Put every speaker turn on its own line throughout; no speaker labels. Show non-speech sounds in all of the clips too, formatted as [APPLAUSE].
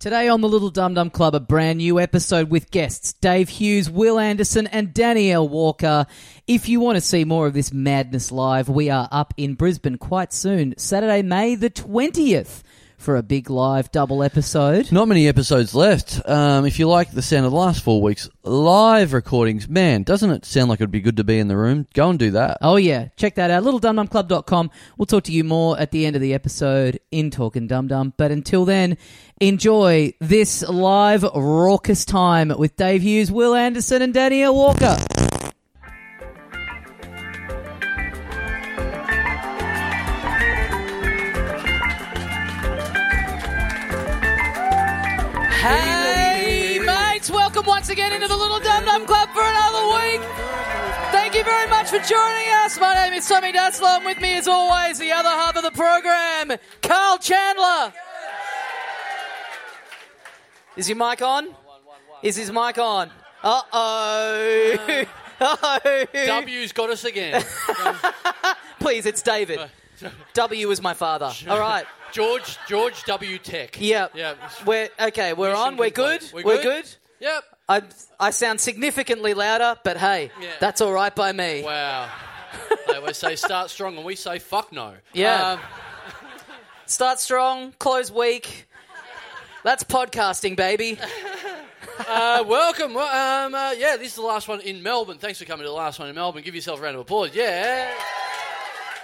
Today on the Little Dum Dum Club, a brand new episode with guests Dave Hughes, Will Anderson, and Danielle Walker. If you want to see more of this madness live, we are up in Brisbane quite soon, Saturday, May the 20th, for a big live double episode.
Not many episodes left. Um, if you like the sound of the last four weeks, live recordings, man, doesn't it sound like it would be good to be in the room? Go and do that.
Oh, yeah, check that out, littledumdumclub.com. We'll talk to you more at the end of the episode in Talking Dum Dum. But until then, enjoy this live raucous time with Dave Hughes, Will Anderson, and Danielle Walker. Hey, mates, welcome once again into the Little Dum Dum Club for another week. Thank you very much for joining us. My name is Tommy Datslow, and with me, as always, the other half of the program, Carl Chandler. Is your mic on? Is his mic on? Uh [LAUGHS] oh. Uh-oh.
W's got us again.
[LAUGHS] Please, it's David. W is my
[LAUGHS]
father. All right.
George George W Tech.
Yeah.
Yeah.
We're okay. We're on. We're good.
compliant.
We're
We're
good.
good? Yep.
I I sound significantly louder, but hey,
Yeah.
that's all right by me.
Wow. they always say start strong, and we say fuck no. Um,
Yeah. [LAUGHS] Start strong, close weak. That's podcasting, baby.
Uh, welcome. Wel- Um, uh, yeah, this is the last one in Melbourne. Thanks for coming to the last one in Melbourne. Give yourself a round of applause. Yeah.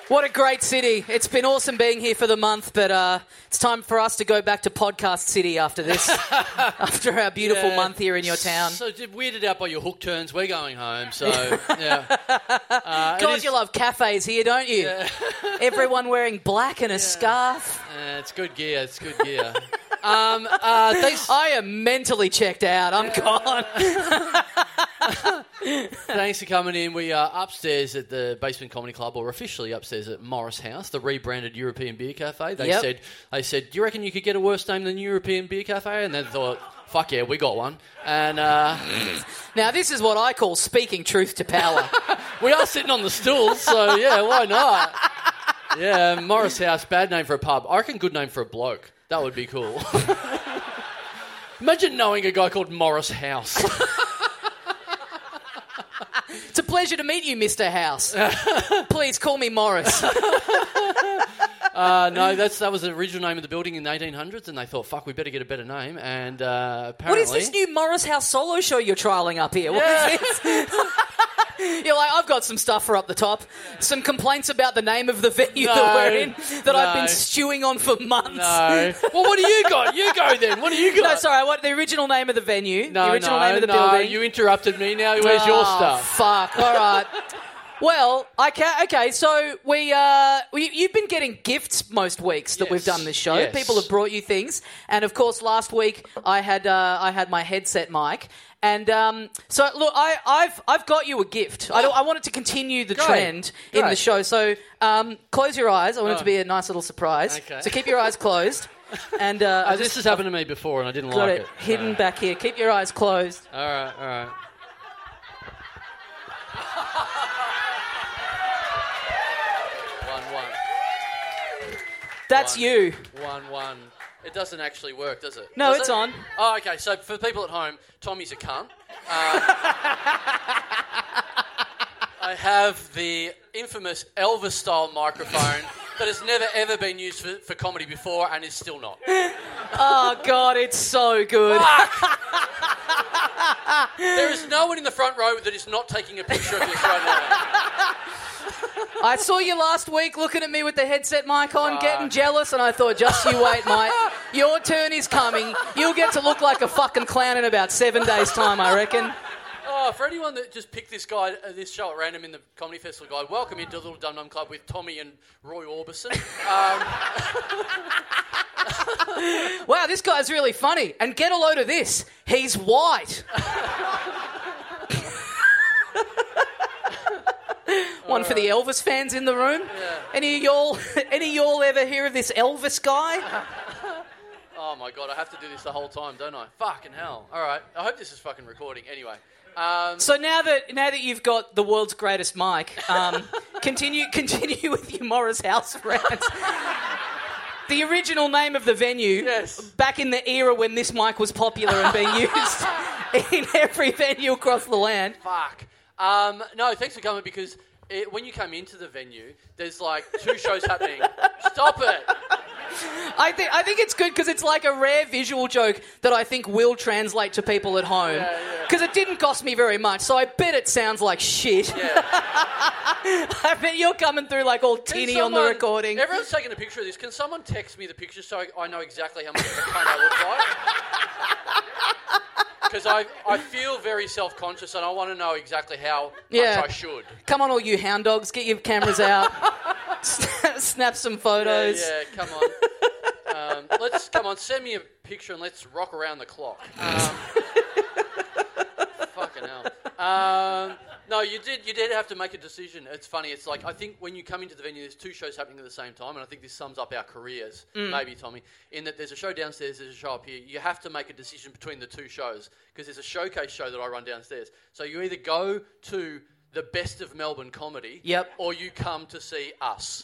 What a great city. It's been awesome being here for the month, but uh, it's time for us to go back to Podcast City after
[LAUGHS]
this, after our beautiful
Yeah.
month here in your town.
So did- weirded out by your hook turns. We're going home.
[LAUGHS]
So yeah. Uh, it
God,
is-
you love cafes here, don't you?
[LAUGHS]
Everyone wearing black and a scarf.
Uh, it's good gear. It's good
[LAUGHS]
gear. um, uh, thanks.
I am mentally checked out. I'm gone.
[LAUGHS] Thanks for coming in. We are upstairs at the Basement Comedy Club, or officially upstairs at Morris House, the rebranded European Beer Cafe. They
Yep.
said, "They said, do you reckon you could get a worse name than European Beer Cafe?" And they thought, "Fuck yeah, we got one." And uh, [LAUGHS]
Now, this is what I call speaking truth to power.
we are sitting on the stool, so yeah, why not? Yeah, Morris House, bad name for a pub. I reckon good name for a bloke. That would be cool. [LAUGHS] Imagine knowing a guy called Morris House. [LAUGHS]
it's a pleasure to meet you, Mr.
[LAUGHS]
House. Please call me Morris.
Uh, no, that's that was the original name of the building in the 1800s, and they thought, "Fuck, we better get a better name." And uh,
What
apparently,
is this new Morris House solo show you're trialing up here? What is
[LAUGHS]
this? you're like, I've got some stuff for up the top. Some complaints about the name of the venue that
No,
we're in that I've
no.
been stewing on for months.
No. well, what do you got? You go then. What do you got?
No, sorry, I want the original name of the venue.
No,
the original
no,
name of the
no,
building.
You interrupted me. Now, where's your
Oh,
stuff?
Fuck. All right. Well, I ca Okay, so we, uh, we you've been getting gifts most weeks that
Yes,
we've done this show.
yes.
People have brought you things, and of course, last week I had uh, I had my headset mic, and um, so look, I, I've I've got you a gift. I, don't- I wanted to continue the
Great,
trend in the
great.
show, so um, close your eyes. I want it to
Oh.
be a nice little surprise.
Okay.
So keep your eyes
[LAUGHS]
closed, and uh,
Uh,
I've
this
just
has happened to me before, and I didn't
got
like
it
it.
hidden back here. Keep your eyes closed.
all right, all right. one,
That's
One.
you. [LAUGHS]
one, one, one. It doesn't actually work, does it?
No,
Does
it's
it?
on.
Oh, okay. So for people at home, Tommy's a cunt. Um, [LAUGHS] I have the infamous Elvis-style microphone that has never ever been used for, for comedy before, and is still
[LAUGHS]
not.
Oh God, it's so good.
There is no one in the front row that is not taking a picture of this right
I saw you last week looking at me with the headset mic on, getting jealous, and I thought, just you wait,
[LAUGHS]
mate. Your turn is coming. You'll get to look like a fucking clown in about seven days' time, I reckon.
now. Oh, for anyone that just picked this guy, uh, this show at random in the comedy festival guide, welcome into the Little Dum Dum Club with Tommy and Roy Orbison. Um,
Wow, this guy's really funny. And get a load of this. He's white. One for the Elvis fans in the room. Any of y'all [LAUGHS] any of y'all ever hear of this Elvis guy?
oh my god, I have to do this the whole time, don't I? Fucking hell! All right, I hope this is fucking recording. Anyway, [LAUGHS] um,
So now that now that you've got the world's greatest [LAUGHS] mic, um, continue continue with your Morris House rant. [LAUGHS] the original name of the venue,
Yes.
back in the era when this mic was popular
[LAUGHS]
and being used [LAUGHS] in every venue across the land.
Fuck. Um, no, thanks for coming because it, when you come into the venue, there's like two
[LAUGHS]
shows happening. Stop it.
I think I think it's good because it's like a rare visual joke that I think will translate to people at home. Because it didn't cost me very much, so I bet it sounds like shit.
Yeah.
[LAUGHS] I bet you're coming through like all
Can
tinny on the
someone-
recording.
Everyone's taking a picture of this. Can someone text me the picture so I, I know exactly how much of a cunt I look like?
[LAUGHS]
Because I, I feel very self conscious and I want to know exactly how
Yeah.
much I should.
Come on, all you hound dogs, get your cameras out, [LAUGHS] snap, snap some photos.
Yeah, yeah, come on. Um, let's come on. Send me a picture and let's rock around the clock. Um, fucking hell. Um, no, you did. You did have to make a decision. It's funny. It's like I think when you come into the venue, there's two shows happening at the same time, and I think this sums up our careers.
Mm.
Maybe Tommy, in that there's a show downstairs, there's a show up here. You have to make a decision between the two shows because there's a showcase show that I run downstairs. So you either go to the best of Melbourne comedy,
Yep.
or you come to see
[LAUGHS]
us.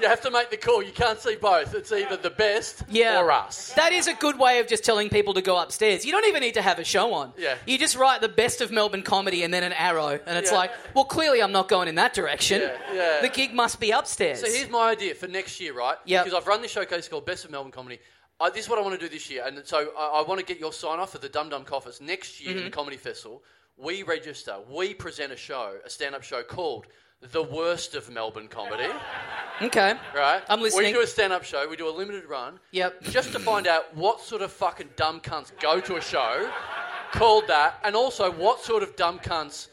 You have to make the call. You can't see both. It's either the best
Yeah.
or us.
That is a good way of just telling people to go upstairs. You don't even need to have a show on.
Yeah.
You just write the best of Melbourne comedy and then an arrow, and it's
Yeah.
like, well, clearly I'm not going in that direction.
Yeah, yeah.
The gig must be upstairs.
So here's my idea for next year, right?
Yep.
Because I've run this showcase called Best of Melbourne Comedy. I, this is what I want to do this year, and so I, I want to get your sign off for the Dum Dum Coffers next
Mm-hmm.
year in the Comedy Festival. We register, we present a show, a stand-up show called The Worst of Melbourne
[LAUGHS]
Comedy.
okay.
Right?
I'm listening.
We do a stand-up show. We do a limited run.
Yep.
Just to find out what sort of fucking dumb cunts go to a show called that, and also what sort of dumb cunts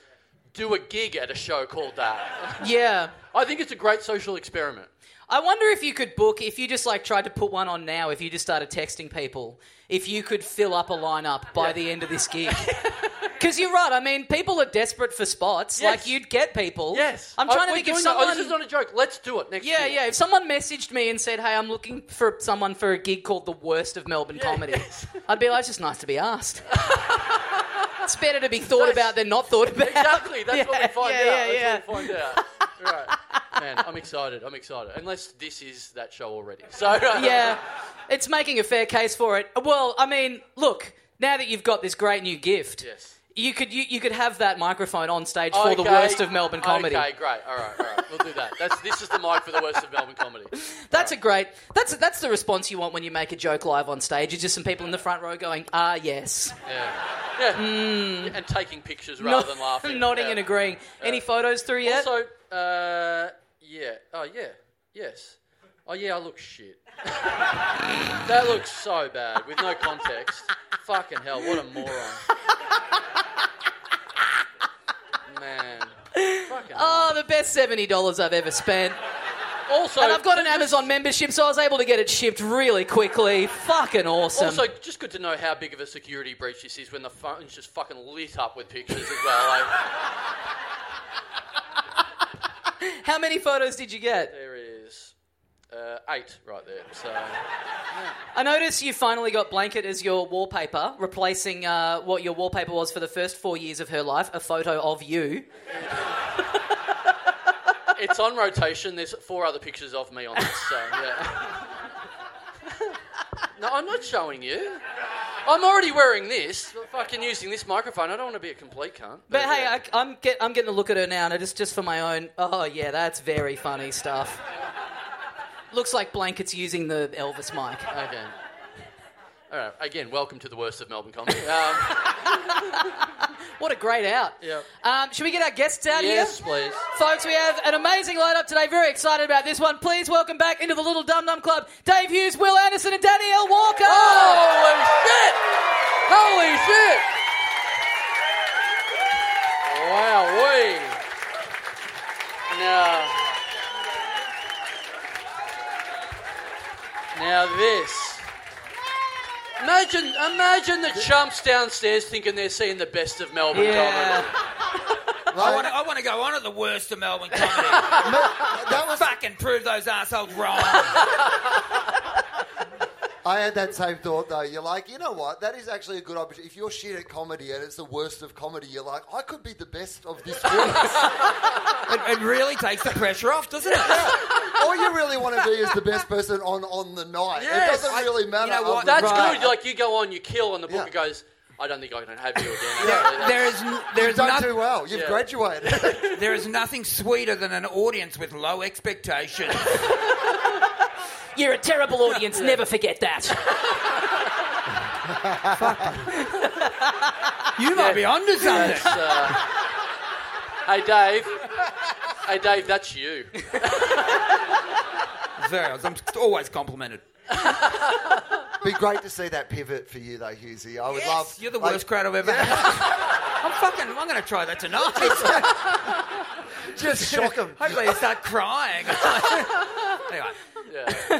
do a gig at a show called that.
Yeah.
I think it's a great social experiment.
I wonder if you could book if you just like tried to put one on now. If you just started texting people, if you could fill up a lineup by the end of this gig.
[LAUGHS]
Because you're right. I mean, people are desperate for spots.
Yes.
Like you'd get people.
Yes.
I'm
I-
trying to
we're
think if
doing that.
someone.
Oh, this is not a joke. Let's do it next
yeah,
year.
yeah. If someone messaged me and said, "Hey, I'm looking for someone for a gig called The Worst of Melbourne Comedy,"
yes.
I'd be like, "It's just nice to be
[LAUGHS]
asked." it's better to be thought
That's-
about than not thought about.
Exactly. That's what we
Yeah,
find
yeah,
out.
yeah,
That's what we find out. right. Man, I'm excited. I'm excited. Unless this is that show already.
[LAUGHS]
So [LAUGHS] uh,
yeah, it's making a fair case for it. Well, I mean, look, now that you've got this great new gift,
Yes.
you could you, you could have that microphone on stage for the
Okay.
worst of Melbourne comedy.
Okay, great. All right, all right. We'll do that. That's this is the mic for the worst of Melbourne comedy.
That's a great. That's that's the response you want when you make a joke live on stage. It's just some people in the front row going, "Ah, yes,"
Yeah. yeah. And taking pictures rather than laughing.
Mm. nodding
Yeah.
and agreeing. Any photos through yet?
Also, uh, yeah. Oh, yeah. Yes. Oh, yeah. I look shit. [LAUGHS] that looks so bad with no context. Fucking hell! What a moron. Man. Fucking hell.
Oh, the best seventy dollars I've ever spent,
also,
and I've got an Amazon membership, so I was able to get it shipped really quickly. Fucking awesome!
Also, just good to know how big of a security breach this is when the phone's just fucking lit up with pictures as well. Like,
How many photos did you get?
there is uh, eight right there. So.
I notice you finally got blanket as your wallpaper, replacing uh, what your wallpaper was for the first four years of her life—a photo of you.
It's on rotation. There's four other pictures of me on this. So yeah. no, I'm not showing you. I'm already wearing this. Fucking using this microphone. I don't want to be a complete cunt.
But hey,
yeah.
I, I'm get, I'm getting a look at her now, and it's just for my own. Oh yeah, that's very funny stuff. Looks like blanket's using the Elvis mic.
okay. All right. Again, welcome to the worst of Melbourne comedy. Um,
What a great out!
yeah.
Um, should we get our guests out
Yes,
here?
please.
Folks, we have an amazing lineup today. Very excited about this one. Please welcome back into the Little Dum Dum Club, Dave Hughes, Will Anderson, and Danielle Walker.
Holy shit! Holy shit! Wow, we. Now. Now this. Imagine, imagine the chumps downstairs thinking they're seeing the best of Melbourne
Yeah.
comedy.
I want, to, I want to go on at the worst of Melbourne
[LAUGHS]
comedy.
That was.
Fucking prove those assholes wrong.
I had that same thought though. You're like, you know what? That is actually a good opportunity. If you're shit at comedy and it's the worst of comedy, you're like,
[LAUGHS]
I could be the best of this worst.
It, it really takes the pressure off, doesn't it?
all you really want to be is the best person on on the night.
Yes.
it doesn't
I-
really matter.
you know what?
other
That's
than-
good. Like you go on, you kill, and the booker
Yeah.
goes, "I don't think I can have you again."
There, there is
You've
there's
done
noth-
too well. Oh, You've
Yeah.
graduated.
[LAUGHS] there is nothing sweeter than an audience with low
[LAUGHS]
expectations.
You're a terrible
[LAUGHS]
audience. Never forget
[LAUGHS]
that.
You might be onto something.
That's, uh, hey Dave. Hey Dave, that's you.
Very, I'm always complimented.
[LAUGHS] Be great to see that pivot for you, though, Husey. I would
Yes,
love.
you're the
like,
worst crowd I've ever had. [LAUGHS] I'm fucking. I'm going to try
[LAUGHS]
that tonight.
Just shock
[LAUGHS]
them.
Hopefully, I start crying.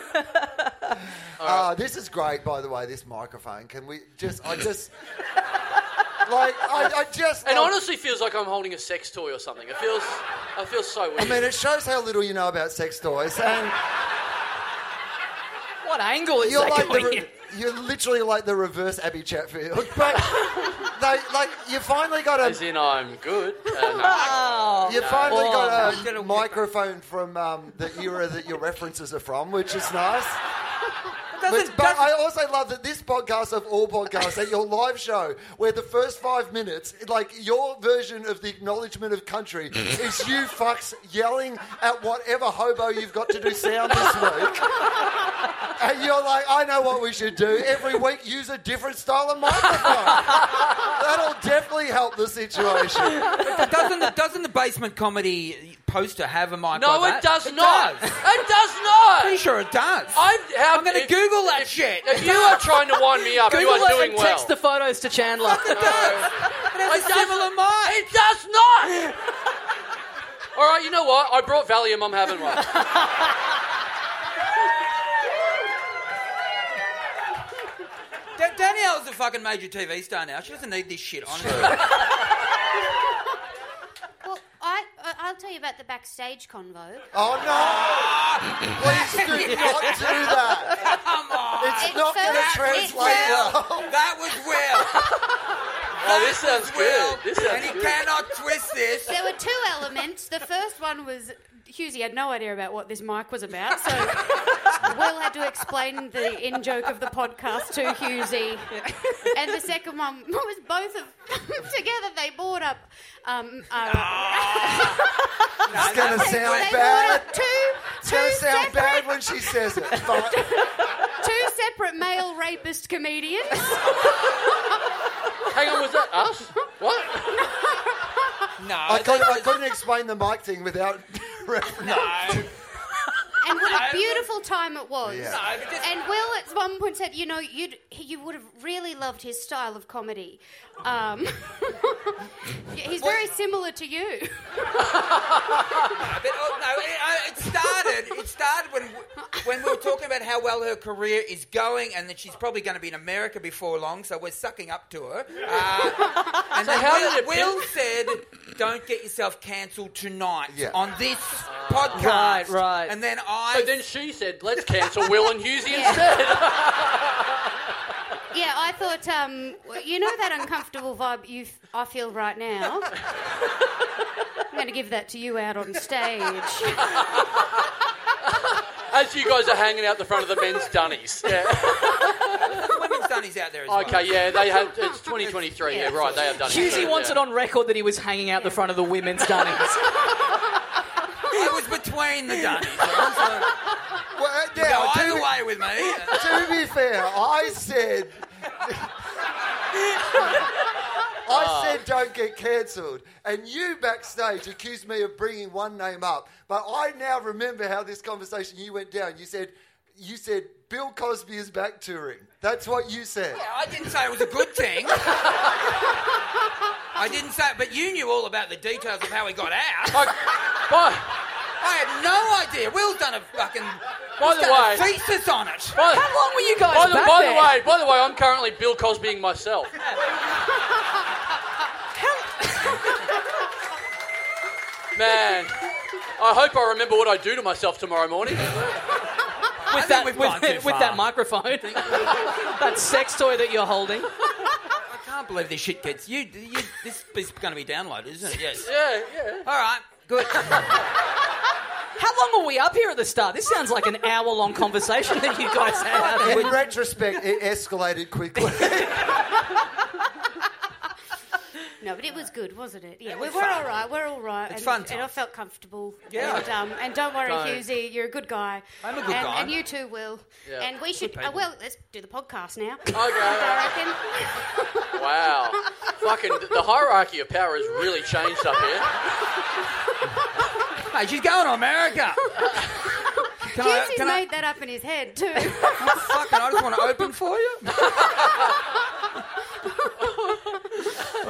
anyway,
[LAUGHS]
[LAUGHS]
Uh, this is great, by the way. This microphone. Can we just? I just. like I, I just.
And
love-
honestly, feels like I'm holding a sex toy or something. It feels, I feel so weird.
I mean, it shows how little you know about sex toys, and
What angle is
you're
that
like the
going
re- you're literally like the reverse Abby
[LAUGHS]
Chatfield. But they, like you finally got
As
a
in, I'm good. Uh, no.
you finally
Oh.
got
Get
a
a-
microphone from um, the era that your references are from, which is nice.
doesn't,
But, but I also love that this podcast of all podcasts, at your live show, where the first five minutes, like your version of the acknowledgement of
[LAUGHS]
country, is you fucks yelling at whatever hobo you've got to do sound this week. And you're like, I know what we should do. Every week, use a different style of microphone. That'll definitely help the situation.
doesn't, the, doesn't the basement comedy poster have a mic?
no,
like
it
that?
does not.
does.
It does not.
Pretty sure it does.
I'm, how-
I'm gonna
if-
Google that
if-
shit.
If you are trying to wind me up, you
Google
are
it
doing
and
well.
text the photos to Chandler.
it has a similar mic.
It does not. All right, you know what? I brought Valium. I'm having
[LAUGHS]
one.
Da- Danielle's a fucking major TV star now. She doesn't need this shit, honestly.
Well, I, I- I'll tell you about the backstage convo.
Oh, no. Please do not do that.
Come on.
It's not going
felt-
to
it
translate
Well,
well.
that was well.
Oh, this sounds good.
Well,
This
and
sounds
he
good.
cannot twist this.
There were two elements. The first one was Husey had no idea about what this mic was about, so Will had to explain the in joke of the podcast to Husey. And the second one [LAUGHS] was both of [LAUGHS] together. They brought up. Um, uh,
It's going to
they
sound
brought
bad.
up two,
It's
two
[LAUGHS]
going to sound
separate
bad when she says it. But
two separate male rapist comedians.
Hang on, was that us? What?
No,
I, couldn't, I couldn't explain the mic thing without [LAUGHS] reference.
no.
And what a beautiful time it was.
Yeah.
No, but just-
And Will at one point said, you know, you'd, you would have really loved his style of comedy. Um, [LAUGHS] he's very similar to you. [LAUGHS]
But, oh, no, it, uh, it started. It started when when we were talking about how well her career is going, and that she's probably going to be in America before long. So we're sucking up to her.
[LAUGHS]
Uh, and then
how
Will,
did it-
Will said, "Don't get yourself cancelled tonight
Yeah.
on this
Ah.
podcast."
Right, right.
And then I.
But then she said, "Let's cancel Will and Husey instead."
Yeah, I thought, um, you know that uncomfortable vibe you f- I feel right now? I'm going to give that to you out on stage.
As you guys are hanging out the front of the men's dunnies. Yeah.
[LAUGHS] women's dunnies out there as well.
Okay. Yeah. They have. It's 2023. Yeah. Right. They have done.
Husey wants it on record that he was hanging out the front of the women's
[LAUGHS]
dunnies.
[LAUGHS] I was between the dunnies. So
Well, uh,
go
now,
either
to,
way with me.
[LAUGHS] to be fair, I said.
Oh.
I said don't get cancelled, and you backstage accused me of bringing one name up. But I now remember how this conversation you went down. You said, you said Bill Cosby is back touring. That's what you said.
I didn't say it was a good thing. I didn't say, but you knew all about the details of how he got out.
By,
I had no idea. Will's done a fucking
by
he's
the
done
way.
a thesis on it.
By,
How long were you guys
by, the,
back
by the
there?
way. By the way. I'm currently Bill Cosbying myself. Man. I hope I remember what I do to myself tomorrow morning.
With
that,
we've
with,
gone too
with
far.
that
[LAUGHS]
microphone, that sex toy that you're holding.
I can't believe this shit gets you. you this is going to be downloaded, isn't it? Yes.
[LAUGHS] Yeah, yeah.
All right. Good.
How long were we up here at the start? This sounds like an hour long conversation that you guys had out there.
In retrospect, it escalated quickly.
No, but it was good, wasn't it? Yeah, we we're all right. We're all right. It's and,
fun
And I
times.
felt comfortable.
Yeah.
And, um, and don't worry,
Don't.
Husey, you're a good guy.
I'm a good
and,
guy.
And you too, Will.
Yeah.
And we should. Uh, well, let's do the podcast
[LAUGHS]
now.
Okay.
I reckon.
Wow. Fucking the hierarchy of power has really changed up here.
Mate, she's going to America. [LAUGHS] Can I,
Husey's
can I,
made that up in his head
[LAUGHS]
too.
fucking, I just want to open for you.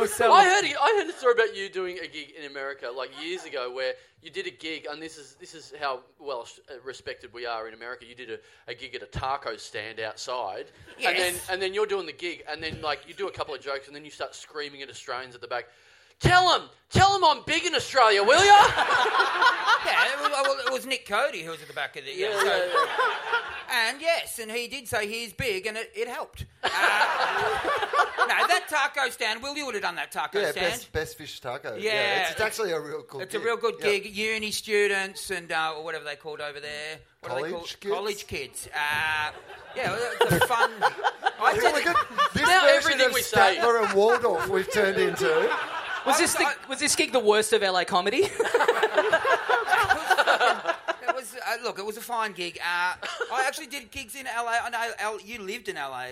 Or sell
I
it.
heard I heard a story about you doing a gig in America like years ago where you did a gig and this is this is how well s- uh, respected we are in America. You did a, a gig at a taco stand outside, and then and then you're doing the gig and then like you do a couple of jokes and then you start screaming at Australians at the back. Tell them, tell them I'm big in Australia, will you?
[LAUGHS] Yeah, it was, well, it was Nick Cody who was at the back of the. Yeah, so- And yes, and he did say he's big, and it, it helped. Uh, no, that taco stand. Will [LAUGHS] you would have done that taco
yeah,
stand?
best, best fish taco.
Yeah.
it's, it's actually a real good.
It's
gig.
a real good
Yeah.
gig. Uni students and uh, or whatever they called over there. What are they
College
called?
kids?
College kids. Uh, yeah, well, it's a fun.
[LAUGHS]
I did
Look
[LAUGHS]
at this
Now
version
everything
of
we say.
Statler and Waldorf we've turned into.
Was this, the, was this gig the worst of LA comedy? [LAUGHS]
It was uh, look. It was a fine gig. Uh, I actually did gigs in LA. I know Al, you lived in LA, uh,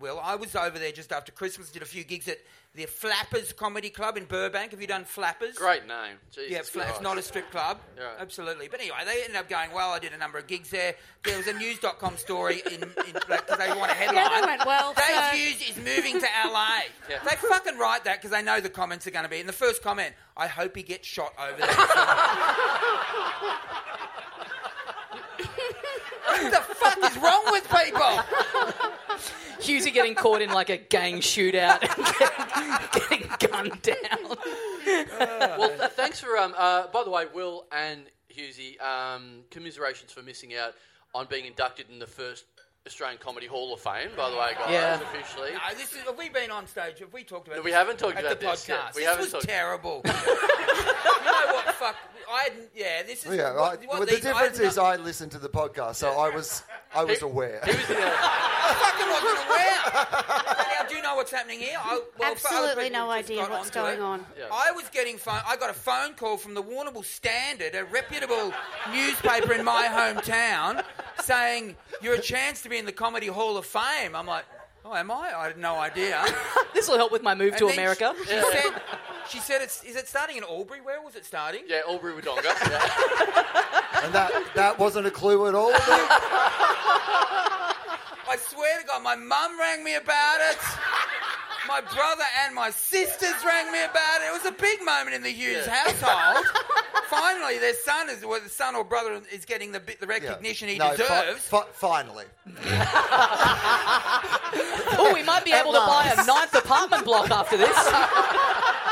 Will. I was over there just after Christmas. Did a few gigs at the Flappers Comedy Club in Burbank. Have you done Flappers?
Great name. Jesus
Yeah, Fla- it's
Christ.
not a strip club.
Yeah.
Absolutely. But anyway, they ended up going well. I did a number of gigs there. There was a news.com story in, in like, 'cause they want a headline.
Yeah, that went well.
Dave
so-
Hughes is moving to LA.
Yeah.
They fucking write that because they know the comments are going to be. And the first comment, I hope he gets shot over there. what the fuck is wrong with people?
Husey getting caught in like a gang shootout and getting, getting gunned down. [LAUGHS]
[LAUGHS] Well, th- thanks for. Um, uh, by the way, Will and Husey, um, commiserations for missing out on being inducted in the first Australian Comedy Hall of Fame. By the way, guys,
Yeah.
officially.
No, this is, have we been on stage? Have we talked about
No,
this?
we haven't talked
at
about
the
this
podcast.
yet. We
this
haven't
was
talked-
terrible. you know what? Fuck. I hadn't. Yeah, this is.
Oh, Yeah,
what-
I-
what
well,
these-
the difference
hadn't
is
done-
I listened to the podcast, so I was I was aware.
He was in a-
fucking wasn't aware.
[LAUGHS]
now, do you know what's happening here? I, well, for other
Absolutely
people
no
who just
idea
got
what's
onto
going
it,
on.
Yeah.
I was getting phone. I got a phone call from the Warnable Standard, a reputable newspaper in my hometown, saying you're a chance to be in the Comedy Hall of Fame. I'm like, oh, am I? I had no idea.
This will help with my move
And
to
then
America.
She, she said, she said, it's, is it starting in Albury? Where was it starting?
yeah, Aubrey
[LAUGHS]
Wodonga. Yeah.
And that that wasn't a clue at all.
[LAUGHS]
Nick.
I swear to God, my mum rang me about it. My brother and my sisters rang me about it. It was a big moment in the Hughes
Yeah.
household. Finally, their son is, well, the son or brother is getting the, bi- the
Yeah.
recognition he
No, fi-
deserves.
fi-
[LAUGHS]
finally,
[LAUGHS] Oh, we might be able to buy a ninth apartment block
[LAUGHS]
after this. [LAUGHS]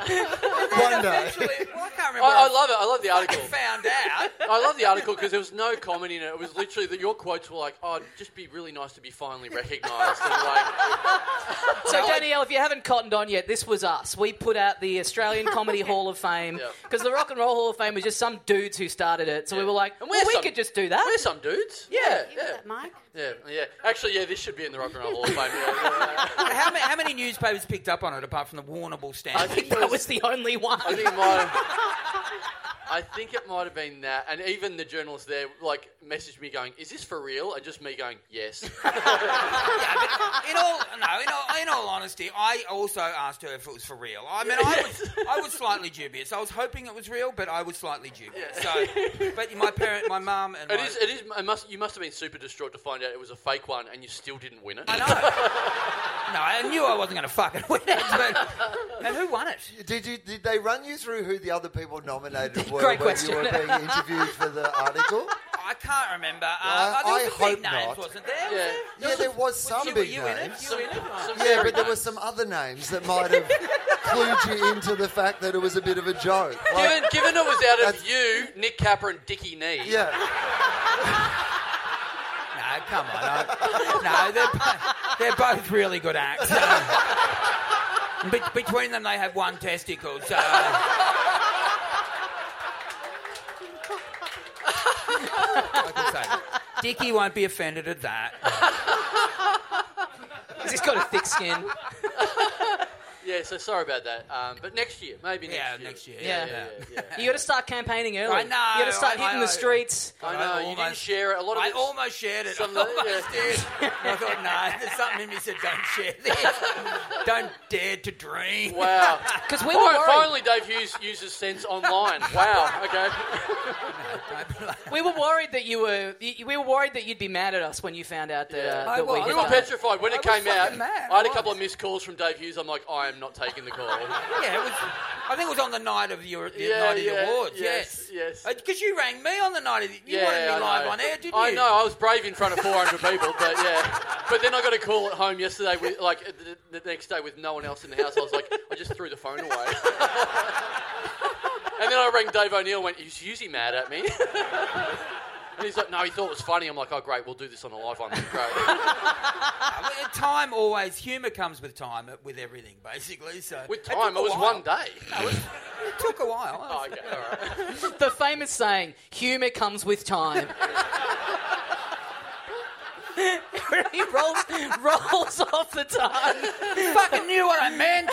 one day.
Eventually, well, I can't remember.
I, I
I,
love it. I love the article.
found out.
[LAUGHS] I love the article because there was no comedy in it. It was literally that your quotes were like, "Oh, it'd just be really nice to be finally recognised." And like,
So, Danielle, if you haven't cottoned on yet, this was us. We put out the Australian Comedy Hall of Fame
Yeah.
because the Rock and Roll Hall of Fame was just some dudes who started it. So we
Yeah.
were like,
And
well,
we're
we
some-
could just do that.
we're some dudes.
Yeah.
You got
yeah,
that, Mike?
yeah, yeah. Actually, yeah, this should be in the Rock and Roll Hall of Fame. Yeah, yeah, yeah.
How, ma- how many newspapers picked up on it apart from the Warnable
I
stand?
think there
that was the only one.
I think it might have. I think it might have been that, and even the journalist there like messaged me going, "Is this for real?" And just me going,
[LAUGHS]
"Yes."
in all no, in all, in all honesty, I also asked her if it was for real. I mean, I was I was slightly dubious. I was hoping it was real, but I was slightly dubious. So, but my parent, my mum, and
It
my,
is. It is. It must. You must have been super distraught to find out it was a fake one, and you still didn't win it.
I know.
[LAUGHS]
no, I knew I wasn't going to [LAUGHS] fucking win it. But, and who won it?
Did you did they run you through who the other people
[LAUGHS]
nominated were
Great
when
question.
you were being interviewed for the article?
I can't remember. Uh,
I-
there was
I
some big
hope
names,
not.
wasn't there?
Yeah.
Yeah, there was some
You, were
big
you in it?
names.
You were in it?
Some
Yeah,
very
but there were
nice.
some other names that might have clued you into the fact that it was a bit of a joke. Like,
Given, given it was out of you, Nick Capper, and Dickie Knee.
yeah,
No, come on. I- no, they're, bo- they're both really good acts.
[LAUGHS]
Be- between them, they have one testicle. So. Dickie won't be offended at that.
He's got a thick skin.
Yeah, so sorry about that. Um, but next year, maybe next
Yeah,
year.
next year.
Yeah.
Yeah. [LAUGHS]
Yeah, yeah, yeah.
You got to start campaigning early.
I know,
You got to start
I-
hitting
I-
the streets.
I
I
know, you didn't
almost-
share it. A lot of
I
it's-
almost shared it. I
Some of it,
almost
yeah.
did. I thought, no, there's something in me said, don't share
[LAUGHS]
this. don't dare to dream. [LAUGHS]
Wow.
Because we were
Fin-
worried.
Finally, Dave Hughes uses sense online. Wow. Okay.
[LAUGHS] We were worried that you were. y- We were worried that you'd be mad at us when you found out that, uh,
Yeah.
I
that we
was.
had
We were
done it.
petrified when it
I was
came out.
fucking mad,
I had
I
a couple
was.
of missed calls from Dave Hughes. I'm like, I am not taking the call.
[LAUGHS] Yeah, it was. I think it was on the night of your the
Yeah,
night of
yeah,
the awards.
yes,
Yes,
yes.
Because you rang me on the night of the, you wanted me
I
live
know.
on air, didn't
I
you? [LAUGHS]
know. I was brave in front of 400 people, but yeah. But then I got a call at home yesterday, with, like the, the next day, with no one else in the house. I was like, I just threw the phone away. [LAUGHS] and then I rang Dave O'Neill. and Went, he's usually mad at me. [LAUGHS] and he's like, No, he thought it was funny. I'm like, Oh, great, we'll do this on the live one. Great.
I mean, time always humour comes with time uh, with everything basically. So
With
took
time,
a
it was
while.
one day. [LAUGHS]
It took a while.
Oh, okay, all right.
The famous saying, "Humor comes with time." [LAUGHS] he rolls, rolls off the tongue.
I fucking knew what I meant.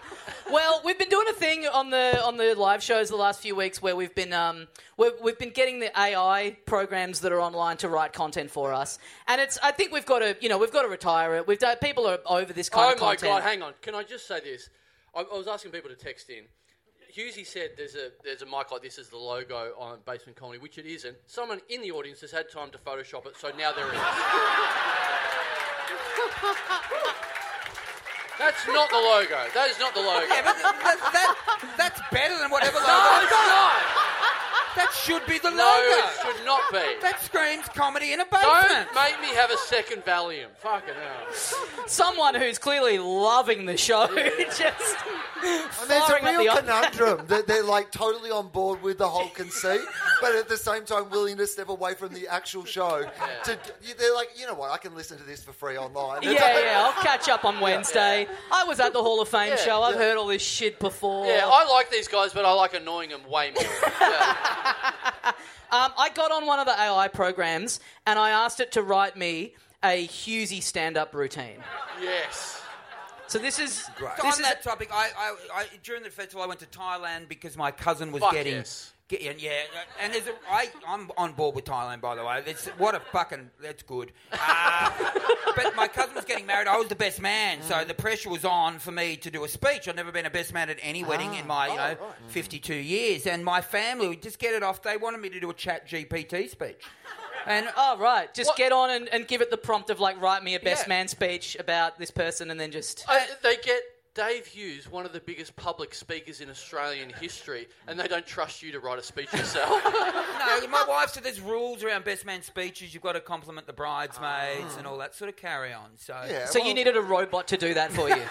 [LAUGHS] Well, we've been doing a thing on the on the live shows the last few weeks where we've been um we've, we've been getting the AI programs that are online to write content for us, and it's I think we've got to you know we've got to retire it. We've done, people are over this kind
Oh
of
my
content.
god! Hang on. Can I just say this? I, I was asking people to text in. Husey said there's a there's a mic like this as the logo on Basement Comedy, which it isn't. Someone in the audience has had time to Photoshop it, so now there it is. That's not the logo. That is not the logo.
yeah, but that, that, that's better than whatever logo.
no,
I
it's
got.
not.
That should be the logo.
No, it should not be.
That screams comedy in a basement.
Don't make me have a second Valium. Fucking hell.
Someone who's clearly loving the show [LAUGHS] just
And there's a
firing up the
real
op-
conundrum that they're like totally on board with the
[LAUGHS]
whole conceit, but at the same time willing to step away from the actual show. To they're like, you know what? I can listen to this for free online. It's
Yeah,
like- [LAUGHS]
yeah, I'll catch up on Wednesday. I was at the Hall of Fame
Yeah,
show. I've
yeah.
heard all this shit before.
Yeah, I like these guys, but I like annoying them way more. Yeah.
Um, I got on one of the AI programs and I asked it to write me a Hughesy stand-up routine.
Yes.
So this is
So
this
on
is
that topic, I, I, I during the festival I went to Thailand because my cousin was
Fuck
getting.
yes.
get- and yeah, and there's a, I, I'm on board with Thailand, by the way. It's, what a fucking, that's good. Uh, but my cousin was getting married. I was the best man, so the pressure was on for me to do a speech. I've never been a best man at any wedding in my, you know, 52 years. And my family would just get it off. They wanted me to do a chat GPT speech. And
oh right, just
What-
get on and, and give it the prompt of like write me a best
Yeah.
man speech about this person and then just
I, they get Dave Hughes, one of the biggest public speakers in Australian history, and they don't trust you to write a
[LAUGHS]
speech yourself.
No, my wife said there's rules around best man speeches. You've got to compliment the bridesmaids and all that sort of carry on. So,
Yeah,
so you
well,
needed a robot to do that for you.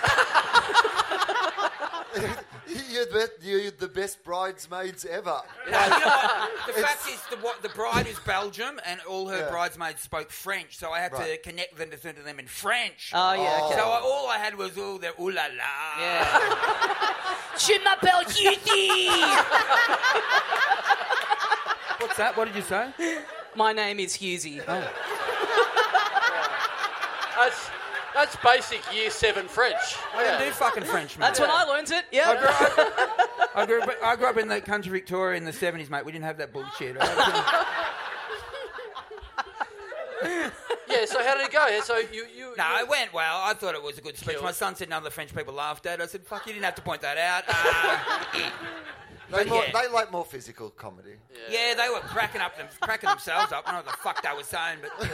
you're the, you're the best bridesmaids ever.
No, you know what? the fact is, the, what, the bride is Belgium, and all her
Yeah.
bridesmaids spoke French, so I had to
Right.
connect them to send to them in French.
Oh yeah, okay.
So I, all I had was all the ooh la la.
Yeah. Je
[LAUGHS]
m'appelle Hughesy.
What's that? What did you say? Oh.
My name is Hughesy.
that's, that's basic year seven French.
I didn't do fucking French, mate.
That's when I learnt it. Yeah.
[LAUGHS] I grew, I, I grew up, I grew up in the country Victoria in the 70s, mate. We didn't have that bullshit. I couldn't-
Yeah, so how did it go? Yeah, so you. you
No,
you,
it went well. I thought it was a good speech.
Killed.
My son said none of the French people laughed at it. I said, fuck, you didn't have to point that
[LAUGHS]
out. Uh,
They, more,
yeah.
they like more physical comedy.
yeah, they were cracking up, them, cracking themselves up. I don't know what the fuck they were saying,
[LAUGHS]
but no,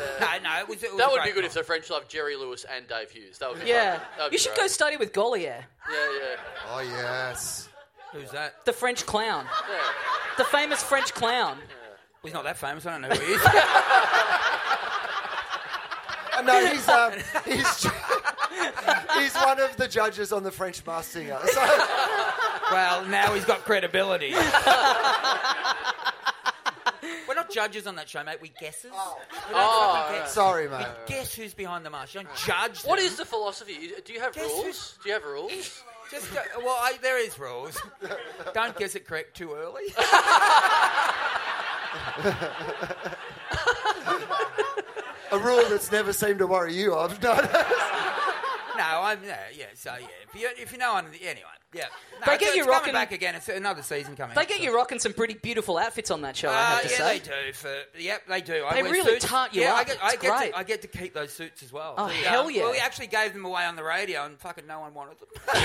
no, it was. It was a
that would be
great
good if
night.
the French loved Jerry Lewis and Dave Hughes. That would be
[LAUGHS] Yeah.
fucking- that would
You
be
should go
great.
study with Goliath,
Yeah,
Oh yes.
Who's that?
the French clown,
yeah. yeah.
the famous French clown.
He's not that famous. I don't know who he is.
Uh, [LAUGHS] no, he's um, he's he's one of the judges on the French Masked Singer. [LAUGHS] So,
well, now he's got credibility. [LAUGHS] We're not judges on that show, mate. We guesses. We don't
Oh,
fucking guess.
sorry, mate.
Guess who's behind the mask? You don't judge.
What
them.
is the philosophy? Do you have
Guess
rules?
who's-
Do you have rules?
[LAUGHS] Just uh, well, I, there is rules. don't guess it correct too early.
A rule that's never seemed to worry you. I've done.
[LAUGHS] No, I'm yeah, yeah. So yeah, if you, if you know, I'm, anyway, yeah. No,
They
it's-
get you
it's coming
rocking-
back again. It's another season coming.
They get
so-
you rocking some pretty beautiful outfits on that show, I
Uh,
have to
yeah,
say.
they do. For, yep, they do. I
They
wear
really
suits.
tart you
yeah,
up.
I get, I,
It's
get
great.
To, I get to keep those suits as well.
Oh,
The,
hell yeah.
Well, we actually gave them away on the radio, and fucking no one wanted them. [LAUGHS]
[LAUGHS]
no,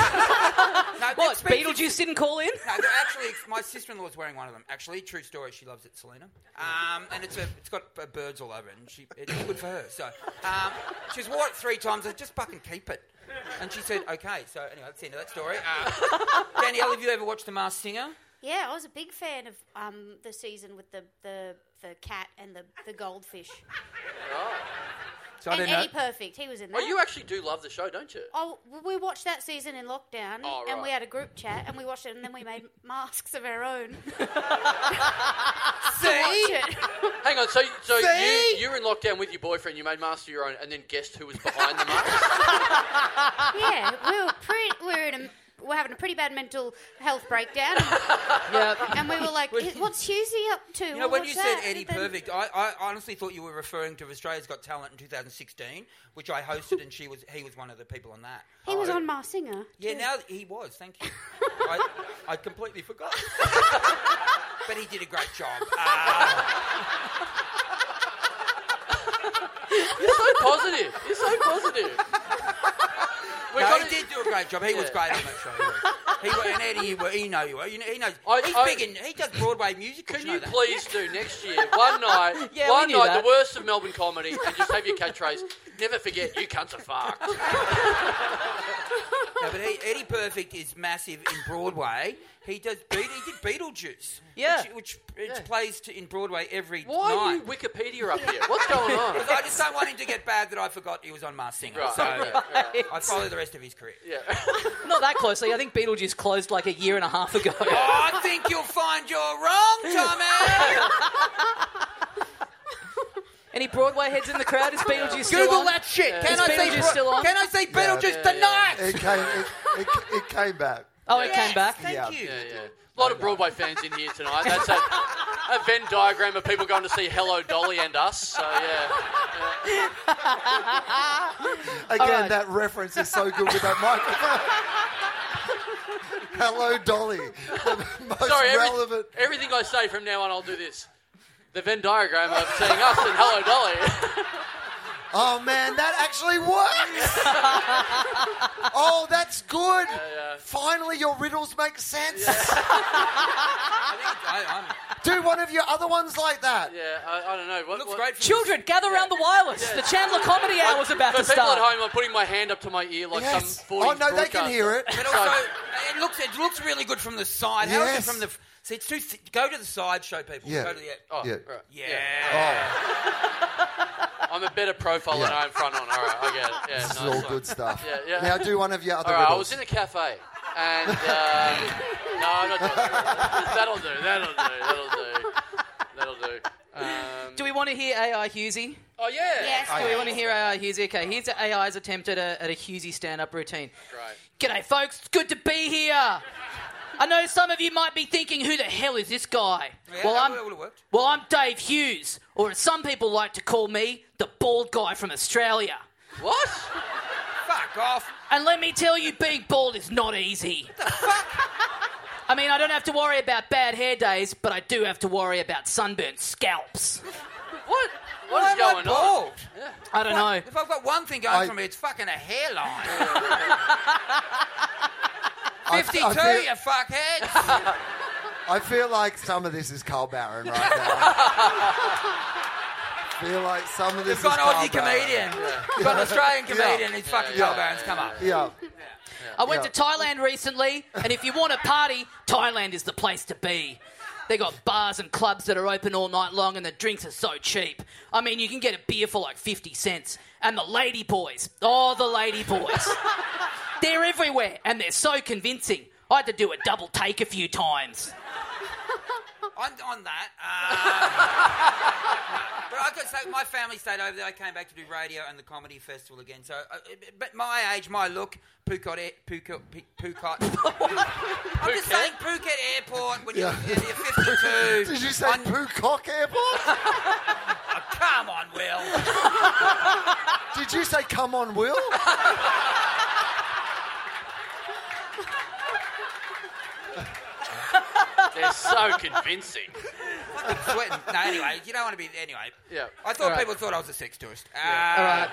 What,
it's been-
Beetlejuice didn't call in?
No, they're actually, my sister-in-law's wearing one of them. Actually, true story. She loves it, Selena. Um, and it's a, it's got uh, birds all over, it, and she, it's good for her. So, um, she's worn it three times. I said, just fucking keep it. And she said, okay. So anyway, that's the end of that story. Uh, Danielle, have you ever watched The Masked Singer?
Yeah, I was a big fan of um, the season with the, the, the cat and the, the goldfish.
Oh. So
and
I don't know.
Eddie Perfect, he was in
Oh,
that.
you actually do love the show, don't
[LAUGHS]
you?
Oh, well, we watched that season in lockdown,
Oh,
and we
right.
had a group chat, and we watched it, and then we
[LAUGHS]
made masks of our own. [LAUGHS]
See?
[LAUGHS] Hang on, so so you
See?
you were in lockdown with your boyfriend. You made master your own, and then guessed who was behind the
[LAUGHS]
mask.
yeah, we were pretty. We were in a. We're having a pretty bad mental health
[LAUGHS]
breakdown,
Yeah.
and we were like, "Eh, "What's Husey up to?"
You know, when you said Eddie
Eddie
Perfect, I, I honestly thought you were referring to Australia's Got Talent in 2016, which I hosted, and she was he was one of the people on that.
he was on Mars Singer.
Oh. Yeah, now that he was. Thank you. I, I completely forgot. [LAUGHS] but he did a great job. Uh,
You're so positive. You're so positive. We
no,
got
he did do a great job. He was
Yeah.
great on that show. He was. He wa- and Eddie, he, wa- he know you. were. You know, he knows.
I-
he's
I-
big in, He does Broadway musicals.
Can
know
you
that.
please do next year one night,
[LAUGHS] Yeah, we
one
knew
night,
that.
the worst of Melbourne comedy, and just have your catchphrase: "Never forget, you cunts are fucked."
No, but he, Eddie Perfect is massive in Broadway. He does. Beat, he did Beetlejuice.
Yeah.
Which, which, which plays to, in Broadway every
Why are you
night.
Wikipedia up here? What's going on?
Because I just don't want him to get bad that I forgot he was on Mars Singer.
Right,
so
right, right.
I follow the rest of his career.
Yeah.
Not that closely. I think Beetlejuice closed like a year and a half ago.
Oh, I think you'll find you're
[LAUGHS]
wrong, Tommy.
Any Broadway heads in the crowd? Is Beetlejuice still
Google
on?
that shit. Can,
Is
I see
Beetlejuice
Bro-
still on?
can I see Beetlejuice tonight?
It came. It, it, it came back.
Oh, it came back.
Thank
Yeah.
you.
Yeah, yeah. A lot of Broadway fans in here tonight. That's a, a Venn diagram of people going to see Hello Dolly and us. So yeah,
Again, that reference is so good with that microphone. [LAUGHS] Hello, Dolly. The most
sorry. every-
relevant.
everything I say from now on, I'll do this. The Venn diagram of seeing us and
[LAUGHS]
Hello Dolly.
Oh man, that actually works. oh, that's good. Finally, your riddles make sense.
I think I, I'm,
Do one of your other ones like that.
[LAUGHS] Yeah, I, I don't know. What,
looks
what-
great. For
Children, gather around the wireless. The Chandler Comedy Hour was about
For
to
people
start.
at home, I'm putting my hand up to my ear like
Yes.
some. 40s
Oh no, they
broadcaster.
can hear it.
But also, it looks it looks really good from the side. How is
Yes.
it from the? f- See, it's too. Th- go to the side, show people.
Yeah.
Go to the. e,
Oh,
Yeah.
right.
yeah.
Oh,
Oh.
[LAUGHS]
I'm a better profile than
Yeah.
I am front on. All right, I get it. Yeah,
this is
nice
all
one.
good stuff.
Yeah, yeah.
Now do one of your other
All right, I
riddles.
was in a cafe, and um, no, I'm not doing that. That'll do. That'll do. That'll do. That'll do. Um,
Do we want to hear AI Husey?
oh yeah.
Yes,
Do we want to hear AI Husey? Okay, here's AI's attempt at a, at a Husey stand-up routine.
Great.
G'day, folks. It's good to be here. I know some of you might be thinking, who the hell is this guy?
Yeah,
well,
that
I'm,
would've worked.
well, I'm Dave Hughes, or as some people like to call me, the bald guy from Australia.
What?
Fuck off.
And let me tell you, being bald is not easy. I mean, I don't have to worry about bad hair days, but I do have to worry about sunburnt scalps.
What?
Why
What is
am I
going on?
bald?
I don't know.
If I've got one thing going
I-
for me, it's fucking a hairline.
[LAUGHS] I- I
52,
feel-
you fuckhead.
[LAUGHS] I feel like some of this is Carl Barron right now. feel like some of this
We've
is
got an
Carl
Aussie
Barron.
comedian. We've got an Australian comedian. It's fucking
Yeah.
Carl Barron's come up.
Yeah.
I went
Yeah.
to Thailand recently, and if you want a party, Thailand is the place to be. They got bars and clubs that are open all night long, and the drinks are so cheap. I mean, you can get a beer for like 50 cents. And the lady boys, oh, the lady [LAUGHS] boys. they're everywhere, and they're so convincing. I had to do a double take a few times.
I'm on that. Um,
[LAUGHS]
but I could say my family stayed over there. I came back to do radio and the comedy festival again. So, uh, but my age, my look, Phuket, Air- Phuket, P-
[LAUGHS]
Phuket. I'm just saying Phuket Airport when you're,
Yeah.
you're 52.
[LAUGHS] Did you say
on- Oh,
Poo Cock Airport?
Come on, Will.
Did you say Come on, Will?
They're so convincing.
sweating. No, anyway, you don't want to be. Anyway.
Yeah.
I thought
All right.
people thought I was a sex tourist. Uh,
Yeah.
All right,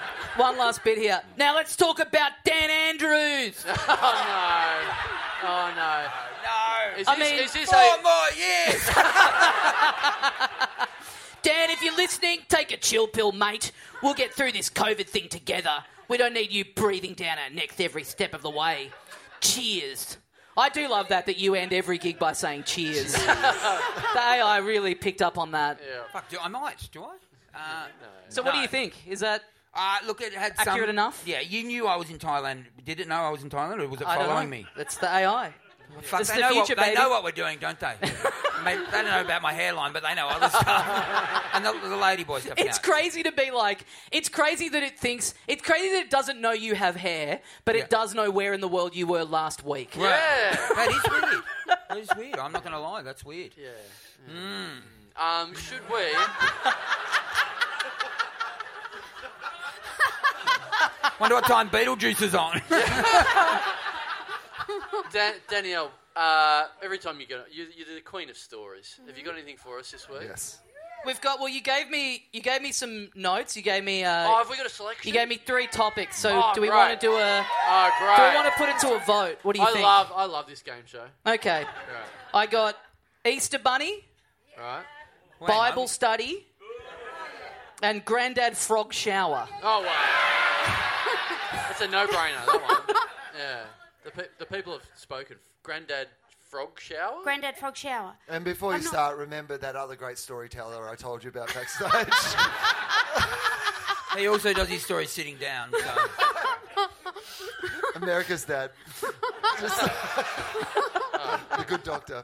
one last bit here. Now let's talk about Dan [LAUGHS] Andrews.
Oh no. Oh no.
No.
Is
I
this,
mean,
is this
Four more years.
a,
[LAUGHS] Dan, if you're listening, take a chill pill, mate. We'll get through this COVID thing together. We don't need you breathing down our necks every step of the way. Cheers. I do love that that you end every gig by saying
[LAUGHS]
cheers. the
Uh,
AI really picked up on that.
Fuck, do I might? Do I? Uh,
So what do
No.
you think? Is that
uh, look, it had some,
Accurate enough?
Yeah, you knew I was in Thailand. Did it know I was in Thailand, or was it
I don't know.
following me?
That's the AI.
Fuck,
It's
they,
the
know
future,
what, they
baby.
know what we're doing, don't
[LAUGHS]
they? I mean, they don't know about my hairline, but they know other stuff.
[LAUGHS]
and the, the lady boy stuff.
It's
yeah.
crazy to be like. It's crazy that it thinks. It's crazy that it doesn't know you have hair, but
Yeah.
it does know where in the world you were last week.
Right.
Yeah.
That is weird.
[LAUGHS]
That is weird. I'm not going to lie. That's weird. Hmm.
Yeah. Um, should we?
[LAUGHS] Wonder what time Beetlejuice is
[LAUGHS]
on.
Dan- Danielle, uh, every time you go, you, you're the queen of stories. Have you got anything for us this week?
Yes.
We've got. Well, you gave me. You gave me some notes. You gave me. Uh,
Oh, have we got a selection?
you gave me three topics. So
Oh,
do we
great.
want to do a?
Oh, great.
Do we want to put it to a vote? What do you
I
think?
love, I love this game show.
Okay.
Right.
I got Easter Bunny,
Right.
Bible study, and Granddad Frog shower.
Oh wow. [LAUGHS] That's a no-brainer. That one. Yeah. The, pe- the people have spoken. Granddad frog shower.
Granddad Frog
[LAUGHS]
Shower.
And before
I'm
you
not-
start, remember that other great storyteller I told you about backstage.
He also does his story sitting down. So.
[LAUGHS]
America's Dad. Just- the good doctor.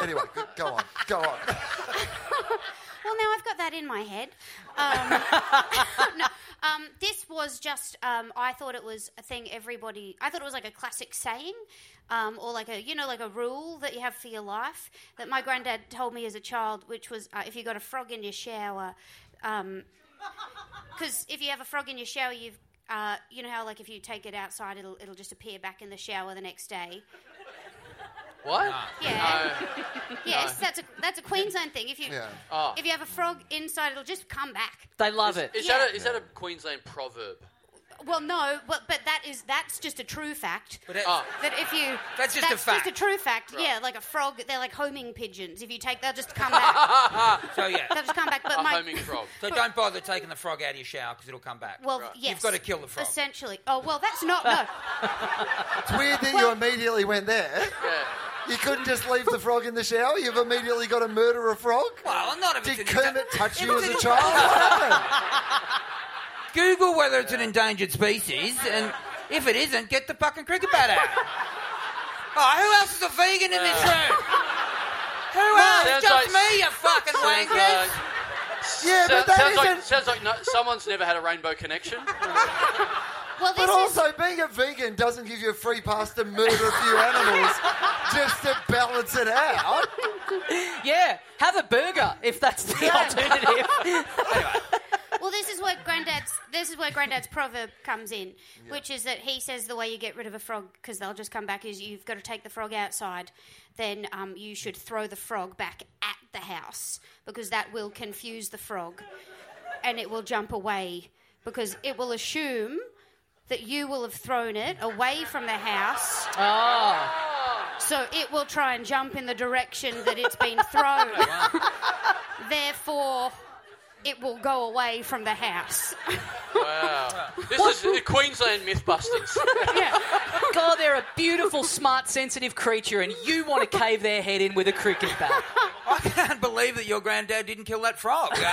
Anyway, go- go on. Go on.
[LAUGHS] Well, now I've got that in my head. Um, [LAUGHS] no, um, this was just, um, I thought it was a thing everybody, I thought it was like a classic saying um, or like a, you know, like a rule that you have for your life that my granddad told me as a child, which was uh, if you got a frog in your shower, um, because if you have a frog in your shower, you've uh, you know how like if you take it outside, it'll it'll just appear back in the shower the next day.
What?
Yeah. Yes, that's a that's a Queensland thing. If you
Yeah.
Oh.
if you have a frog inside, it'll just come back.
They love it.
Is
Yeah.
that a, is that a Queensland proverb?
Well, no, but but that is that's just a true fact.
But it-
Oh.
That if you
That's just a fact.
a true fact. Yeah, like a frog, they're like homing pigeons. If you take, they'll just come back.
[LAUGHS] so yeah.
they'll just come back. But
A
my
homing frog.
So don't bother taking the frog out of your shower because it'll come back.
well,
Right.
yes,
You've got to kill the frog.
Essentially. Oh well, that's not no.
It's weird that you immediately went there.
Yeah.
You couldn't just leave the frog in the shower. You've immediately got to murder a frog.
Well, not if
Did
it's an
Kermit
endan-
touch
if
you as
it's
a
an-
child? What happened?
Google whether it's an endangered species, and if it isn't, get the fucking cricket bat
[LAUGHS]
out. oh, who else is a vegan in this room? Who else?
Sounds
Just
like-
me, you fucking
Sounds
wankers.
like,
Yeah, but that
sounds like,
isn't-
sounds like no, someone's never had a rainbow connection.
[LAUGHS]
Well, this
But
is
also, being a vegan doesn't give you a free pass to murder a few animals just to balance it out.
Yeah, have a burger if that's the alternative.
[LAUGHS]
Well, this is where granddad's this is where granddad's proverb comes in, which is that he says the way you get rid of a frog because they'll just come back is you've got to take the frog outside, then um, you should throw the frog back at the house because that will confuse the frog, and it will jump away because it will assume that you will have thrown it away from the house. So it will try and jump in the direction that it's been thrown. Therefore, it will go away from the house. [LAUGHS]
Wow. This is the Queensland
[LAUGHS]
Mythbusters.
God, they're a beautiful, smart, sensitive creature, and you want to cave their head in with a cricket bat.
I can't believe that your granddad didn't kill that frog.
[LAUGHS]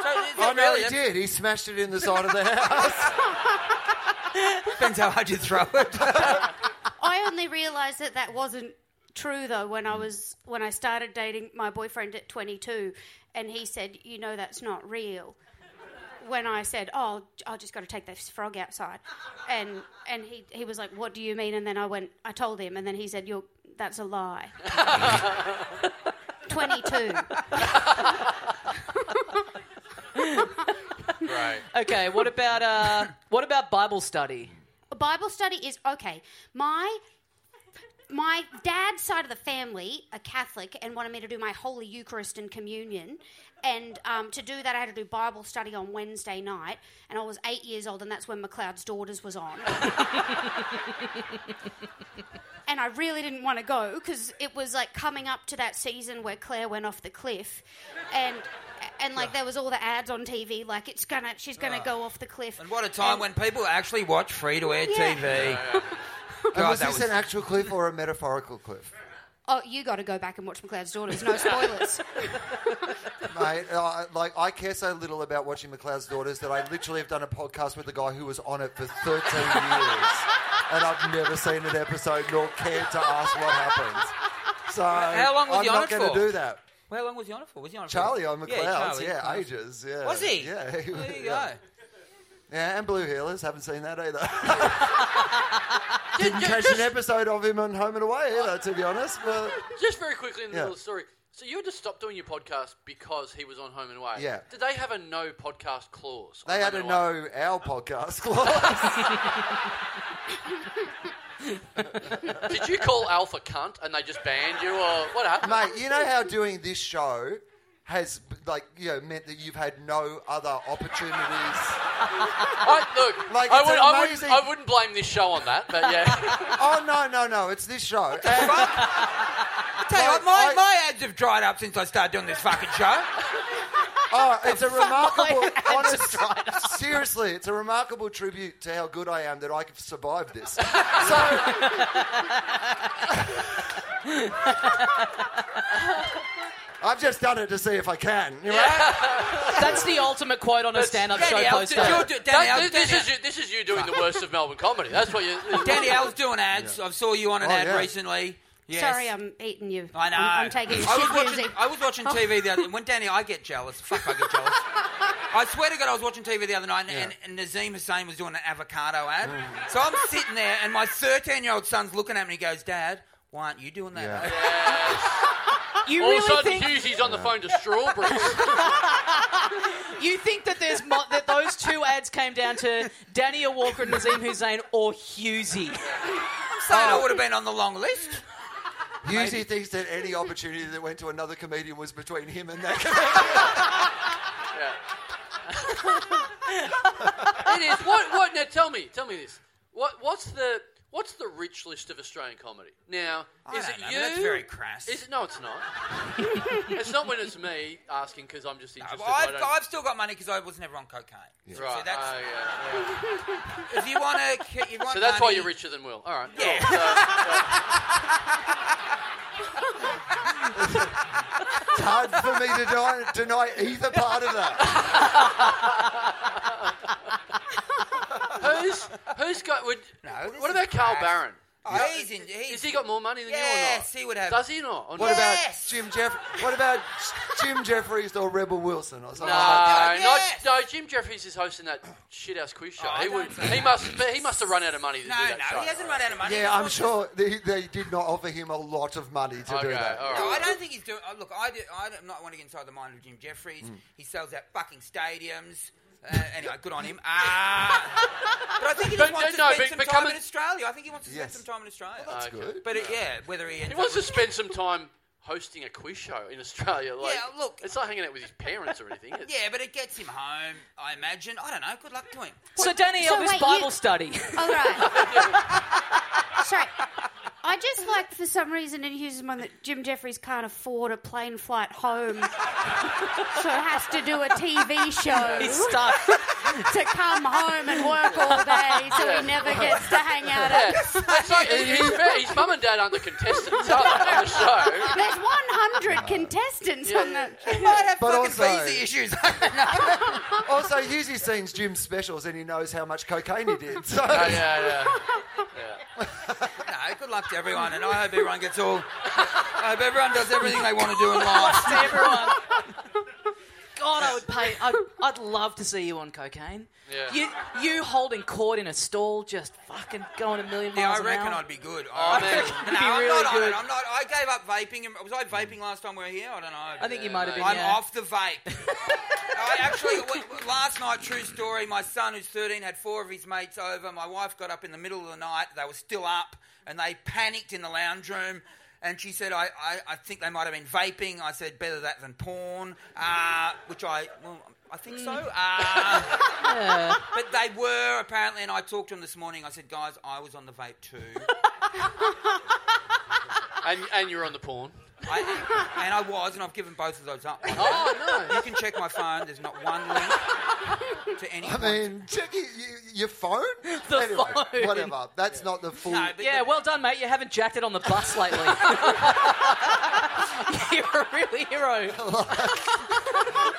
Uh, so is it
Oh, no,
really-
he did. He smashed it in the side of the house.
Depends how hard you throw it.
I only realised that that wasn't true though when I was when I started dating my boyfriend at 22 and he said, "You know that's not real." When I said, "Oh, j- I just got to take this frog outside." And and he he was like, "What do you mean?" And then I went I told him and then he said, "You're that's a lie." 22.
Right.
Okay, what about uh, what about Bible study?
Bible study is okay. My my dad's side of the family are Catholic and wanted me to do my Holy Eucharist and Communion. And um, to do that, I had to do Bible study on Wednesday night. And I was eight years old, and that's when McLeod's Daughters was on. and I really didn't want to go because it was like coming up to that season where Claire went off the cliff. And. And like there was all the ads on TV, like it's gonna, she's gonna go off the cliff.
Ah. And what a time when people actually watch free to air
Yeah.
TV.
And
God,
was
that
this
was.
an actual cliff or a metaphorical cliff?
Oh, you got to go back and watch McLeod's Daughters. No
[LAUGHS]
spoilers.
Mate, uh, like I care so little about watching McLeod's Daughters that I literally have done a podcast with the guy who was on it for 13 years, and I've never seen an episode nor cared to ask what happens. So
How long was
I'm
he on
not
it
gonna
for?
do that.
How long was he on it for? Was he on it for-
Charlie on
Yeah,
McLeod's,
Charlie.
yeah, ages, yeah.
Was he?
Yeah,
There you
[LAUGHS] yeah.
go.
Yeah, and Blue Healers haven't seen that
[LAUGHS]
either. Didn't catch an episode of him on Home and Away either, to be honest. But
Just very quickly in the
Uh, Yeah.
middle of the story. So you had to stop doing your podcast because he was on Home and Away.
Yeah.
Did they have a no podcast clause? on
they had
Home
to
and Away?
know our podcast [LAUGHS] clause.
Did you call Alpha cunt and they just banned you or what happened?
Mate, you know how doing this show has like you know meant that you've had no other opportunities.
I, look,
Like,
I,
it's
would, I, would,
amazing.
I wouldn't blame this show on that, but Uh,
[LAUGHS]
yeah.
[LAUGHS] oh no, no, no! It's this
[LAUGHS]
show. And
Tell you what,
I-
my, my ads have dried up since I started doing this fucking show.
Oh, it's a remarkable, honest. Seriously, it's a remarkable tribute to how good I am that I could survive
[LAUGHS]
this. So, I have just done it to see if I can. You know?
That's the ultimate quote on a stand-up show
Danielle,
poster.
did you do, Danielle,
That- this,
Danielle,
is you, [LAUGHS] this is you doing the worst of Melbourne comedy. That's what you.
Danielle's doing ads. I saw you on an
Oh,
ad
yeah.
recently. Yes.
Sorry, I'm eating you.
I know.
I'm, I'm taking
I
shit
was
[LAUGHS]
watching.
music.
I was watching TV the other. When Danny, I get jealous. Fuck, I
[LAUGHS]
get jealous. I swear to God, I was watching TV the other night, and, and, and Nazim Hussain was doing an avocado ad.
Oh.
So I'm sitting there, and my 13 year old son's looking at me. and He goes, "Dad, why aren't you doing that?"
Yeah.
[LAUGHS]
You
All of a
really
sudden,
think
Hughesy's on the phone to Strawberries.
[LAUGHS] you think that there's mo- that those two ads came down to Daniel Walker and Nazim Hussain or Oh, Husey?
I'm saying I would have [LAUGHS] been on the long list.
Usually thinks that any opportunity that went to another comedian was between him and that comedian.
Yeah. [LAUGHS] it is. What? What? Now tell me. Tell me this. What? What's the? What's the rich list of Australian comedy? Now,
I
is
don't
it
know, but
you?
that's very crass.
Is it? No, it's not. it's not when it's [LAUGHS] me asking because I'm just interested. I
I've,
don't-
I've still got money because I was never on cocaine.
right.
So that's,
oh, yeah,
[LAUGHS]
[LAUGHS]
yeah.
if you want to, you want
So that's why
money,
you're richer than Will. All right.
Yeah.
Cool. So-
It's hard for me to deny, deny either part of that.
[LAUGHS] who's who's got? Would,
No, this
what
is
about Carl
crass.
Barron?
Oh, he's in, he's,
Has he got more money than
Yes,
you or not?
he would have.
Does he not? Or
What
not?
Yes.
about Jim Jeff? What about Jim Jeffries or Rebel Wilson or something?
No,
like oh that?
Oh, Yes.
not, no. Jim Jeffries is hosting that shithouse quiz show.
Oh, I
he
don't
would.
think
He must. but He must have run out of money to
No,
do that
no,
show.
he hasn't run out of money.
Yeah, I'm
He's-
sure they, they did not offer him a lot of money to do
Okay,
that.
all right.
No, I don't think he's doing. oh, Look, I do, I'm not want to get inside the mind of Jim Jeffries.
Mm.
He sells out fucking stadiums. Uh, anyway, good on him. Ah,
[LAUGHS]
but I think he just
But,
wants
uh,
to
no,
spend
but-
some
but
time
come
in
and-
Australia. I think he wants to spend
Yes.
some time in Australia.
That's
Okay.
good.
but it, yeah, whether he ends
He wants to
up
spend some time hosting a quiz show in Australia. Like,
Yeah, look.
it's not hanging out with his parents or anything. It's,
with- yeah, but it gets him home. I imagine. I don't know. Good luck to him.
So Daniel,
So
this
wait,
Bible
[LAUGHS]
you-
study.
All right. Sorry. I just like, for some reason, in Hughes' mind that Jim Jeffries can't afford a plane flight home, [LAUGHS] so has to do a TV
He's
show
stuck.
[LAUGHS] to come home and work all day, so he never gets to hang out. At...
That's like, [LAUGHS] he- he's fair- his mum and dad aren't the contestants are they, on the show.
There's 100 contestants on the.
He might have
But
fucking
also-
visa issues.
[LAUGHS] Also, usually sings Jim's specials and he knows how much cocaine he did. So
Yeah, yeah, yeah.
[LAUGHS] no, good good luck to everyone, and I hope everyone gets all. I hope everyone does everything they want to do in life.
[LAUGHS]
to everyone. God, I would pay. I'd, I'd love to see you on cocaine.
Yeah.
You, you holding court in a stall, just fucking going a million
Yeah,
miles
I reckon
an hour.
I'd be
[LAUGHS]
good.
Oh,
I
man.
reckon-
You'd
no,
be
I'm
really
not on
good.
it. I'm not. I gave up vaping. and- Was I vaping last time we were here? I don't know.
I think you might have been.
I'm
yeah.
off the vape.
[LAUGHS]
I actually, w- w- last night, true story, my son, who's 13, had four of his mates over. My wife got up in the middle of the night. They were still up and they panicked in the lounge room. And she said, I, I, I think they might have been vaping. I said, better that than porn, uh, which I, well, I think so.
Mm.
Uh, [LAUGHS] but they were, apparently, and I talked to them this morning. I said, guys, I was on the vape too.
[LAUGHS] And, and you're on the porn.
I, and I was, and I've given both of those up.
Oh,
You can check my phone. There's not one link to any.
I mean, check your, your phone.
The
anyway,
phone.
whatever. That's not the full.
No, but
Yeah,
the-
well done, mate. You haven't jacked it on the
[LAUGHS]
bus lately. [LAUGHS] You're a real hero.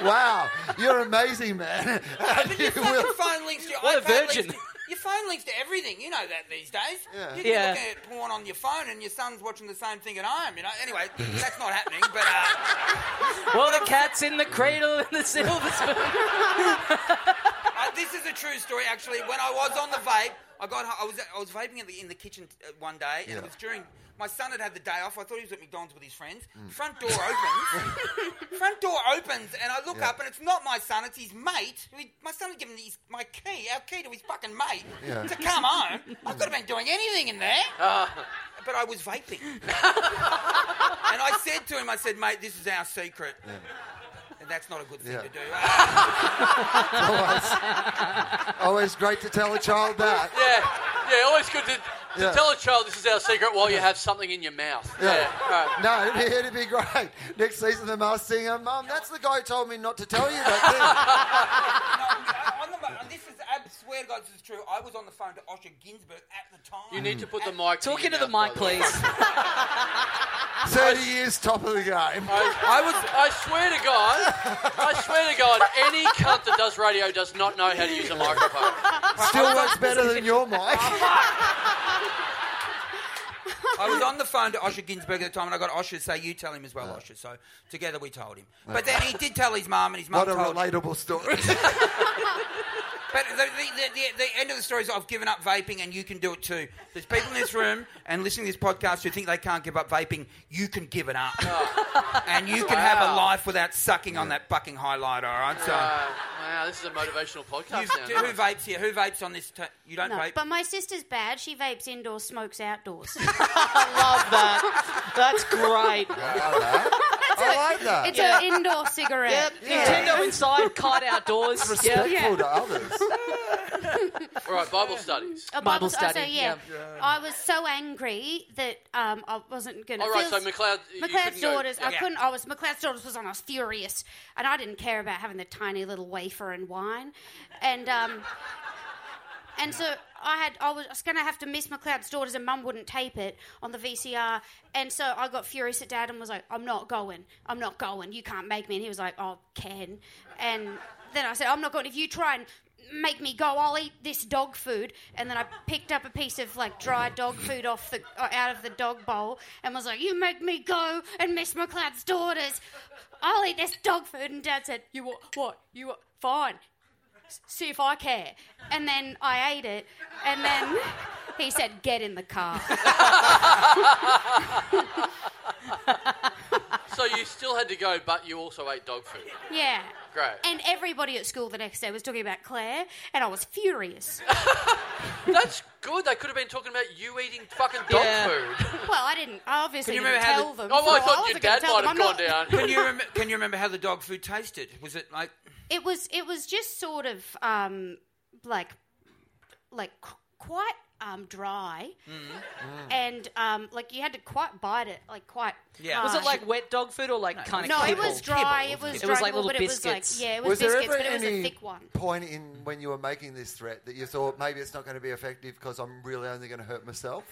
Wow, you're amazing,
[LAUGHS]
man. [LAUGHS] You will-
Your phone links to
What a
iPhone links
virgin.
to- [LAUGHS] your phone links to everything. You know that these days.
Yeah.
You're
Yeah.
looking at porn on your phone, and your son's watching the same thing at home. You know. Anyway, that's not happening. But uh,
Well, the cat's in the cradle and the silver spoon.
uh, this is a true story. Actually, when I was on the vape, I got ho- I was I was vaping in the, in the kitchen uh, one day, and it was during. My son had had the day off. I thought he was at McDonald's with his friends.
Mm.
Front
[LAUGHS]
door opens. front door opens, and I look up, and it's not my son. It's his mate. Who he- my son had given his, my key, our key to his fucking mate,
Yeah. Ah.
to come home. I could have been doing anything in there. But I
[LAUGHS]
was vaping. and I said to him, I said, mate, this is our secret. And that's not a good thing
Yeah.
to do. [LAUGHS] Ah,
[LAUGHS] Always great to tell a child that.
no. Yeah. Yeah, always good to, to
Yeah.
tell a child this is our secret while you have something in your mouth. Yeah. all right.
No, it'd be, it'd be great. Next season, the Masked Singer. Mum, that's the guy who told me not to tell you that
no, on the, mo- this is, I swear to God, this is true. I was on the phone to Osher Ginsburg at the time.
You need to put the mic.
Talk
your
into the
mouth,
mic,
by way.
[LAUGHS]
please.
[LAUGHS]
thing. 30 years top of the game.
I, I was. I swear to God. I swear to God. Any cunt that does radio does not know how to use a microphone.
[LAUGHS]
Still works better than your mic.
I was on the phone to Osher Ginsburg at the time, and I got Osher to say, you tell him as well, Osher. So together we told him. But then he did tell his mum, and his mum
What a
told
relatable
[LAUGHS]
story.
But the, the, the, the, the end of the story is I've given up vaping and you can do it too. There's people in this room and listening to this podcast who think they can't give up vaping. You can give it up. and you can have a
Oh. Wow.
life without sucking on that fucking highlighter, all right? So,
Uh, wow, this is a motivational podcast
you've-
now.
who vapes here? Who vapes on this? T- you don't
No,
vape?
but my sister's bad. She vapes indoors, smokes outdoors. [LAUGHS]
Love that. That's great.
I like that. I like that.
It's an
[LAUGHS]
indoor cigarette.
Yep. Nintendo inside, kite outdoors.
Respectful to others.
All right, Bible studies.
A
Bible
Bible study.
study,
yeah. I was so angry that um, I wasn't going to.
All right, so McLeod. you
McLeod's
couldn't go-
daughters. I
Yeah.
couldn't. I was McLeod's daughters was on. I was furious, and I didn't care about having the tiny little wafer and wine, and um, and so I had. I was, going to have to miss McLeod's daughters, and Mum wouldn't tape it on the VCR, and so I got furious at Dad and was like, "I'm not going. I'm not going. You can't make me." And he was like, "I can," and then I said, "I'm not going. If you try and." Make me go! I'll eat this dog food, and then I picked up a piece of like dry dog food off the uh, out of the dog bowl and was like, "You make me go and miss McLeod's daughters. I'll eat this dog food." And Dad said, "You what? What? You what? Fine see if I care. And then I ate it. And then he said, get in the car.
So you still had to go, but you also ate dog food.
Uh, Yeah.
Great.
And everybody at school the next day was talking about Claire, and I was furious.
That's good. They could have been talking about you eating fucking dog
Yeah.
food.
Well, I didn't. I obviously
Can you
didn't
remember how
tell
the-
them.
Oh,
for a
I
while.
thought your
wasn't gonna
dad
tell
might
them.
have
I'm
gone
not-
down.
Can you, rem- can you remember how the dog food tasted? Was it
[LAUGHS]
like.
It was. It was just sort of um, like, like qu- quite um, dry,
Mm.
and um, like you had to quite bite it, like quite. uh,
Yeah.
Was
hard.
it like wet dog food or like kind of
No, it was dry. It was.
It
dry
was like
kibble, but
little
It was
biscuits.
like, yeah, it was,
Was there
biscuits,
ever
but it was
any
a thick one.
point in when you were making this threat that you thought maybe it's not going to be effective because I'm really only going to hurt myself?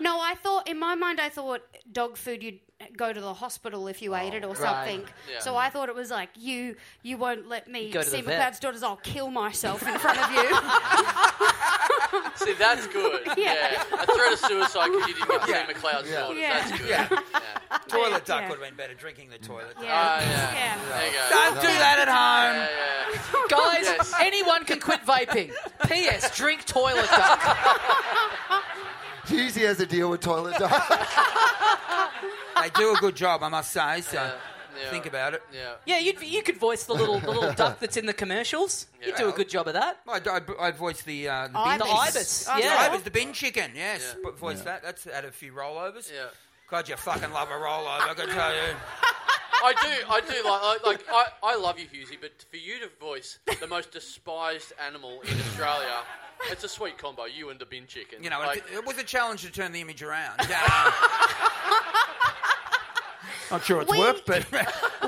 No, I thought in my mind I thought dog food you'd go to the hospital if you
Oh,
ate it or something.
Yeah.
So I thought it was like you you won't let me
go to
see
the vet.
McLeod's daughters. I'll kill myself in front of you.
[LAUGHS]
See,
[LAUGHS]
that's good. yeah.
Yeah.
A threat of suicide because you didn't get to
Yeah.
see McLeod's
Yeah.
daughters.
Yeah.
That's good.
Yeah. toilet duck
Yeah.
would have been better. Drinking the toilet duck.
yeah.
Ah, yeah.
yeah.
There you go.
Don't do that at home.
Yeah, yeah.
Guys,
Yes.
anyone can quit vaping. P.S. Drink toilet duck.
[LAUGHS]
Husey has a deal with toilet duck.
[LAUGHS] They do a good job, I must say. So
Yeah.
think about it.
Yeah.
Yeah, you'd, you could voice the little the little duck that's in the commercials. You'd do a good job of that.
I'd, I'd, I'd voice the,
[LAUGHS]
uh, the
Ibis.
bin.
The ibis.
Oh,
The
Yeah.
ibis, the bin chicken. Yes,
Yeah.
but voice that. That's had a few rollovers.
Yeah.
God, you fucking love a rollover. I can tell you.
I do, I do like, like, like I, I love you, Husey, but for you to voice the most despised animal in Australia, it's a sweet combo. You and the bin chicken.
You know,
like,
it, it was a challenge to turn the image around. Yeah. [LAUGHS] Not sure it's
We-
worked, but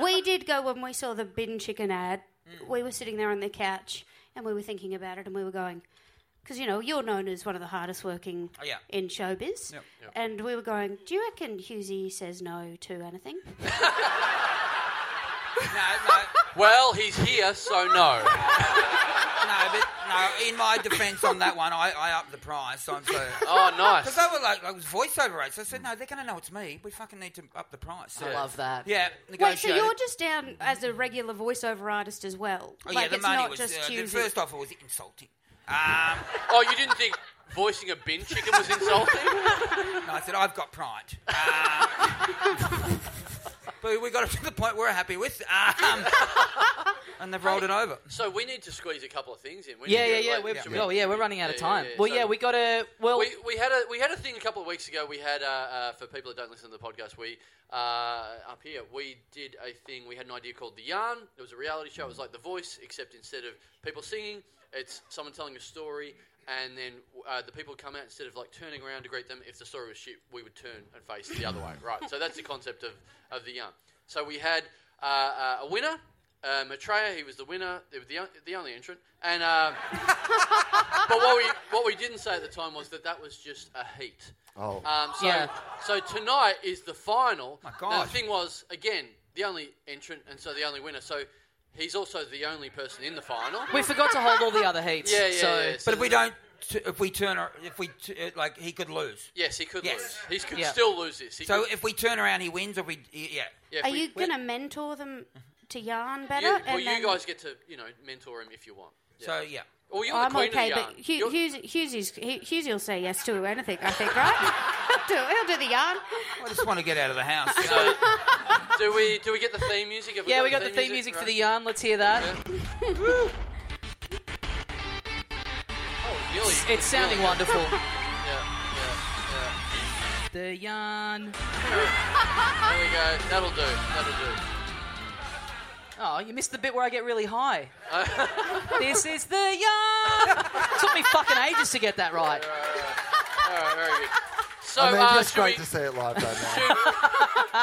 We did go when we saw the bin chicken ad.
Mm.
We were sitting there on the couch and we were thinking about it and we were going, because you know you're known as one of the hardest working
Oh, yeah.
in showbiz,
Yep. Yep.
and we were going, do you reckon Husey says no to anything?
no, no.
well, he's here, so [LAUGHS] no.
No, but no. In my defence on that one, I, I upped the price. I'm so
[LAUGHS] Oh, nice.
because they were like, like it was voiceover rates. I said, no, they're going to know it's me. We fucking need to up the price. So,
I love that.
Yeah,
Wait, so
negotiated.
you're just down as a regular voiceover artist as well?
Oh,
like
yeah, the
it's
money
not
was.
just
uh, the
Husey.
first offer was insulting.
[LAUGHS]
Um,
Oh, you didn't think voicing a bin chicken was insulting?
and I said, I've got pride. Um, [LAUGHS] but we got it to the point we're happy with. Um, and they've rolled it over.
So we need to squeeze a couple of things in. We
Yeah,
need
yeah,
to,
yeah.
like-
We're,
yeah.
Oh, yeah, we're running out of
Yeah, yeah,
time.
yeah.
Well,
So-
yeah, we got to. Well,
We, we had a we had a thing a couple of weeks ago. We had uh, uh, for people that don't listen to the podcast, we uh, up here we did a thing. We had an idea called the Yarn. It was a reality show. It was like The Voice, except instead of people singing, it's someone telling a story, and then uh, the people come out instead of like turning around to greet them. If the story was shit, we would turn and face the other way. Right. So that's the concept of of the Yarn. So we had uh, uh, a winner. Uh, Maitreya, he was the winner, the, the, the only entrant, and uh, but what we what we didn't say at the time was that that was just a heat.
Oh.
Um, so,
Yeah.
so tonight is the final. My
God.
the thing was, again, the only entrant and so the only winner. So he's also the only person in the final.
we forgot to hold all the other heats.
Yeah, yeah,
so,
yeah.
But if we don't, t- if we turn, ar- if we t- uh, like, he could lose.
Yes, he could
Yes.
lose. He could
Yeah.
still lose this. He
So
could-
if we turn around, he wins. Or we, yeah.
yeah, if
Are
we- Mm-hmm.
you going to mentor them to yarn better?
you- well,
and
you
then-
guys get to you know mentor him if you want. Yeah.
So yeah.
well,
Oh,
you're
I'm
the queen
okay,
of the yarn.
but
[LAUGHS]
Hu-
You're-
Husey, Husey's, Hu- Husey will say yes to anything, I think,
[LAUGHS]
right? he'll, do, he'll do the yarn.
I just want to get out of the house. you know.
[LAUGHS]
so, do we do we get the theme music? Have
yeah, we got the theme music for the yarn. Let's hear that.
[LAUGHS] Right. Really?
It's sounding
Really?
[LAUGHS]
[LAUGHS] wonderful.
Yeah, yeah,
the yarn.
yeah. There we go. That'll do. That'll do.
Oh, you missed the bit where I get really
[LAUGHS]
high.
Uh,
[LAUGHS] this is the yarn. Took me fucking ages to get that right.
All right, very good. So,
I mean,
uh,
it's
should, we,
great to see it live, though, man.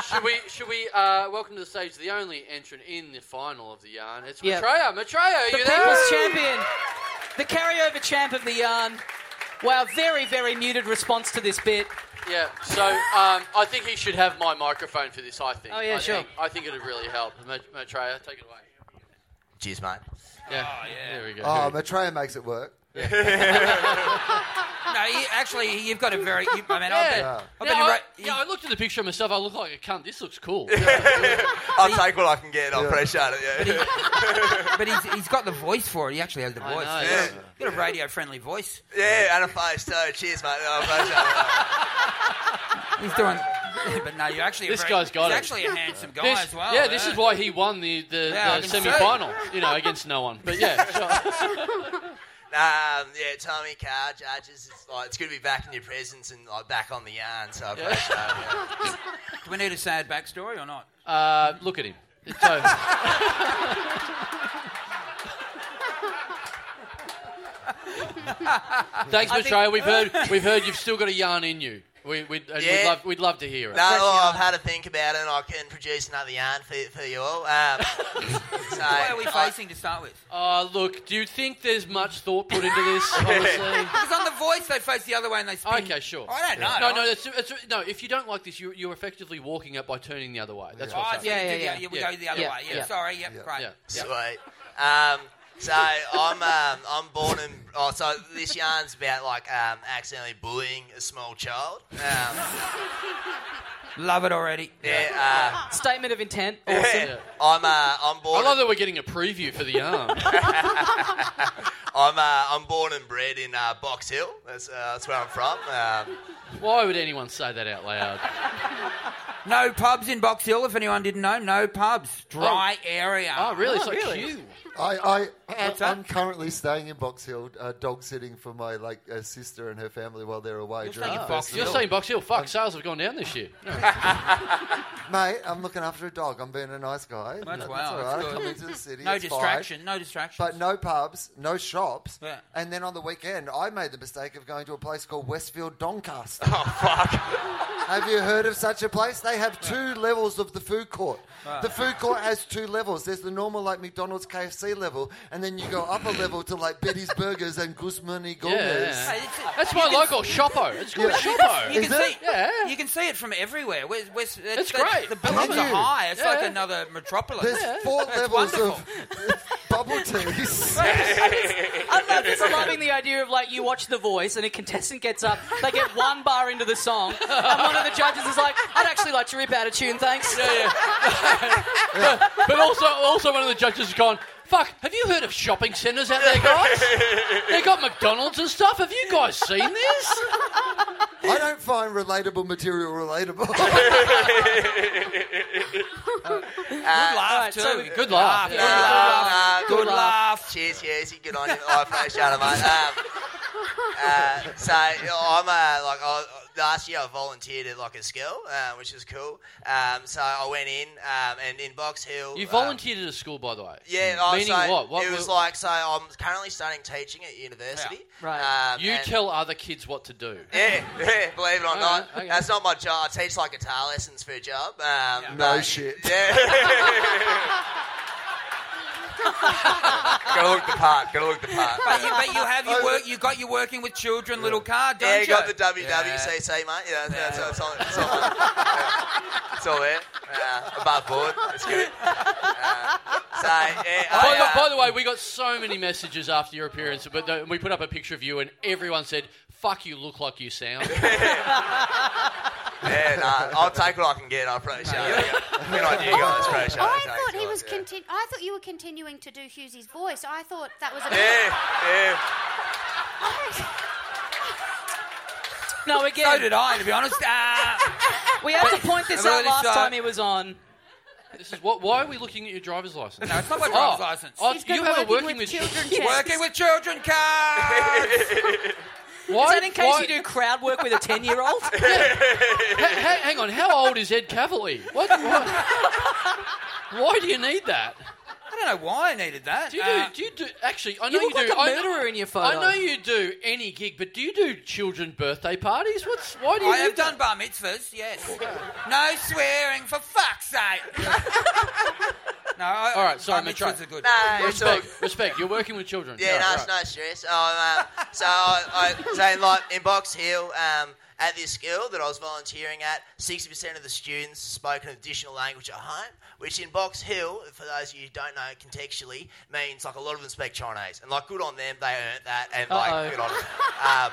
should we should we uh, welcome to the stage the only entrant in the final of the yarn? It's
Yeah.
Maitreya. Maitreya, are
The
you there?
people's champion, the carryover champ of the yarn. Wow, very very muted response to this bit.
Yeah. So um, I think he should have my microphone for this. I think.
Oh, yeah,
I
sure.
Think, I think it'd really help. Ma- Maitreya, take it away.
[LAUGHS] Cheers, mate.
Yeah. Oh, yeah. There we go.
Oh, Maitreya makes it work. [LAUGHS]
No, you, actually, you've got a very. You, I mean, I've been,
yeah.
I've been
Now, I,
ra-
yeah, I looked at the picture of myself. I look like a cunt. This looks cool.
I'll take what I can get. I'll pressure it. [LAUGHS] Yeah.
[LAUGHS] but he's, he's got the voice for it. He actually has the
I
voice.
know.
He's got a- he's got a radio-friendly voice.
yeah, and a face. So cheers, mate. I'll pressure
He's doing. [LAUGHS] But no, you're actually. a
This
very-
guy's got
he's
it.
actually a handsome guy
This-
as well.
yeah, this is why he won the, the,
Yeah, I
the
can
semi final, you know, against no one. But yeah,
[LAUGHS]
sure.
Um, yeah, Tommy Carr, judges. It's, like, it's good to be back in your presence and like back on the yarn. So I appreciate it. yeah.
[LAUGHS] Do we need a sad backstory or not?
Uh, look at him.
[LAUGHS]
So,
[LAUGHS]
Thanks, Matraya. We've heard we've heard you've still got a yarn in you. We, we'd, and
Yeah.
we'd, love, we'd love to hear it.
No, well, I've had to think about it, and I can produce another yarn for, for you all.
[LAUGHS]
Um, so,
Why are we facing to start with?
Uh, look, do you think there's much thought put
[LAUGHS]
into this? Honestly.
Because on the voice, they face the other way and they spin.
Okay, sure.
I don't know.
No, no, it's, it's, no. If you don't like this, you, you're effectively walking it by turning the other way. That's
Oh, I
what's
see.
happening.
Yeah, yeah,
You do the- you
yeah.
Yeah.
go the other
Yeah.
way. Yeah,
Yeah.
sorry. Yep, right.
Yeah, yeah.
Sweet. Um, so I'm um, I'm born and oh, so this yarn's about like um, accidentally bullying a small child. Um,
Love it already.
yeah, uh,
Statement of
[LAUGHS]
intent.
yeah. [LAUGHS] I'm uh, I'm
I
born.
love that we're getting a preview for the yarn.
[LAUGHS] I'm uh, I'm born and bred in uh, Box Hill. That's uh, that's where I'm from. Um,
Why would anyone say that out
[LAUGHS]
loud?
No pubs in Box Hill, if anyone didn't know. No pubs. Dry area.
Oh, really? it's like
really?
you.
I, I,
What's
I
that?
I'm currently staying in Box Hill, uh, dog sitting for my like uh, sister and her family while they're away.
You're
during
staying
the
in Box
festival.
You're saying Box Hill. Fuck, sales have gone down this
[LAUGHS]
year.
[LAUGHS] Mate, I'm looking after a dog. I'm being a nice guy.
That's
It's
wow, that's
all right. I
good.
come into the city.
No
it's fine.
distraction. No distraction.
But no pubs, no shops.
Yeah.
And then on the weekend, I made the mistake of going to a place called Westfield Doncaster.
Oh,
[LAUGHS] Have you heard of such a place? They have two levels of the food court. The food court has two levels. There's the normal, like McDonald's KFC level, and then you go up a level to like Betty's Burgers and Guzmani Gomez.
Yeah.
Hey, it's-
That's my local shoppo. It's called
Yeah.
You
shoppo.
can
Is it?
see,
Yeah.
you can see it from everywhere. Where's, where's,
It's
that-
great.
The
I love
buildings are
it.
high. It's
Yeah.
like another metropolis.
There's four
That's
levels
wonderful.
of bubble teas.
I love this. I'm
[LAUGHS]
loving the idea of like you watch The Voice and a contestant gets up, they get one bar into the song, and one of the judges is like, "I'd actually like to rip out a tune, thanks." [LAUGHS]
But also, also one of the judges has gone. Fuck, have you heard of shopping centres out there, guys? [LAUGHS] they got McDonald's and stuff. Have you guys seen this?
I don't find relatable material relatable.
[LAUGHS]
Good laugh, too.
so we-
Good laugh.
Good
Yeah.
uh,
laugh. Good laugh.
Cheers, yes, you good on you. I appreciate it, mate. Um, uh, so you know, I'm uh, like I, last year I volunteered at like a school, uh, which is cool. Um, so I went in um, and in Box Hill.
You
um,
volunteered at a school, by the way.
yeah, I
Hmm. Meaning
so
what? What
it was
were-
like. So I'm currently studying teaching at university.
Right.
Um,
You
and-
tell other kids what to do.
Yeah, [LAUGHS] yeah, believe it or not,
right, okay.
that's not my job. I teach like guitar lessons for a job. Um,
no
but-
shit.
Yeah. [LAUGHS]
[LAUGHS]
gotta look the part. Gotta look the part.
But you, but you have
Oh,
your work. You got your working with children little card, don't
Yeah,
you?
you got the WWCC, mate. Yeah, that's, that's, that's all, that's all, yeah. It's all there. Yeah, above board. It's good. Yeah. so, yeah, I,
By, the, by
uh,
the way, we got so many messages after your appearance, but the, we put up a picture of you, and everyone said, "Fuck, you look like you
[LAUGHS]
sound."
yeah, nah, I'll take what I can get. I appreciate it. Good on you guys. Appreciate it.
I
Thanks,
thought he
guys,
was
yeah.
contin- I thought you were continuing to do Hughesy's voice. I thought that was a
Yeah, yeah.
No,
So
again,
did I, to be honest. Uh,
we have to
[LAUGHS]
point this
I've
out
already
last
saw-
time he was on.
this is what. Why are we looking at your driver's license?
no, it's not my driver's
Oh.
license.
Oh,
He's got
you have a
working
working
with
with
children.
Working with children card.
[LAUGHS] Why?
Is that in case
why-
you do crowd work with a
[LAUGHS]
ten-year-old?
Ha- ha- hang on, how old is Ed Cavalier? What? why- why do you need that?
I don't know why I needed that.
Do you do?
Uh,
do you do? Actually, I know
You
you,
look like
do.
a
I know-
murderer in your
I
photo.
know you do any gig, but do you do children birthday parties? What's? Why do you?
I have
do that?
done bar mitzvahs, yes. No swearing, for fuck's sake. no, I,
All right, sorry,
bar
I'm gonna
mitzvahs
try.
are good.
No, it's all,
Respect, respect. You're working with children.
Yeah, no,
right,
it's
right.
no stress. Um, um, so I, I so like in Box Hill um, at this school that I was volunteering at, sixty percent of the students spoke an additional language at home, which in Box Hill, for those of you who don't know contextually, means like a lot of them speak Chinese, and like good on them, they earned that, and like
Uh-oh.
good on them. Um,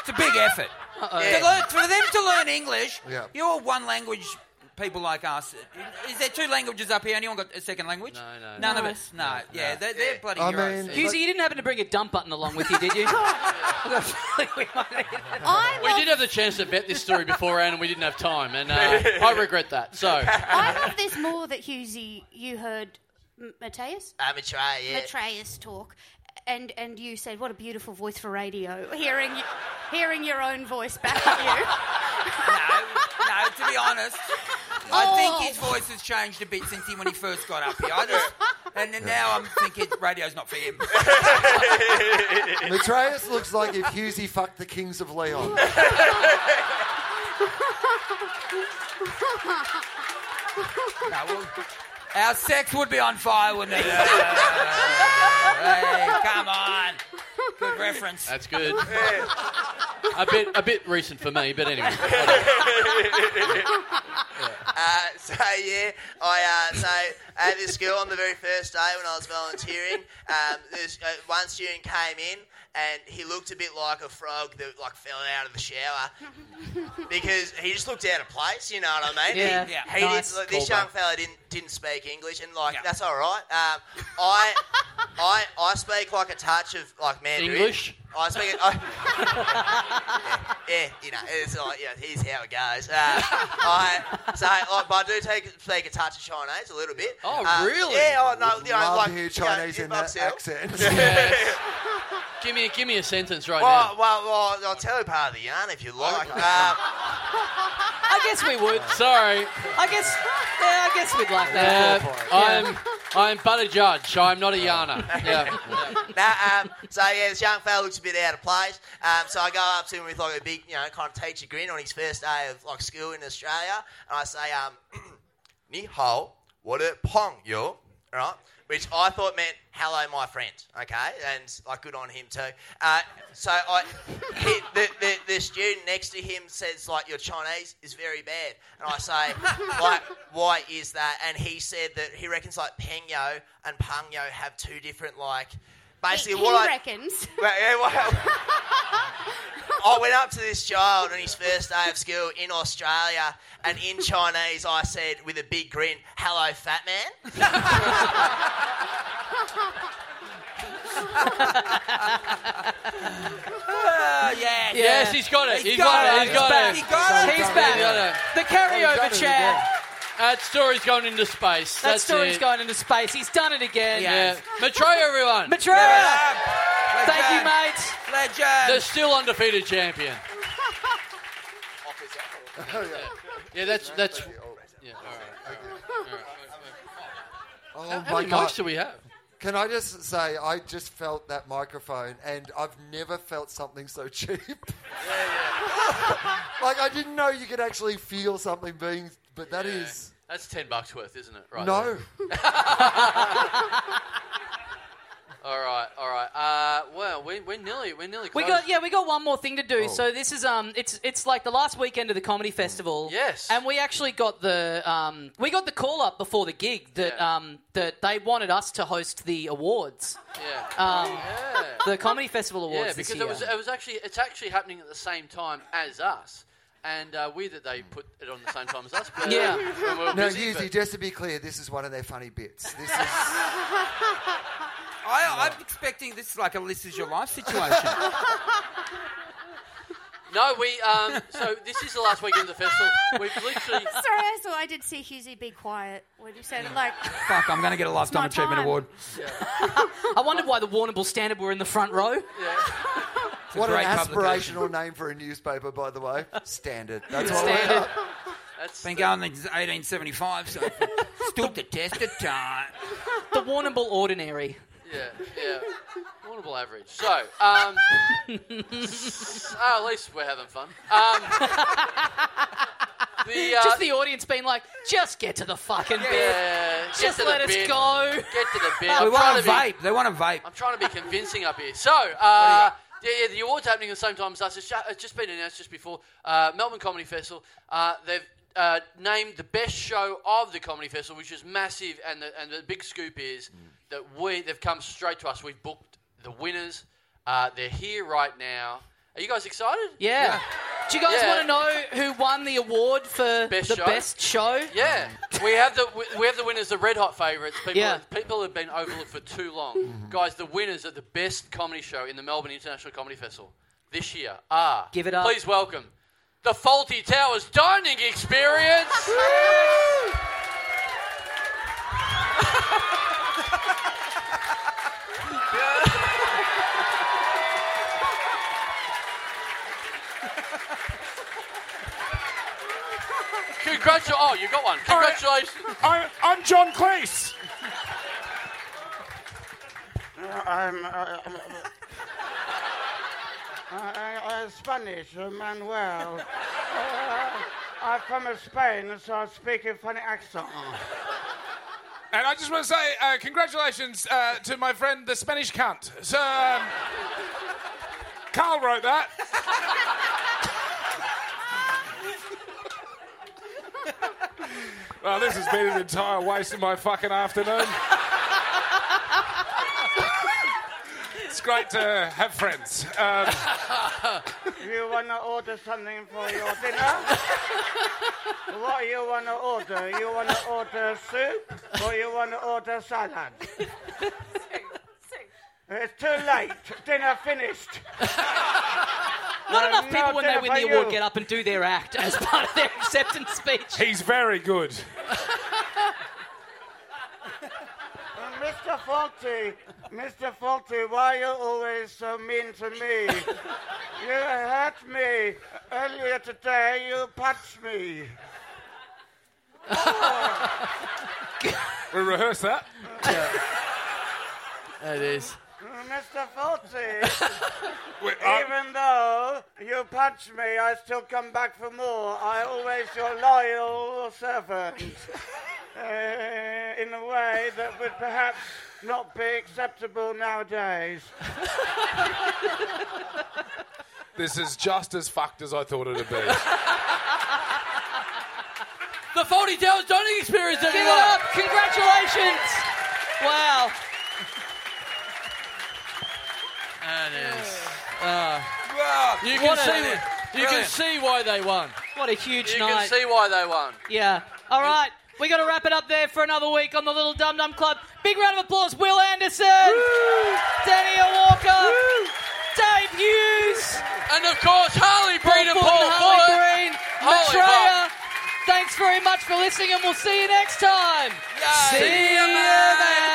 It's a big effort.
yeah.
To learn, for them to learn English,
Yeah.
you're one language people like us. Is there two languages up here? Anyone got a second language?
No, no,
None
no.
of us. No. yeah, they're, they're
Yeah.
bloody
I
Euros.
mean-
Husey, you didn't happen to bring a dump button along with you, did you? We might need-
[LAUGHS]
I
We
love,
did have the chance to bet this story beforehand, and we didn't have time, and uh, I regret that. So,
I love this more that Husey you heard M- Mateus
uh, Matray, yeah.
Matreus talk, and and you said what a beautiful voice for radio. Hearing hearing your own voice back at you.
No, no, to be
[LAUGHS]
honest, I
Oh.
think his voice has changed a bit since he when he first got up here. I just,
[LAUGHS]
and then now I'm thinking radio's not for him. [LAUGHS]
Matreus looks like if Husey fucked the kings of Leon.
No, well, our sex would be on fire, wouldn't it? Hey, come on. Good reference.
That's good. a bit a bit recent for me, but anyway.
Uh, so yeah, I uh, so at this school on the very first day when I was volunteering, um, this uh, one student came in and he looked a bit like a frog that like fell out of the shower because he just looked out of place. You know what I mean?
Yeah.
He,
Yeah.
he
Nice.
didn't, like, this
Callback.
young fella didn't didn't speak English, and like
Yeah.
that's all right. Um, I I I speak like a touch of like Mandarin.
English?
I speak. I, yeah, you know, it's like, yeah, here's how it goes. Uh, [LAUGHS] I, so, like, but I do take, take a touch of Chinese a little bit.
Oh,
Uh,
really?
Yeah, oh, no, you know,
Love
like,
to
you
hear
know,
Chinese in
inbox
that
help. [LAUGHS]
accent.
give me give me a sentence right
Well, well, well, I'll tell you part of the yarn if you like. Uh,
I guess we would.
now. Sorry.
I guess. Yeah, I guess we'd like that.
Uh, I'm I'm but a judge. I'm not a yarner. Yeah.
[LAUGHS] now, um, so yeah, this young fella looks a bit out of place. Um, so I go up to him with like a big, you know, kind of teacher grin on his first day of like school in Australia, and I say, um, [CLEARS THROAT] "Ni hao, what a pong yo," right? Which I thought meant "hello, my friend." Okay, and like good on him too. Uh, so I, he, the, the the student next to him says like your Chinese is very bad, and I say like why is that? And he said that he reckons like peng yo and pang yo have two different like. Basically,
he,
what I
reckons.
well, yeah, well, I went up to this child on his first day of school in Australia, and in Chinese, I said with a big grin, "Hello, fat man." [LAUGHS]
Uh, yeah.
Yes, he's got it. He's
He's
got it.
got
He's
it.
got it.
He's got it.
He's
He's
back.
got it.
The carryover chair.
That story's going into space.
That
That's
story's
it.
going into space. He's done it again.
Yeah. Matray everyone.
Matrera, thank
Legend.
you, mate.
They're
Legend.
still undefeated champion. Yeah, that's that's. Yeah, all right.
oh
How
my
many
god!
mics do we have?
Can I just say, I just felt that microphone, and I've never felt something so [LAUGHS] cheap. like I didn't know you could actually feel something being, but that is
Yeah. That's ten bucks worth, isn't it? Right.
no.
[LAUGHS]
[LAUGHS]
there. All right. All right. Uh, well, we, we're nearly we're nearly
We
close.
got yeah, we got one more thing to
Oh.
do. So this is um, it's it's like the last weekend of the comedy festival.
Mm. Yes.
and we actually got the um, we got the call up before the gig that
Yeah.
um, that they wanted us to host the awards,
Yeah.
um,
yeah.
[LAUGHS] the comedy festival awards.
Yeah,
this
because
year.
it was it was actually it's actually happening at the same time as us, and uh, weird that they put it on the same time as us. But
Yeah.
when we
No,
were busy,
Husey,
but-
just to be clear, this is one of their funny bits.
[LAUGHS]
This is
I, I'm expecting this is like a this is your life situation.
no, we um. So this is the last weekend of the festival. We've literally.
Sorry, I saw. I did see Husey be quiet when you said it. Like,
[LAUGHS] Fuck, I'm going to get a lifetime
my
achievement
time.
award.
[LAUGHS] I wondered why the Warnable Standard were in the front row.
what an
great publication.
aspirational name for a newspaper, by the way. Standard. That's what we're
Standard.
That's
Been going since 1875,
[LAUGHS]
so stood the test of time.
the Warnable Ordinary.
Yeah, yeah. Laudable average. So,
[LAUGHS]
um, s- oh, at least we're having fun. Um, the, uh,
Just the audience being like, just get to the fucking bit.
yeah, get
Just
to the
let us
bit.
go.
Get to the
[LAUGHS]
They
bit. I'm trying
want a
to be,
vape. They want a vape.
I'm trying to be convincing up here. So, uh, yeah, yeah, the awards happening at the same time as us. It's ju- it's just been announced just before uh, Melbourne Comedy Festival. Uh, they've uh, named the best show of the comedy festival, which is massive. And the and the big scoop
Mm.
is that we they've come straight to us. We've booked the winners. Uh, they're here right now. Are you guys excited?
Yeah. Do you guys
Yeah.
want to know who won the award for
Best
the
show?
best show?
Yeah, we have the we- we have the winners, the red hot favourites. People,
Yeah. Mm-hmm.
people have been overlooked for too long, guys. The winners of the best comedy show in the Melbourne International Comedy Festival this year are.
Give it up.
Please welcome the Faulty Towers Dining Experience. Congratulations! Oh, you got one. Congratulations.
I'm, [LAUGHS] I'm John Cleese. I'm, uh, I'm, I, I, I Spanish, uh, Manuel. Uh, I'm from Spain, so I speak a funny accent.
And I just want to say uh, congratulations uh, to my friend the Spanish cunt. So, um, Carl wrote that. well, this has been an entire waste of my fucking afternoon. it's great to have friends. Um,
You wanna order something for your dinner? what you wanna order? You wanna order soup or you wanna order salad? It's too late. Dinner finished.
Not enough
no,
people when they
dinner
win
for
the award
you.
get up and do their act as part of their acceptance speech.
he's very good.
Mr. Uh, Faulty, Mr. Faulty, why are you always so mean to me? you hurt me. Earlier today, you punched me.
[LAUGHS] We rehearsed that.
That is.
Mr. Faulty,
We, I-
even though you punch me, I still come back for more. I always your loyal servant. Uh, in a way that would perhaps not be acceptable nowadays.
this is just as fucked as I thought it'd be.
The Faulty Towers Dining Experience,
Give
everyone!
it up! Congratulations! Wow. Uh,
You
What a-
can, see, you can
Brilliant.
see why they won.
What a huge
You
night.
can see why they won.
yeah. All right. We got to wrap it up there for another week on the Little Dum Dum Club. Big round of applause, Will Anderson, Daniel Walker, Dave Hughes,
And of course, Harley Breed and
Paul
Paul
Harley
Fuller.
Green,
Holy
Matreya. Thanks very much for listening, and we'll see you next time.
Yay.
See you, mates.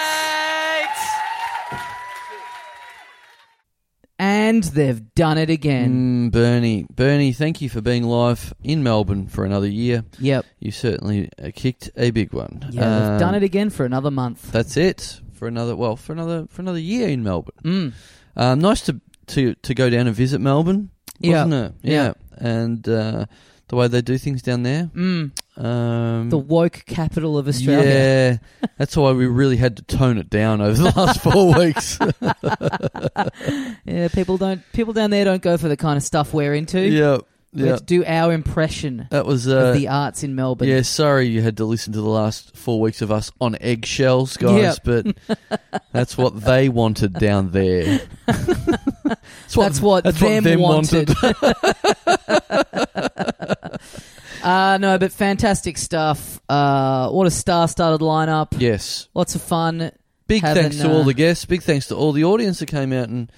And they've done it again.
Mm, Bernie, Bernie, thank you for being live in Melbourne for another year.
Yep.
You certainly uh, kicked a big one. Um,
Yeah,
Uh,
they've done it again for another month.
That's it for another. Well, for another for another year in Melbourne.
Mm.
Um, nice to, to to go down and visit Melbourne,
Yeah.
wasn't it?
Yeah.
and uh, the way they do things down there.
Mm.
Um,
The woke capital of Australia.
Yeah, that's why we really had to tone it down over the [LAUGHS]
[LAUGHS]
last four weeks. [LAUGHS]
Yeah. people don't people down there don't go for the kind of stuff we're into.
yeah,
We
yeah,
have to do our impression
that was
of
uh,
the arts in Melbourne.
yeah. Sorry, you had to listen to the last four weeks of us on eggshells, guys. But
[LAUGHS]
that's what they wanted down there. that's
That's what them wanted. [LAUGHS]
[LAUGHS]
Uh, no, but fantastic stuff. Uh, what a star-studded lineup.
yes.
Lots of fun.
Big
having,
thanks to all
uh,
the guests. Big thanks to all the audience that came out and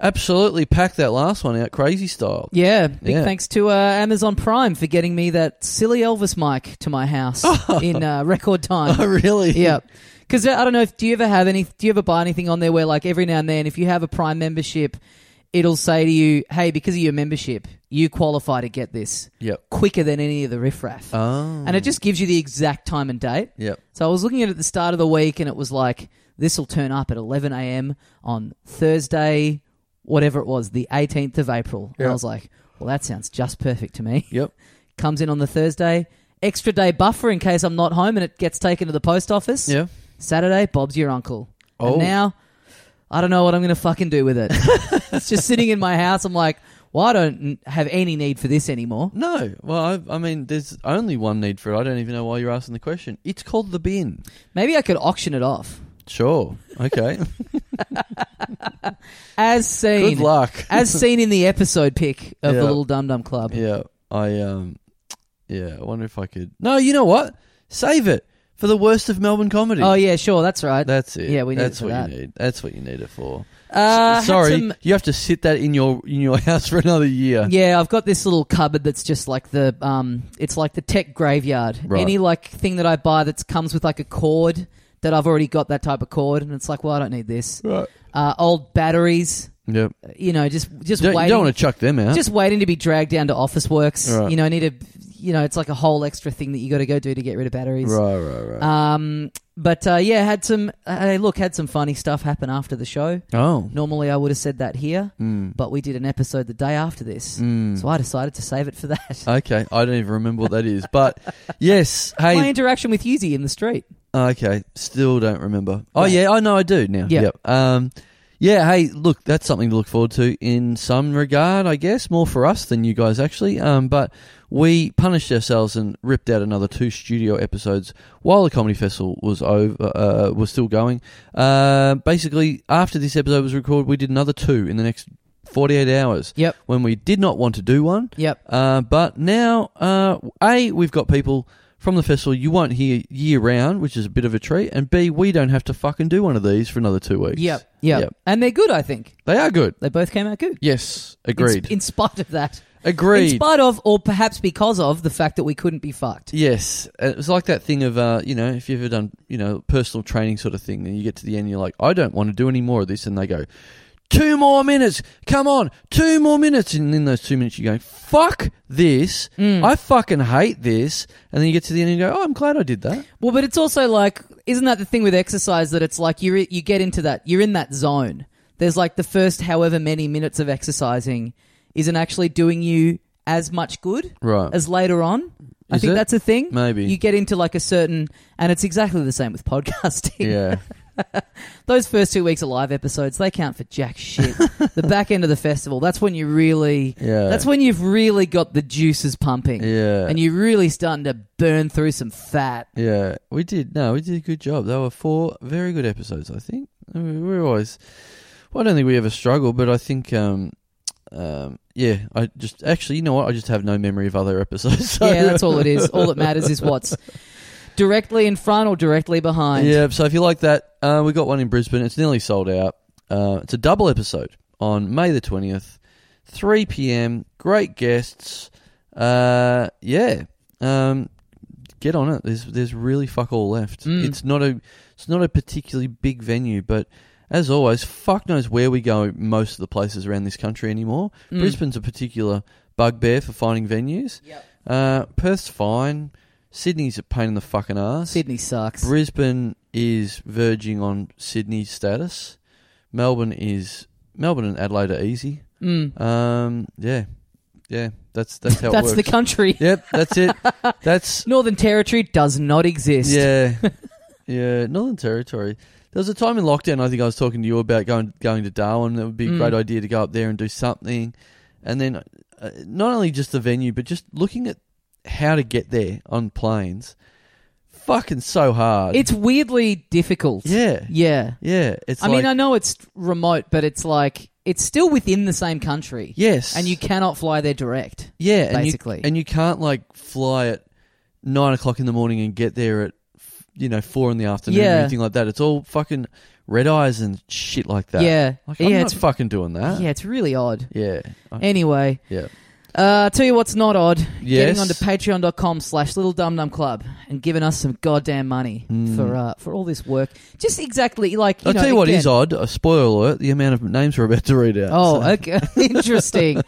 absolutely packed that last one out crazy style.
Yeah, big
Yeah.
thanks to uh, Amazon Prime for getting me that silly Elvis mic to my
[LAUGHS]
house in uh, record time.
Oh, really?
yeah. Because I don't know if do you ever have any do you ever buy anything on there where like every now and then if you have a Prime membership, it'll say to you, "Hey, because of your membership, you qualify to get this
Yep.
quicker than any of the riffraff,"
Oh.
and it just gives you the exact time and date.
Yep.
So I was looking at it at the start of the week, and it was like this will turn up at 11 a.m. on Thursday, whatever it was, the 18th of April. And I was like, well, that sounds just perfect to me.
Yep.
[LAUGHS] Comes in on the Thursday, extra day buffer in case I'm not home, and it gets taken to the post office.
Yeah.
Saturday, Bob's your uncle.
Oh.
And now I don't know what I'm going to fucking do with
[LAUGHS]
it. it's just sitting in my house. I'm like, well, I don't have any need for this anymore.
No. Well, I, I mean, there's only one need for it. I don't even know why you're asking the question. It's called the bin.
Maybe I could auction it off.
Sure.
[LAUGHS]
Okay.
As seen.
Good luck.
as seen in the episode pick of
Yeah.
the Little Dum Dum Club.
yeah. I um. Yeah. I wonder if I could. No. You know what? Save it for the worst of Melbourne comedy.
Oh yeah, sure, that's right.
That's it.
Yeah, we need
That's
it for
what
that.
you need. That's what you need it for.
Uh, had
Sorry,
some-
you have to sit that in your in your [LAUGHS] house for another year.
yeah, I've got this little cupboard that's just like the um, it's like the tech graveyard.
Right.
Any like thing that I buy that comes with like a cord that I've already got that type of cord, and it's like, well, I don't need this.
Right.
Uh, old batteries, Uh,
Yep.
you know, just just
Don't, you
waiting,
don't want to chuck them out.
just waiting to be dragged down to Office Works.
Right.
You know, I need to you know, it's like a whole extra thing that you got to go do to get rid of batteries.
Right, right, right.
Um, but uh, yeah, had some. Hey, look, had some funny stuff happen after the show.
oh. Hmm.
Normally, I would have said that here, but we did an episode the day after this,
Mm.
so I decided to save it for that.
Okay, I don't even remember what that is, but yes, [LAUGHS] hey,
My interaction with Yuzi in the street.
Uh, Okay, still don't remember. Oh yeah, I know I do now.
Yeah.
Yep. Um, yeah. Hey, look, that's something to look forward to in some regard, I guess, more for us than you guys actually. Um, but we punished ourselves and ripped out another two studio episodes while the comedy festival was over, uh, was still going. Uh, basically, after this episode was recorded, we did another two in the next forty-eight hours.
Yep.
When we did not want to do one.
Yep.
Uh, but now, uh, A, we've got people from the festival you won't hear year round, which is a bit of a treat. And B, we don't have to fucking do one of these for another two weeks.
Yep, yep. And they're good, I think.
They are good.
They both came out good.
Yes.
In sp-
Agreed.
In, spite of that.
Agreed.
In spite of, or perhaps because of, the fact that we couldn't be fucked.
yes. It was like that thing of, uh, you know, if you've ever done, you know, personal training sort of thing, then you get to the end, you're like, I don't want to do any more of this. And they go, two more minutes. Come on. Two more minutes. And in those two minutes, you go, fuck this.
Mm.
I fucking hate this. And then you get to the end and you go, oh, I'm glad I did that.
Well, but it's also like, isn't that the thing with exercise that it's like you you get into that you're in that zone. There's like the first however many minutes of exercising isn't actually doing you as much good
Right.
as later on. I
Is
think
it?
that's a thing.
Maybe.
you get into like a certain, and it's exactly the same with [LAUGHS] podcasting.
Yeah.
[LAUGHS] Those first two weeks of live episodes, they count for jack shit. the back end of the festival, that's when you really,
Yeah.
that's when you've really got the juices pumping,
[LAUGHS] Yeah.
and you're really starting to burn through some fat.
Yeah, we did. No, we did a good job. There were four very good episodes, I think. I mean, we were always. Well, I don't think we ever struggled, but I think, um, um, yeah, I just actually, you know what? I just have no memory of other episodes. [LAUGHS] so-
Yeah, that's all it is. All that matters is what's directly in front or directly behind.
Yeah, so if you like that, uh, we got one in Brisbane. It's nearly sold out. Uh, it's a double episode on May the 20th, 3 p.m. Great guests. Uh, yeah. Um, get on it. There's there's really fuck all left.
Mm.
It's not a it's not a particularly big venue, but as always, fuck knows where we go most of the places around this country anymore.
Mm.
Brisbane's a particular bugbear for finding venues.
Yep.
Uh, Perth's fine. Sydney's a pain in the fucking ass.
Sydney sucks.
Brisbane is verging on Sydney status. Melbourne is Melbourne and Adelaide are easy.
Mm.
Um, yeah, yeah. That's that's how
That's
it
the
works.
country.
yep, that's it. That's
[LAUGHS] Northern Territory does not exist. [LAUGHS]
yeah, yeah. Northern Territory. There was a time in lockdown. I think I was talking to you about going going to Darwin. That would be a
Mm.
great idea to go up there and do something. And then, uh, not only just the venue, but just looking at how to get there on planes. Fucking so hard.
It's weirdly difficult.
yeah,
Yeah.
yeah. It's.
I
like,
mean, I know it's remote, but it's like, it's still within the same country.
Yes.
And you cannot fly there direct.
yeah, and you-
basically.
and you, can't like fly at nine o'clock in the morning and get there at you know four in the afternoon
Yeah.
or anything like that. It's all fucking red eyes and shit like that.
Yeah.
like, I'm
Yeah,
not
it's-
fucking doing that.
Yeah, it's really odd.
yeah, I-
Anyway,
yeah.
uh, tell you what's not odd.
Yes.
Getting onto patreon.com slash little dum dum club and giving us some goddamn money for uh, for all this work. Just exactly like, you
Hmm. I'll
know,
tell you what
again-
is odd. A spoiler alert: the amount of names we're about to read out.
Oh,
So-
okay. [LAUGHS] Interesting.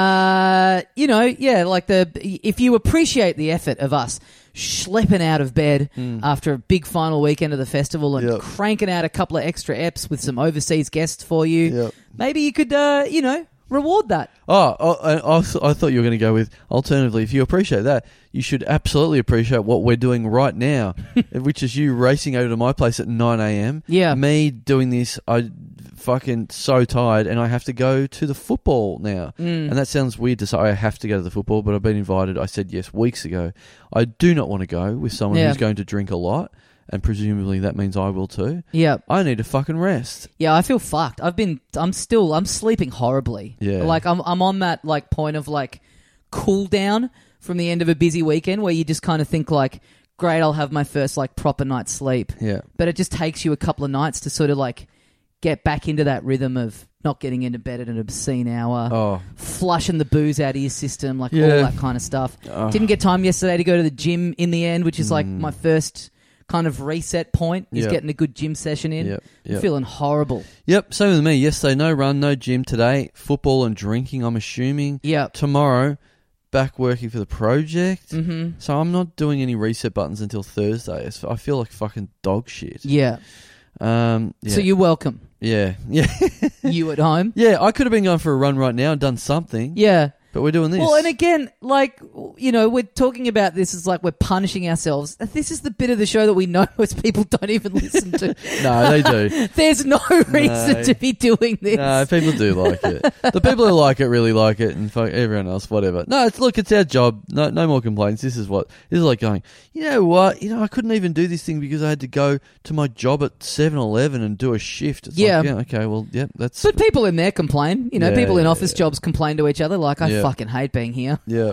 uh, you know, yeah, like the if you appreciate the effort of us schlepping out of bed after a big final weekend of the festival and
Hmm. Yep.
cranking out a couple of extra eps with some overseas guests for you,
Yep.
maybe you could, uh, you know, reward that.
oh, oh, I, I was- I thought you were going to go with. Alternatively, if you appreciate that, you should absolutely appreciate what we're doing
[LAUGHS]
right now, eh, which is you racing over to my place at nine a.m.
Yeah.
me doing this. I fucking so tired, and I have to go to the football now.
Mm.
And that sounds weird to say I have to go to the football, but I've been invited. I said yes weeks ago. I do not want to go with someone
Yeah.
who's going to drink a lot, and presumably that means I will too.
Yeah,
I need to fucking rest.
yeah. I feel fucked. I've been. I'm still. I'm sleeping horribly.
Yeah.
Like I'm. I'm on that like point of like cool down from the end of a busy weekend where you just kind of think like, great, I'll have my first like proper night's sleep.
Yeah.
but it just takes you a couple of nights to sort of like get back into that rhythm of not getting into bed at an obscene hour,
Oh,
flushing the booze out of your system, like all
Yeah. Ah.
that kind of stuff.
Uh,
Didn't get time yesterday to go to the gym in the end, which is like
Mm.
my first kind of reset point is
Yep.
getting a good gym session in.
Yep,
I'm
yep.
feeling horrible.
Yep, same with me. Yesterday, no run, no gym. Today, football and drinking, I'm assuming.
Yep.
Tomorrow, back working for the project, mm-hmm. so I'm not doing any reset buttons until Thursday. It's, I feel like fucking dog shit.
Yeah.
Um, yeah.
So you're welcome.
yeah, [LAUGHS] yeah,
You at home.
yeah. I could have been going for a run right now and done something.
Yeah.
but we're doing this.
Well, and again, like you know, we're talking about this as like we're punishing ourselves. This is the bit of the show that we know [LAUGHS] most people don't even listen to.
[LAUGHS] no, they do.
[LAUGHS] There's no reason to be doing this.
No, people do like it. The people who like it really like it, and fuck everyone else, whatever. No, it's look, it's our job. No, no more complaints. This is what this is like. Going, you know what? You know, I couldn't even do this thing because I had to go to my job at Seven Eleven and do a shift. It's
Yeah.
like, yeah, okay, well, yeah, that's
But people in there complain. You know,
Yeah,
people in
yeah,
office
yeah.
jobs complain to each other like, "I
Yeah.
fucking hate being here."
yeah.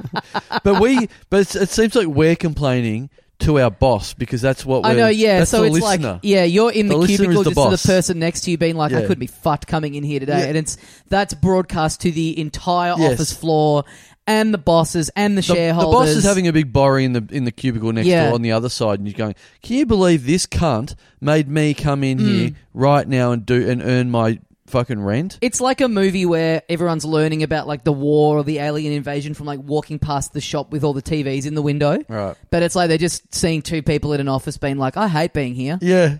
[LAUGHS] but we, but it's, it seems like we're complaining to our boss because that's what we're,
I know, yeah.
That's
so
the
it's
listener.
like, yeah, you're in
The
the,
listener
cubicle
is
just
the
to
boss.
the person next to you, being like, "I
Yeah.
could be fucked coming in here today,"
Yeah.
and it's that's broadcast to the entire
Yes.
office floor and the bosses and the,
The, the
shareholders.
boss is having a big borry in the in the cubicle next
Yeah.
door on the other side, and you're going, "Can you believe this cunt made me come
Mm.
in here right now and do and earn my fucking rent?"
It's like a movie where everyone's learning about like the war or the alien invasion from like walking past the shop with all the TVs in the window.
Right.
But it's like they're just seeing two people in an office being like, I hate being here.
Yeah,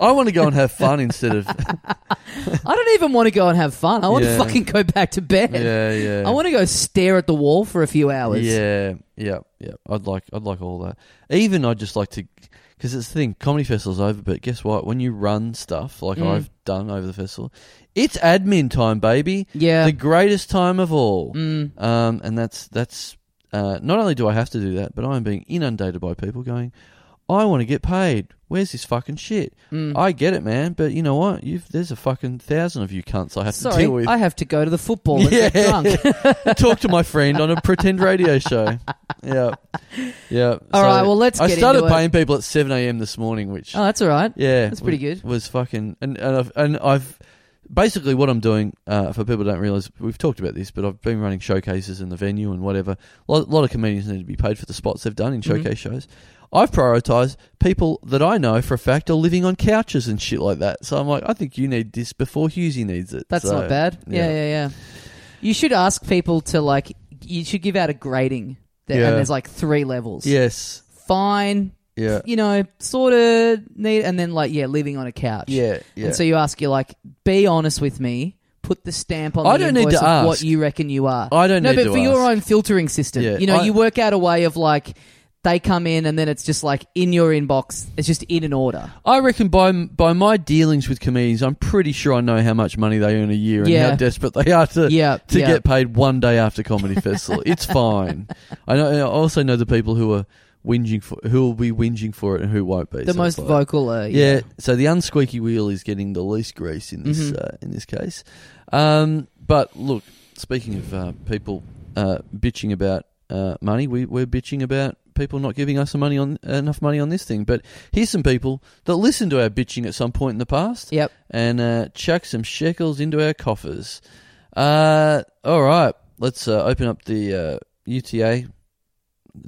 I want to go and have fun instead
[LAUGHS]
of
I don't even want to go and have fun. I want
Yeah.
to fucking go back to bed.
yeah, yeah.
I want to go stare at the wall for a few hours.
Yeah, yeah, yeah. I'd like, I'd like all that. Even I'd just like to, because it's the thing. Comedy festival's over, but guess what? When you run stuff
Mm.
like I've done over the festival, it's admin time, baby.
Yeah. Mm.
the greatest time of all. Um, and that's that's. Uh, not only do I have to do that, but I'm being inundated by people going, "I want to get paid. Where's this fucking shit?
Mm.
I get it, man, but you know what? You've, there's a fucking thousand of you cunts I have to
Sorry,
deal with.
I have to go to the football and get
[LAUGHS] Yeah.
drunk. [LAUGHS]
[LAUGHS] talk to my friend on a pretend radio show. Yeah, yeah.
All right, well, let's
I
get
started
into it.
paying people at seven a.m. this morning, which
Oh, that's all right.
yeah,
that's pretty
was-
good.
Was fucking and and I've, and I've basically what I'm doing uh, for people who don't realize we've talked about this, but I've been running showcases in the venue and whatever. A lot, lot of comedians need to be paid for the spots they've done in
Mm-hmm.
showcase shows. I've prioritised people that I know for a fact are living on couches and shit like that. So I'm like, I think you need this before Husey needs it.
That's
So,
not bad. Yeah. yeah, yeah, You should ask people to like. You should give out a grading. There,
Yeah.
And there's like three levels.
Yes.
Fine,
Yeah.
you know, sort of need, and then like, yeah, living on a couch.
Yeah, yeah.
And so you ask, you're like, be honest with me. Put the stamp on
I
the
don't need
invoice
to
of what
ask.
you reckon you are.
I don't
no,
need
but
to
for your
ask.
own filtering system,
Yeah,
you know,
I-
you work out a way of like they come in, and then it's just like in your inbox. It's just in an order.
I reckon by by my dealings with comedians, I'm pretty sure I know how much money they earn a year and
Yeah.
how desperate they are to
Yeah,
to
yeah.
get paid one day
[LAUGHS]
after comedy festival. It's fine. I know. I also know the people who are whinging for who will be whinging for it and who won't be.
The
So
most
it's like-
vocal, uh,
Yeah. So the unsqueaky wheel is getting the least grease in this uh, in this case. Um, but look, speaking of uh, people uh, bitching about uh, money, we, we're bitching about people not giving us some money on enough money on this thing. But here's some people that listened to our bitching at some point in the past.
Yep.
And uh, chuck some shekels into our coffers. Uh, all right. Let's uh, open up the uh, UTA.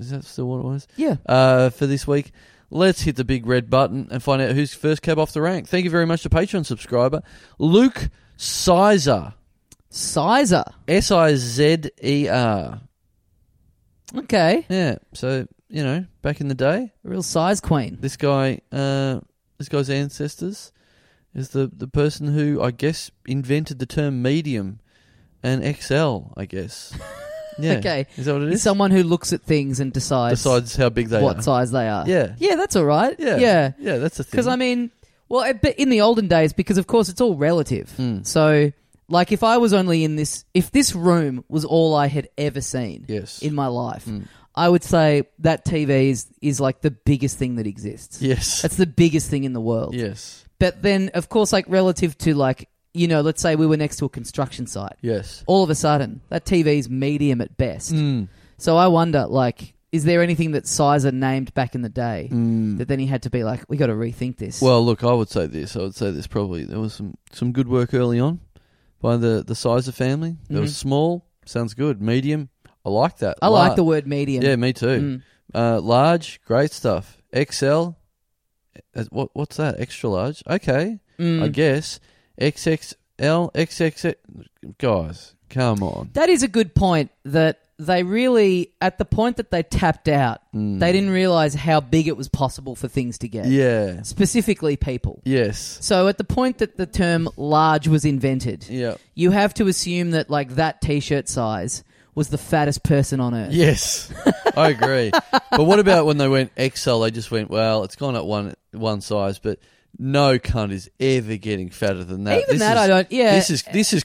Is that still what it was?
Yeah.
uh, for this week. Let's hit the big red button and find out who's first cab off the rank. Thank you very much to Patreon subscriber Luke Sizer,
Sizer.
S I Z E R.
Okay.
Yeah, so you know, back in the day,
A real size queen.
this guy, uh, this guy's ancestors is the the person who I guess invented the term medium and XL. I
[LAUGHS]
guess. Yeah.
Okay.
Is that what it
Is
is?
someone who looks at things and decides,
Decides how big they
what
are.
size they are.
Yeah.
Yeah, that's all right.
Yeah.
Yeah.
Yeah, that's the thing.
Because I mean, well, it- but in the olden days, because of course it's all relative.
Hmm.
So, like, if I was only in this, if this room was all I had ever seen,
Yes. Hmm.
in my life, I would say that TV is is like the biggest thing that exists.
Yes.
That's the biggest thing in the world.
Yes.
But then, of course, like relative to like you know, let's say we were next to a construction site.
Yes. Hmm.
All of a sudden, that TV's medium at best. So I wonder, like, is there anything that Sizer named back in the day
Hmm.
that then he had to be like, we got to rethink this?
Well, look, I would say this. I would say this probably there was some, some good work early on by the the Sizer family. There was small, sounds good. Medium, I like that.
Mm-hmm. I
Lar-
like the word medium. Mm.
Yeah, me too. Uh, large, great stuff. XL,
Mm.
uh, what what's that? Extra large. Okay, I guess XXL LXX guys, come on.
That is a good point that they really, at the point that they tapped out,
Mm.
they didn't realize how big it was possible for things to get.
Yeah.
Specifically, people.
Yes.
So at the point that the term large was invented,
Yeah.
you have to assume that, like, that t shirt size was the fattest person on earth.
Yes. I agree. but what about when they went XL? They just went, well, it's gone up one one size, but no cunt is ever getting fatter than that.
Even that
is-
I don't- yeah.
This is this is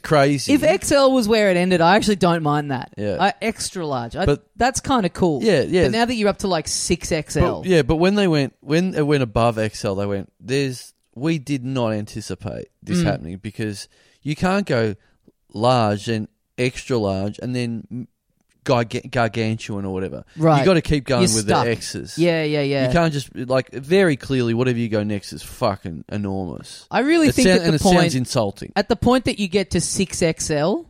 [LAUGHS]
crazy.
If XL was where it ended, I actually don't mind that.
Yeah.
I, extra large. I,
But-
that's kind of cool.
Yeah, yeah.
But now that you're up to like 6XL.
But- yeah, but when they went when it went above XL, they went. There's we did not anticipate
Mm.
this happening because you can't go large and extra large and then garga- gargantuan or whatever.
Right.
You got to keep going
You're
with
stuck.
the X's.
Yeah, yeah, yeah.
You can't just like very clearly whatever you go next is fucking enormous.
I really
It
think
sound-
at
and
the
it
point
sounds insulting.
at the point that you get to 6XL,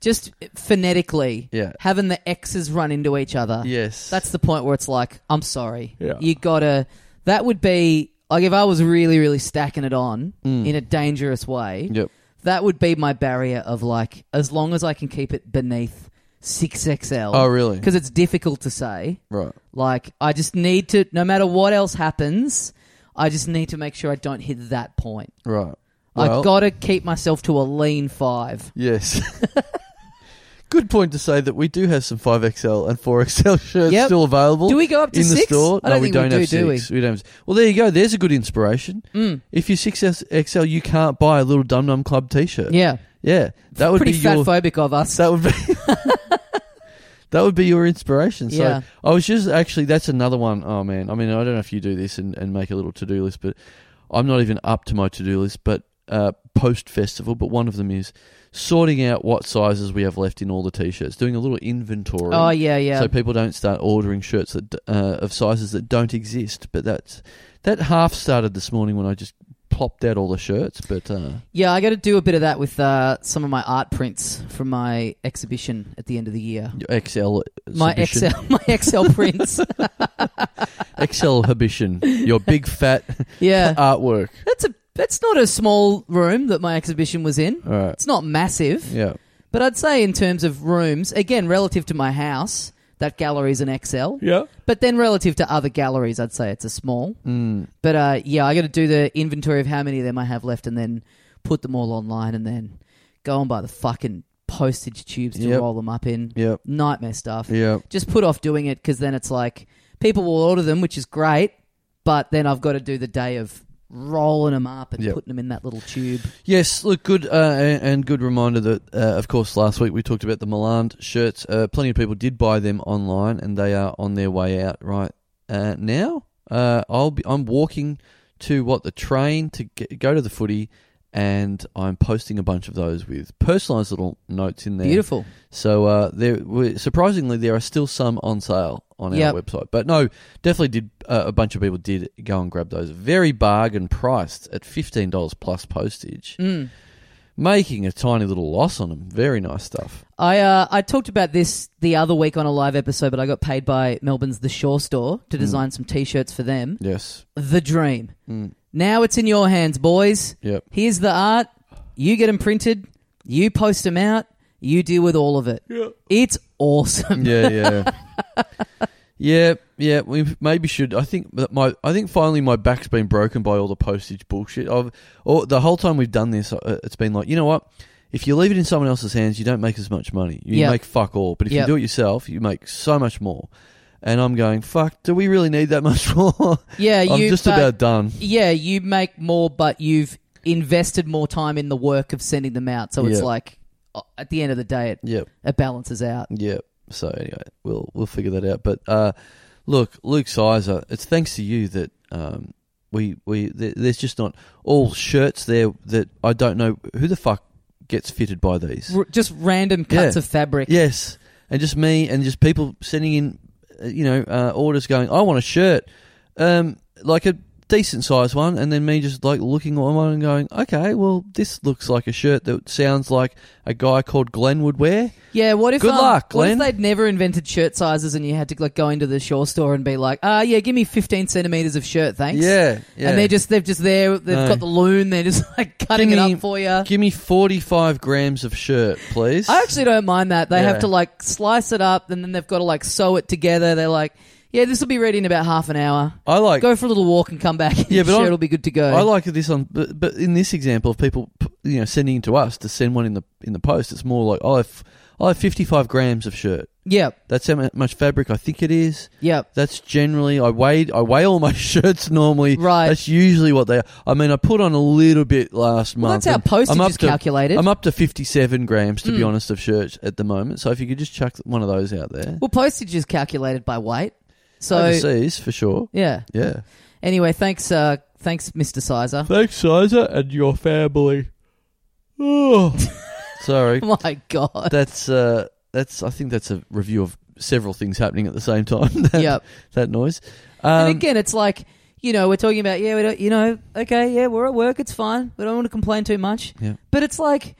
just phonetically,
Yeah.
having the X's run into each other.
Yes.
That's the point where it's like, I'm sorry.
Yeah.
You gotta. That would be like if I was really, really stacking it on in a dangerous way.
Mm. Yep.
That would be my barrier of like, as long as I can keep it beneath six XL.
Oh, really?
Because it's difficult to say.
Right.
Like, I just need to, no matter what else happens, I just need to make sure I don't hit that point.
Right.
I've
Well-
got to keep myself to a lean five.
Yes. [LAUGHS] Good point to say that we do have some 5XL and 4XL [LAUGHS] shirts
Yep.
still available.
Do we go up to
in the
six?
store?
I don't think
no, we
we
don't have
do, do we? Mm.
six. don't have. Well, there you go. There's a good inspiration. If you're 6XL, you can't buy a little Dum Dum Club T-shirt.
Yeah.
yeah. That would
Pretty
be your.
fatphobic of us.
That would be. [LAUGHS] that would be your inspiration. So
Yeah.
I was just actually that's another one. Oh man, I mean I don't know if you do this and, and make a little to do list, but I'm not even up to my to do list. But uh, post festival, but one of them is sorting out what sizes we have left in all the t-shirts, doing a little inventory.
oh, yeah, yeah.
So people don't start ordering shirts that, d- uh, of sizes that don't exist. But that's that half started this morning when I just plopped out all the shirts. But uh,
[LAUGHS] yeah, I got to do a bit of that with uh, some of my art prints from my exhibition at the end of the year.
your XL
My
exhibition-
XL,
[LAUGHS]
my XL prints. [LAUGHS]
XL Habition, your big fat
[LAUGHS] yeah.
artwork.
That's a that's not a small room that my exhibition was in.
All right.
It's not massive,
Yeah.
but I'd say in terms of rooms, again relative to my house, that gallery's an XL.
Yeah.
But then relative to other galleries, I'd say it's a small. Mm. But uh, yeah, I got to do the inventory of how many of them I have left, and then put them all online, and then go and buy the fucking postage tubes to
Yep.
roll them up in.
Yep.
Nightmare stuff.
Yeah.
Just put off doing it because then it's like people will order them, which is great, but then I've got to do the day of rolling them up and
Yep.
putting them in that little tube.
Yes, look, good uh, and and good reminder that, uh, of course, last week we talked about the Milan shirts. Uh, plenty of people did buy them online, and they are on their way out right uh, now. Uh, I'll be I'm walking to what the train to get, go to the footy, and I'm posting a bunch of those with personalised little notes in there.
Beautiful.
So uh, there, we- surprisingly, there are still some on sale on
Yep.
our website. But no, definitely did uh, a bunch of people did go and grab those. Very bargain priced at fifteen dollars plus postage, making a tiny little loss on them. Very nice stuff.
I uh, I talked about this the other week on a live episode, but I got paid by Melbourne's The Shore Store to design some T-shirts for them.
Mm. Yes. Mm.
The dream. Now it's in your hands, boys.
Yep.
Here's the art. You get them printed. You post them out. You deal with all of it. It's awesome.
Yeah. Yeah. Yeah, yeah, we maybe should. I think that my, I think finally my back's been broken by all the postage bullshit. I've, or the whole time we've done this, uh, it's been like, you know what? If you leave it in someone else's hands, you don't make as much money. You
Yeah.
make fuck all. But if
Yeah.
you do it yourself, you make so much more. And I'm going, fuck. Do we really need that much [LAUGHS] more?
[LAUGHS] Yeah,
I'm
you-
just
but-
about done.
Yeah, you make more, but you've invested more time in the work of sending them out. So it's
Yeah.
like, uh, at the end of the day, it
Yep.
it balances out.
Yeah. So anyway, we'll we'll figure that out. But uh, look, Luke Sizer, it's thanks to you that um, we we th- there's just not all shirts there that I don't know who the fuck gets fitted by these.
R- just random cuts
Yeah.
of fabric.
Yes, and just me and just people sending in, uh, you know, uh, orders going. I want a shirt, um, like a decent sized one, and then me just like looking at one and going, okay, well, this looks like a shirt that sounds like a guy called Glenn would wear.
Yeah, what if
Good
um,
luck,
What if
Glenn.
they'd never invented shirt sizes and you had to like go into the Shaw store and be like, "Ah, yeah, give me 15 centimeters of shirt, thanks."
Yeah, yeah.
And they're just they're just there. They've
No.
got the loon. They're just [LAUGHS] like cutting
Give
it
me-
up for you.
Give me 45 grams of shirt, please.
I actually don't mind that. They have
Yeah.
to like slice it up and then they've got to like sew it together. They're like, "Yeah, this will be ready in about half an hour.
I like
Go for a little walk and come back. [LAUGHS]
Yeah,
Yeah,
but
shirt
I'm-
will be good to go."
I like this on, but, but in this example of people, p- you know, sending it to us to send one in the in the post, it's more like oh, I have, I have fifty five grams of shirt.
Yep,
That's how mu- much fabric I think it is.
yep.
That's generally I weighed I weigh all my [LAUGHS] shirts normally.
Right.
That's usually what they. are. I mean, I put on a little bit last
Well,
month.
that's how
and
postage
I'm up
is
to-
calculated. Hmm.
I'm up to fifty seven grams to be honest of shirts at the moment. So if you could just chuck one of those out there
Well, postage is calculated by weight. So
overseas for sure.
yeah.
Yeah.
Anyway, thanks, uh, thanks, Mr. Sizer.
Thanks, Sizer, and your family. Oh.
[LAUGHS]
Sorry.
My God.
that's uh, that's I think that's a review of several things happening at the same time. [LAUGHS] that,
Yep.
that noise.
and
Um,
again, it's like you know we're talking about yeah, we don't, you know, okay, yeah, we're at work, it's fine. We don't want to complain too much.
Yeah.
But it's like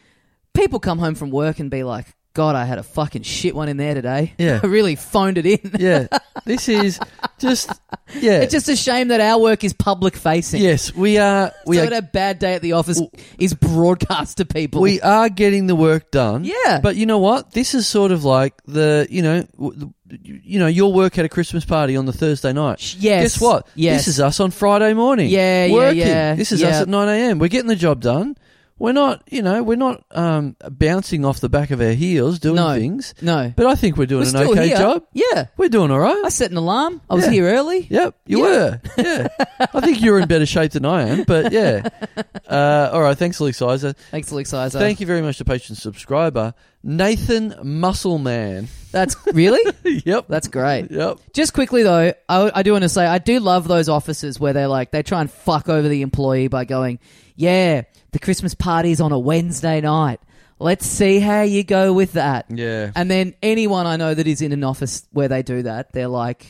people come home from work and be like, God, I had a fucking shit one in there today.
Yeah.
[LAUGHS] I really phoned it in.
yeah, this is just yeah.
It's just a shame that our work is public facing.
yes, we are we
so
are
that a bad day at the office is broadcast to people.
we are getting the work done.
Yeah.
But you know what? This is sort of like the you know w- the- you know your work had a Christmas party on the Thursday night.
Sh- yes.
Guess what?
Yes.
This is us on Friday morning.
Yeah, yeah,
working.
yeah,
This is
yeah.
us at nine a.m. We're getting the job done. We're not, you know, we're not um, bouncing off the back of our heels doing
No.
things.
No.
But I think we're
We're
doing an
still
okay
here.
job.
Yeah.
We're doing all right.
I set an alarm. I was
Yeah.
here early.
Yep, you
Yeah.
were. Yeah, I think you're in better shape than I am.
[LAUGHS]
But yeah, [LAUGHS] uh, all right. Thanks, Luke Sizer.
Thanks, Luke Sizer.
Thank you very much to patron subscriber Nathan Muscleman.
That's really?
[LAUGHS] yep,
That's great.
yep.
Just quickly though, I, I do want to say I do love those offices where they like they try and fuck over the employee by going, "Yeah, the Christmas party's on a Wednesday night. Let's see how you go with that."
Yeah.
And then anyone I know that is in an office where they do that, they're like,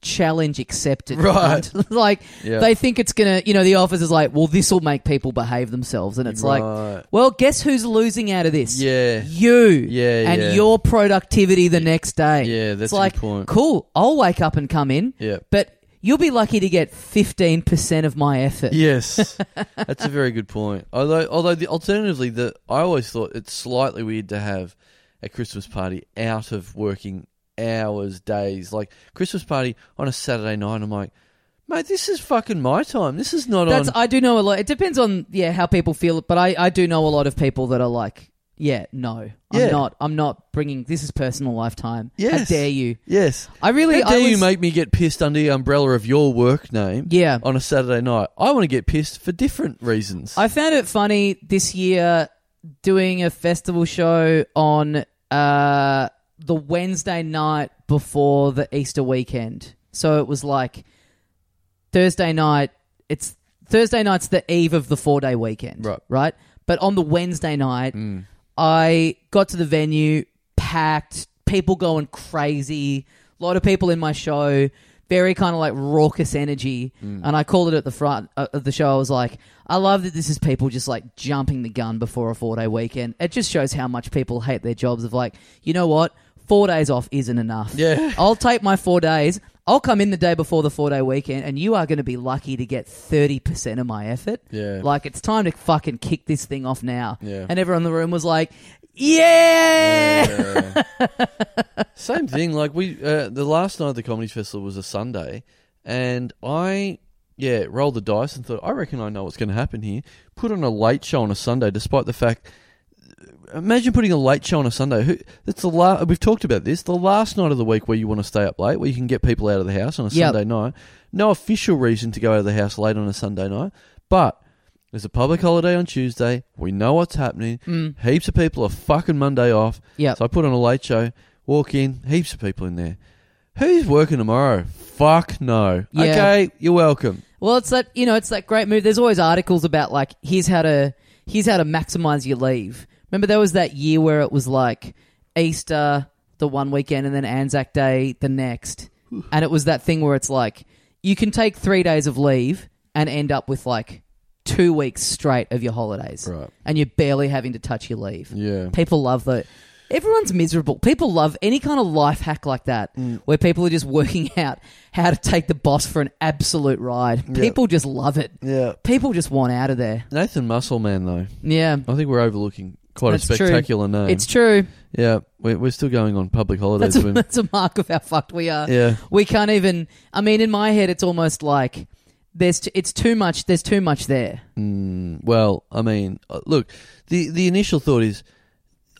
"Challenge accepted."
Right.
cunt." [LAUGHS] like
Yeah.
they think it's gonna, you know, the office is like, "Well, this will make people behave themselves," and it's
Right.
like, "Well, guess who's losing out of this?"
Yeah.
you.
Yeah,
and
yeah.
your productivity the next day.
Yeah, that's
it's
a
like,
good point.
Cool. I'll wake up and come in.
Yeah.
But you'll be lucky to get 15% of my effort. [LAUGHS]
Yes, that's a very good point. Although, although the alternatively, the I always thought it's slightly weird to have a Christmas party out of working hours, days. Like Christmas party on a Saturday night. I'm like, mate, this is fucking my time. This is not
That's
on.
I do know a lot. It depends on yeah how people feel, but I I do know a lot of people that are like, yeah, no.
Yeah.
I'm not I'm not bringing this is personal lifetime.
Yes.
How dare you?
yes,
I really
How dare
I was,
you make me get pissed under the umbrella of your work name?
Yeah.
on a Saturday night, I want to get pissed for different reasons.
I found it funny this year doing a festival show on uh, the Wednesday night before the Easter weekend. So it was like Thursday night. It's Thursday night's the eve of the four day weekend,
Right.
Right. But on the Wednesday night, I got to the venue packed, people going crazy, a lot of people in my show, very kind of like raucous energy. And I called it at the front uh, of the show. I was like, I love that this is people just like jumping the gun before a four day weekend. It just shows how much people hate their jobs. Of like, you know what? Four days off isn't enough.
Yeah.
I'll take my four days. I'll come in the day before the four day weekend, and you are going to be lucky to get 30% of my effort.
Yeah.
Like, it's time to fucking kick this thing off now.
Yeah.
And everyone in the room was like, yeah. [LAUGHS]
Yeah. Same thing. Like we, uh, the last night of the comedy festival was a Sunday, and I, yeah, rolled the dice and thought, I reckon I know what's going to happen here. Put on a late show on a Sunday, despite the fact. Imagine putting a late show on a Sunday. Who? That's the last. We've talked about this. The last night of the week where you want to stay up late, where you can get people out of the house on a
Yep.
Sunday night. No official reason to go out of the house late on a Sunday night, but there's a public holiday on Tuesday. We know what's happening. Heaps of people are fucking Monday off.
Mm. Yep.
So I put on a late show, walk in, heaps of people in there. Who's working tomorrow? Fuck no.
Yeah.
Okay, you're welcome.
Well, it's that you know, it's that great move. There's always articles about like here's how to here's how to maximize your leave. Remember there was that year where it was like Easter the one weekend and then Anzac Day the next, and it was that thing where it's like you can take three days of leave and end up with like two weeks straight of your holidays,
Right.
and you're barely having to touch your leave.
Yeah.
people love that. Everyone's miserable. People love any kind of life hack like that,
Mm.
where people are just working [LAUGHS] out how to take the boss for an absolute ride. People just love it.
Yeah.
People just want out of there.
Nathan Musselman, though.
Yeah,
I think we're overlooking quite
That's
a
true.
spectacular name.
it's true.
yeah, we're, we're still going on public holidays.
That's a,
when-
that's a mark of how fucked we are.
Yeah.
we can't even. I mean, in my head, it's almost like there's t- it's too much. There's too much there.
Mm, Well, I mean, uh, look, the the initial thought is,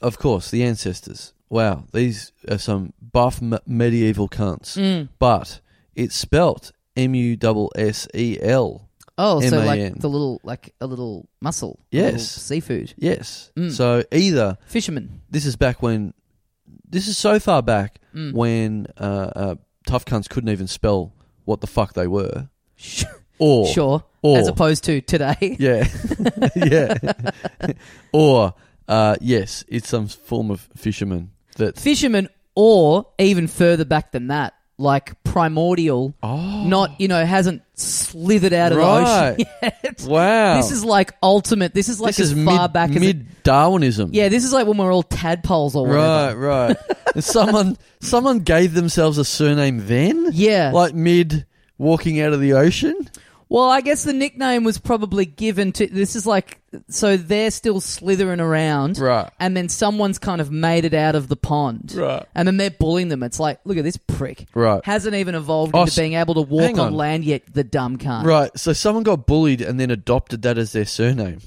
of course, the ancestors. Wow, these are some buff m- medieval cunts.
Mm.
But it's spelt M U S E L.
Oh, so
MAN.
like the little like a little mussel. a
Yes.
little seafood Mm.
Yes. So either
fisherman.
this is back when, this is so far back
Mm.
when uh, uh, tough cunts couldn't even spell what the fuck they were, or
sure,
or-
as opposed to today.
[LAUGHS] Yeah. yeah. or, uh, yes, it's some form of fisherman that.
fisherman or even further back than that like primordial not you know hasn't slithered out of
Oh. Right.
the ocean [LAUGHS] yet
Wow.
this is like ultimate this is like
this
as
is
far
mid,
back as it,
mid Darwinism.
yeah this is like when we're all tadpoles or whatever
Right,
[LAUGHS]
right. And someone someone gave themselves a surname then?
Yeah.
Like mid walking out of the ocean?
well i guess the nickname was probably given to this is like so they're still slithering around
Right.
and then someone's kind of made it out of the pond
Right.
and then they're bullying them it's like look at this prick
Right.
hasn't even evolved
Oh,
into
s-
being able to walk
hang
on.
on.
land yet the dumb cunt
Right. So someone got bullied and then adopted that as their surname.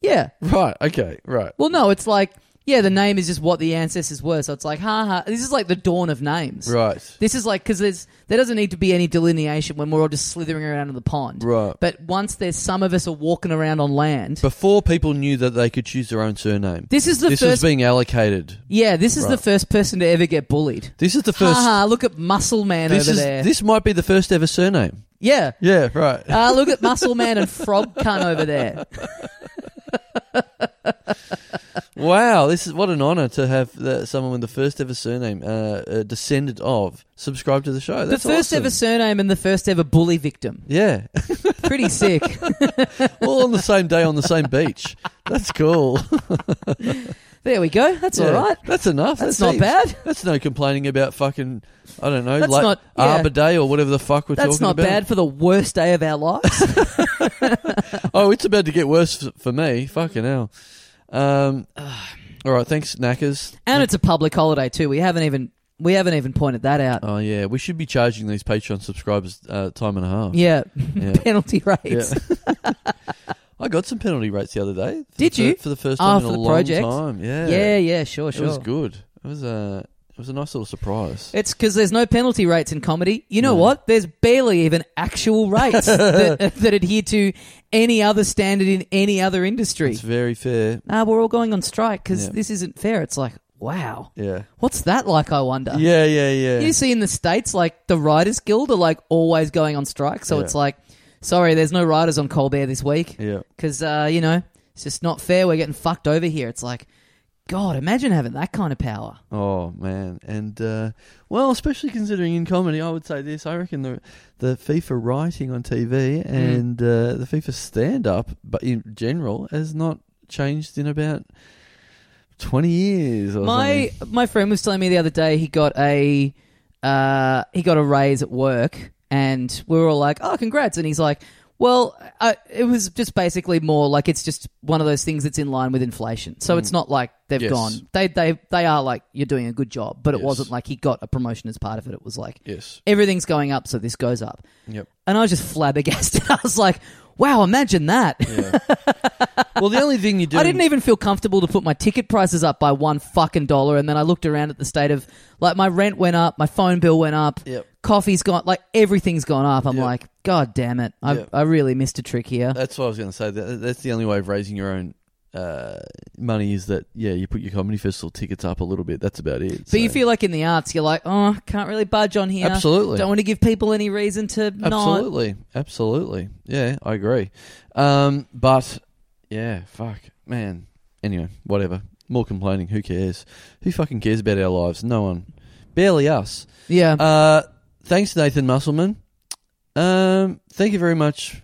yeah
Right, okay, right.
Well, no, it's like yeah, the name is just what the ancestors were. So it's like ha ha. This is like the dawn of names.
Right.
This is like because there's there doesn't need to be any delineation when we're all just slithering around in the pond.
Right.
But once there's some of us are walking around on land.
Before people knew that they could choose their own surname.
This is the
this was
first-
being allocated.
yeah, this is the
Right.
first person to ever get bullied.
This is the
Ha
first
ha! Look at Muscle Man
this
over
is
there.
this might be the first ever surname.
yeah.
Yeah, right.
Ah, look at Muscle Man and Frog Cunt over
[LAUGHS]
there.
Wow, this is what an honor to have uh, someone with the first ever surname, uh, uh, descendant of, subscribe to the show.
The
That's
first
awesome.
ever surname and the first ever bully victim.
Yeah,
[LAUGHS] Pretty sick.
[LAUGHS] all on the same day on the same beach. That's cool.
there we go. That's
[LAUGHS] Yeah,
all right.
That's enough.
That's
That's
not bad.
That's no complaining about fucking. I don't know,
That's
like
not- yeah.
Arbor Day or whatever the fuck we're
That's
talking
not
about.
bad for the worst day of our
[LAUGHS]
lives.
Oh, it's about to get worse f- for me. Fucking hell. Um, [SIGHS] all right, thanks, knackers.
And it's a public holiday too. We haven't even we haven't even pointed that out.
Oh yeah, we should be charging these Patreon subscribers uh, time and a half.
Yeah.
Yeah.
[LAUGHS] penalty rates.
[LAUGHS] I got some penalty rates the other day. For
Did
the
you?
Fir- for the first
Ah,
time
for
in a
the
long
project?
time. Yeah.
Yeah, yeah, sure,
It
sure.
was good. It was a it was a nice little surprise.
It's because there's no penalty rates in comedy. You know what? There's barely even actual rates
[LAUGHS]
that, that adhere to any other standard in any other industry.
It's very fair.
Ah, we're all going on strike because
Yeah.
this isn't fair. It's like, wow,
Yeah.
what's that like? I wonder.
Yeah, yeah, yeah.
Ah. You see in the states, like the Writers Guild are like always going on strike, so
Yeah.
it's like, sorry, there's no writers on Colbert this week.
Yeah.
because uh, you know it's just not fair. We're getting fucked over here. It's like, God, imagine having that kind of power.
Oh man, and uh, well, especially considering in comedy, I would say this. I reckon the the FIFA writing on TV and uh, the FIFA stand up, but in general, has not changed in about twenty years. Or
My
something.
my friend was telling me the other day he got a uh, he got a raise at work, and we were all like, "Oh, congrats!" And he's like. Well, I, it was just basically more like it's just one of those things that's in line with inflation. So it's not like they've
Mm. Yes.
gone. They they they are like you're doing a good job, but it
Yes.
wasn't like he got a promotion as part of it. It was like
yes,
everything's going up, so this goes up.
yep.
And I was just flabbergasted. [LAUGHS] I was like, wow, imagine that.
Well, the
[LAUGHS]
only thing you do,
I didn't even feel comfortable to put my ticket prices up by one fucking dollar. And then I looked around at the state of, like, my rent went up, my phone bill went up,
Yep.
coffee's gone, like, everything's gone up. I'm
Yep.
like, God damn it. I,
Yep.
I really missed a trick here.
That's what I was going to say. That, that's the only way of raising your own uh, money is that yeah, you put your comedy festival tickets up a little bit. That's about it.
But you feel like in the arts, you're like, oh, can't really budge on here.
Absolutely.
Don't want to give people any reason to not.
absolutely, absolutely, yeah, I agree. Um, but yeah, fuck, man. Anyway, whatever. More complaining. Who cares? Who fucking cares about our lives? No one. Barely us.
Yeah.
Uh, thanks, Nathan Musselman. Um, thank you very much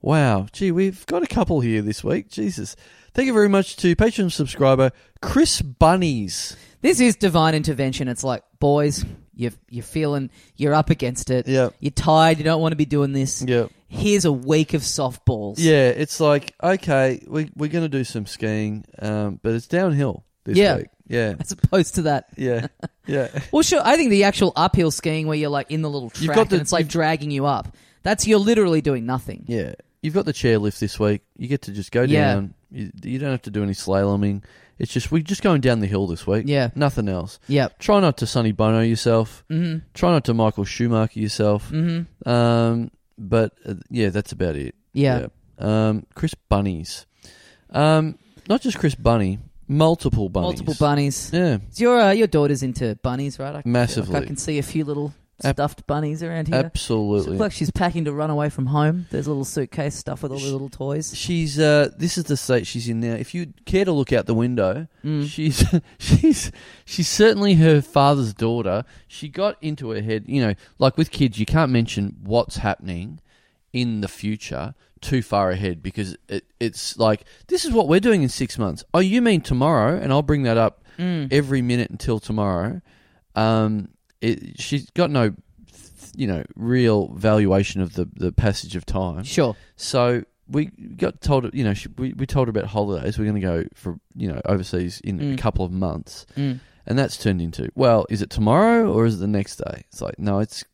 Wow. Gee, we've got a couple here this week. Jesus. Thank you very much to Patreon subscriber Chris Bunnies.
This is divine intervention. It's like, boys, you're, you're feeling, you're up against it.
Yeah.
You're tired. You don't want to be doing this.
Yeah.
Here's a week of softballs.
Yeah, it's like, okay, we, we're going to do some skiing, um, but it's downhill this
Yeah.
week. Yeah.
As opposed to that.
Yeah. Yeah.
Well, sure. I think the actual uphill skiing where you're like in the little track
You've got the-
and it's like dragging you up. That's you're literally doing nothing.
Yeah. You've got the chairlift this week. You get to just go
Yeah.
down. You, you don't have to do any slaloming. It's just, we're just going down the hill this week.
Yeah.
Nothing else.
Yep.
Try not to Sonny Bono yourself. Mm-hmm. Try not to Michael Schumacher yourself. Mm-hmm. Um, but uh, yeah, that's about it.
Yeah.
Yeah. Um, Chris Bunnies. Um, not just Chris Bunny, multiple bunnies.
Multiple bunnies.
Yeah.
So Your uh, your daughter's into bunnies, right? I can,
Massively.
I can see a few little
Ab-
stuffed bunnies around here. She
Absolutely.
looks like she's packing to run away from home. There's a little suitcase stuffed with all the little toys.
She's uh this is the state she's in now. If you care to look out the window, she's [LAUGHS] she's she's certainly her father's daughter. She got into her head, you know, like with kids you can't mention what's happening in the future too far ahead because it, it's like this is what we're doing in 6 months. Oh, you mean tomorrow and I'll bring that up every minute until tomorrow. Um it, she's got no you know real valuation of the the passage of time.
Sure.
So we got told, you know, she, we, we told her about holidays. We're going to go for, you know, overseas in a couple of months. And that's turned into, well, is it tomorrow or is it the next day? It's like, no, it's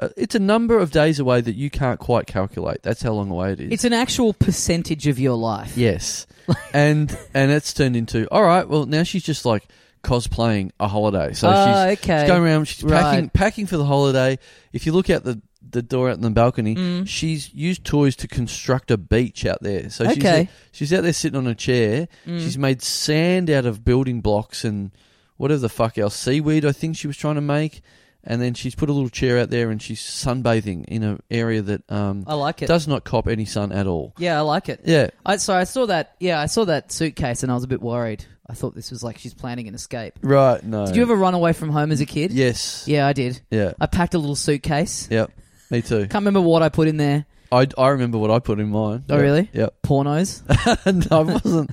uh, it's a number of days away that you can't quite calculate. That's how long away it is.
It's an actual percentage of your life. [LAUGHS]
yes. and and it's turned into, all right, well, now she's just like cosplaying a holiday. So
Oh,
she's,
okay.
she's going around, she's
Right.
packing packing for the holiday. If you look out the the door out in the balcony,
Mm.
she's used toys to construct a beach out there. So she's, uh,
Okay. Mm.
she's out there sitting on a chair. She's made sand out of building blocks and whatever the fuck else, seaweed I think she was trying to make. And then she's put a little chair out there and she's sunbathing in an area that um,
I like it.
does not cop any sun at all.
Yeah, I like it.
Yeah.
I, so I saw that. Yeah, I saw that suitcase, and I was a bit worried. I thought this was like she's planning an escape.
Right, no.
Did you ever run away from home as a kid?
Yes.
Yeah, I did.
Yeah.
I packed a little suitcase.
Yep. Me too.
Can't remember what I put in there.
I, I remember what I put in mine.
Oh,
Yep.
really?
Yep.
Pornos.
[LAUGHS] no, [LAUGHS] I wasn't.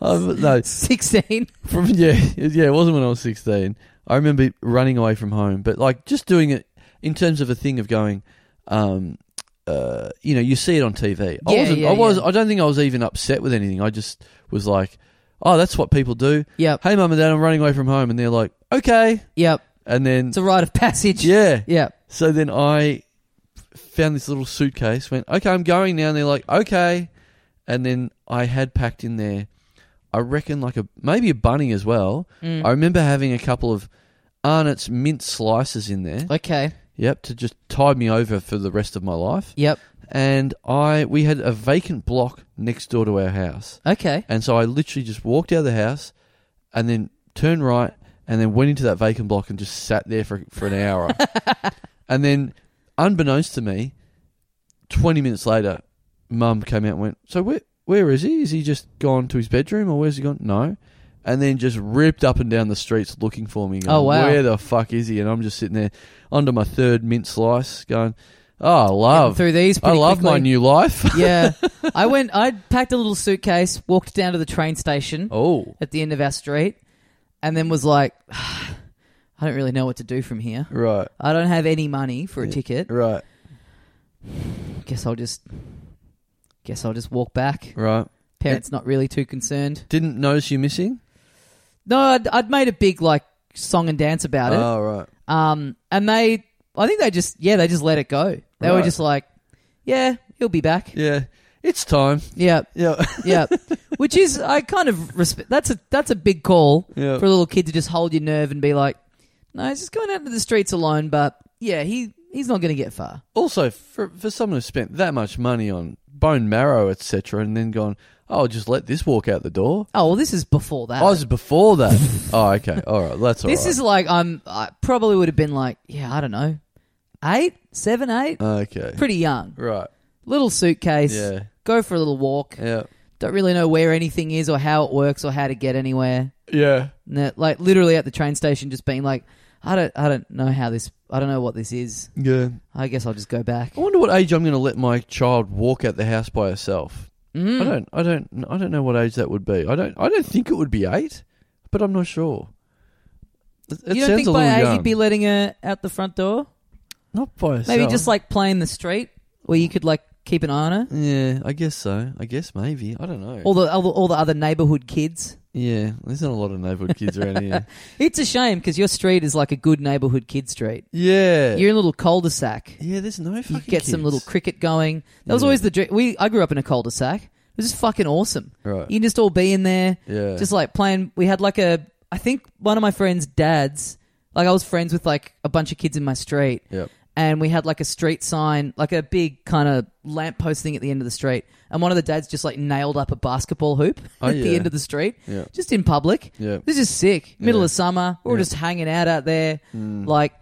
I, was- no,
Sixteen.
from yeah, yeah, it wasn't when I was sixteen. I remember running away from home, but like just doing it in terms of a thing of going. Um, uh, you know, you see it on TV. I
Yeah,
wasn't.
yeah,
I was.
yeah.
I don't think I was even upset with anything. I just was like, "Oh, that's what people do."
Yep.
Hey, mum and dad, I'm running away from home, and they're like, "Okay,"
Yep.
and then
It's a rite of passage.
yeah,
Yep.
So then I found this little suitcase, went, okay, I'm going now. And they're like, okay. And then I had packed in there, I reckon, like a maybe a bunny as well.
Mm.
I remember having a couple of Arnott's mint slices in there.
Okay.
yep, to just tide me over for the rest of my life.
Yep.
And I we had a vacant block next door to our house.
Okay.
And so I literally just walked out of the house and then turned right and then went into that vacant block and just sat there for, for an hour.
[LAUGHS]
and then, unbeknownst to me, 20 minutes later, mum came out and went, So where, where is he? Is he just gone to his bedroom or where's he gone? No. And then just ripped up and down the streets looking for me. Going,
Oh, wow.
Where the fuck is he? And I'm just sitting there under my third mint slice going, Oh, love.
Through these.
I
pretty
love my
quickly.
new life. [LAUGHS]
yeah. I went. I packed a little suitcase, walked down to the train station
oh,
at the end of our street, and then was like, [SIGHS] I don't really know what to do from here.
right,
I don't have any money for a ticket.
right,
[SIGHS] Guess I'll just. Guess I'll just walk back.
right.
Parents not really too concerned.
Didn't notice you missing?
No, I'd, I'd made a big like song and dance about it.
Oh, right.
Um, and they, I think they just, yeah, they just let it go. They were
Right.
just like, yeah, he'll be back.
Yeah. It's time.
Yeah,
Yeah.
[LAUGHS] yeah. Which is, I kind of respect. That's a that's a big call
Yeah.
for a little kid to just hold your nerve and be like, no, he's just going out into the streets alone. But yeah, he he's not going to get far.
also, for, for someone who spent that much money on bone marrow, etc., and then gone, oh, just let this walk out the door.
Oh well, this is before that.
I was before that. [LAUGHS] oh, okay. All right. That's all right.
this is like I'm. I probably would have been like, yeah, I don't know, eight, seven, eight,
Okay.
pretty young.
Right.
Little suitcase.
Yeah.
Go for a little walk.
Yeah.
Don't really know where anything is or how it works or how to get anywhere.
Yeah.
No, like literally at the train station, just being like, I don't, I don't know how this. I don't know what this is.
Yeah.
I guess I'll just go back.
I wonder what age I'm going to let my child walk out the house by herself.
Mm.
I don't, I don't, I don't know what age that would be. I don't, I don't think it would be eight, but I'm not sure. It, it
you don't
sounds
think
a little
by eight
young.
you'd be letting her out the front door?
not by herself.
Maybe just like playing the street, where you could like keep an eye on her.
yeah, I guess so. I guess maybe. I don't know.
All the all the, all the other neighborhood kids.
yeah, there's not a lot of neighborhood kids around here.
[LAUGHS] It's a shame because your street is like a good neighborhood kid street.
Yeah,
You're in a little cul-de-sac.
yeah. There's no fucking.
You get some
kids.
little cricket going. That was
Yeah.
always the dream. We I grew up in a cul-de-sac. It was just fucking awesome.
Right.
You can just all be in there,
Yeah.
just like playing. We had like a I think one of my friends' dads. Like I was friends with like a bunch of kids in my street.
Yep.
And we had like a street sign, like a big kind of lamppost thing at the end of the street. And one of the dads just like nailed up a basketball hoop [LAUGHS]
Oh,
at the
yeah.
end of the street,
Yeah.
just in public.
Yeah.
This is sick. Middle
Yeah.
of summer, we're all
Yeah. Mm.
just hanging out out there. Like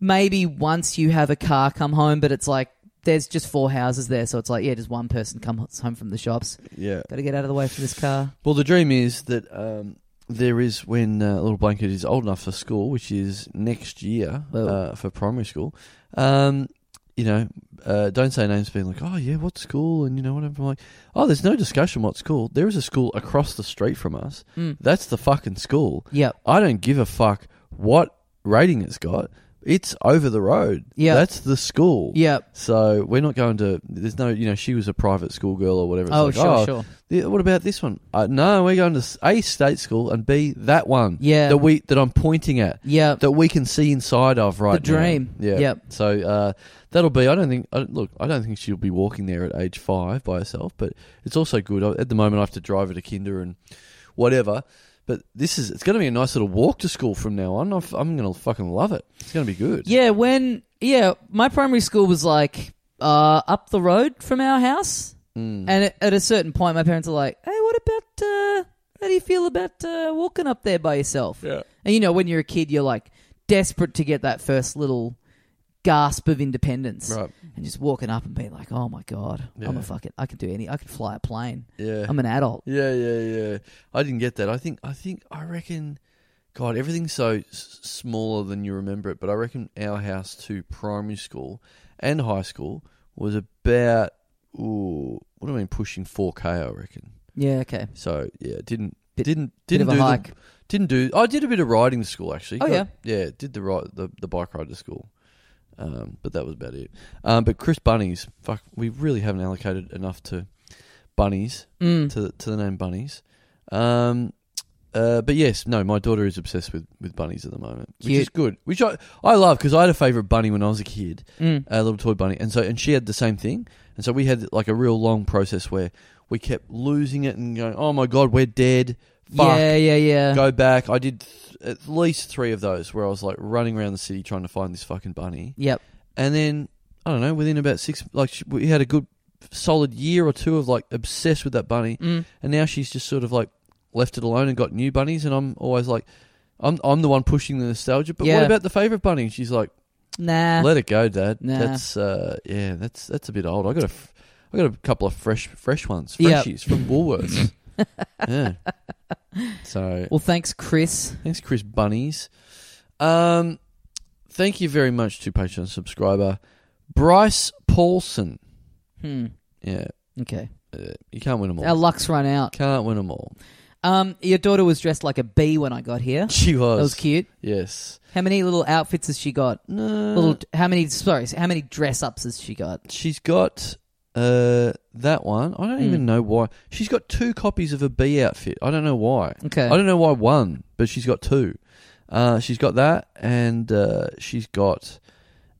maybe once you have a car come home, but it's like there's just four houses there, so it's like yeah, just one person comes home from the shops.
Yeah.
Got to get out of the way for this car.
Well, the dream is that um, there is when uh, Little Blanket is old enough for school, which is next year
Well-
uh, for primary school. Um, you know, uh, don't say names being like, oh, yeah, what school? And, you know, whatever. I'm like, oh, there's no discussion what school. There is a school across the street from us. That's the fucking school.
Mm. Yep.
I don't give a fuck what rating it's got. It's over the road.
Yep.
That's the school.
Yep.
So we're not going to. There's no. You know, she was a private school girl or whatever. It's
Oh,
like,
sure,
oh,
sure.
yeah, what about this one? Uh, no, we're going to s- A state school and B that one.
Yeah.
that we that I'm pointing at.
Yeah.
that we can see inside of right
The
now.
dream.
Yeah.
Yep.
So uh, that'll be. I don't think. I, don't- look, I don't think she'll be walking there at age five by herself. But it's also good. I, at the moment, I have to drive her to Kinder and whatever. But this is. It's going to be a nice little walk to school from now on. I'm, I'm going to fucking love it. It's going to be good.
Yeah, when yeah, my primary school was like uh, up the road from our house,
Mm.
and at, at a certain point, my parents are like, "Hey, what about uh, how do you feel about uh, walking up there by yourself?"
Yeah.
and you know, when you're a kid, you're like desperate to get that first little gasp of independence,
Right.
and just walking up and being like, "Oh my god, I'm
Yeah.
a fucking, I could do any, I could fly a plane,
Yeah.
I'm an adult."
Yeah, yeah, yeah. I didn't get that. I think, I think, I reckon. God, everything's so s- smaller than you remember it. But I reckon our house to primary school and high school was about. Ooh, what do I mean? Pushing four k, I reckon.
Yeah, okay.
So yeah, didn't
Bit-
didn't
bit
didn't
of a
do the-
hike.
didn't do. I did a bit of riding to school actually.
Oh,
I- yeah. Did the ride the, the bike ride to school, um, but that was about it. Um, but Chris Bunnies, fuck, we really haven't allocated enough to bunnies
Mm.
to the, to the name bunnies. Um, uh, but yes, no, my daughter is obsessed with, with bunnies at the moment,
Cute.
which is good. Which I I love because I had a favorite bunny when I was a kid, uh,
Mm.
a little toy bunny, and so and she had the same thing, and so we had like a real long process where we kept losing it and going, oh my god, we're dead. Fuck,
Yeah, yeah, yeah.
go back. I did th- at least three of those where I was like running around the city trying to find this fucking bunny.
Yep.
And then I don't know, within about six, like she, we had a good solid year or two of like obsessed with that bunny,
Mm.
and now she's just sort of like left it alone and got new bunnies, and I'm always like. I'm I'm the one pushing the nostalgia, but
Yeah.
what about the favorite bunny? And She's like,
Nah.
"Let it go, Dad.
Nah.
That's uh, yeah, that's that's a bit old. I got a, f- I got a couple of fresh fresh ones,
Yep.
freshies from
[LAUGHS]
Woolworths. yeah. So
well, thanks, Chris.
Thanks, Chris Bunnies. Um, thank you very much to Patreon subscriber Bryce Paulson.
Hmm.
Yeah,
Okay.
uh, you can't win them all.
Our luck's run out.
can't win them all.
Um, your daughter was dressed like a bee when I got here.
She was.
That was cute.
Yes.
How many little outfits has she got?
No.
Little, how many? Sorry, how many dress ups has she got?
She's got uh that one. I don't
Mm.
even know why. She's got two copies of a bee outfit. I don't know why.
Okay.
I don't know why one, but she's got two. Uh, she's got that, and uh, she's got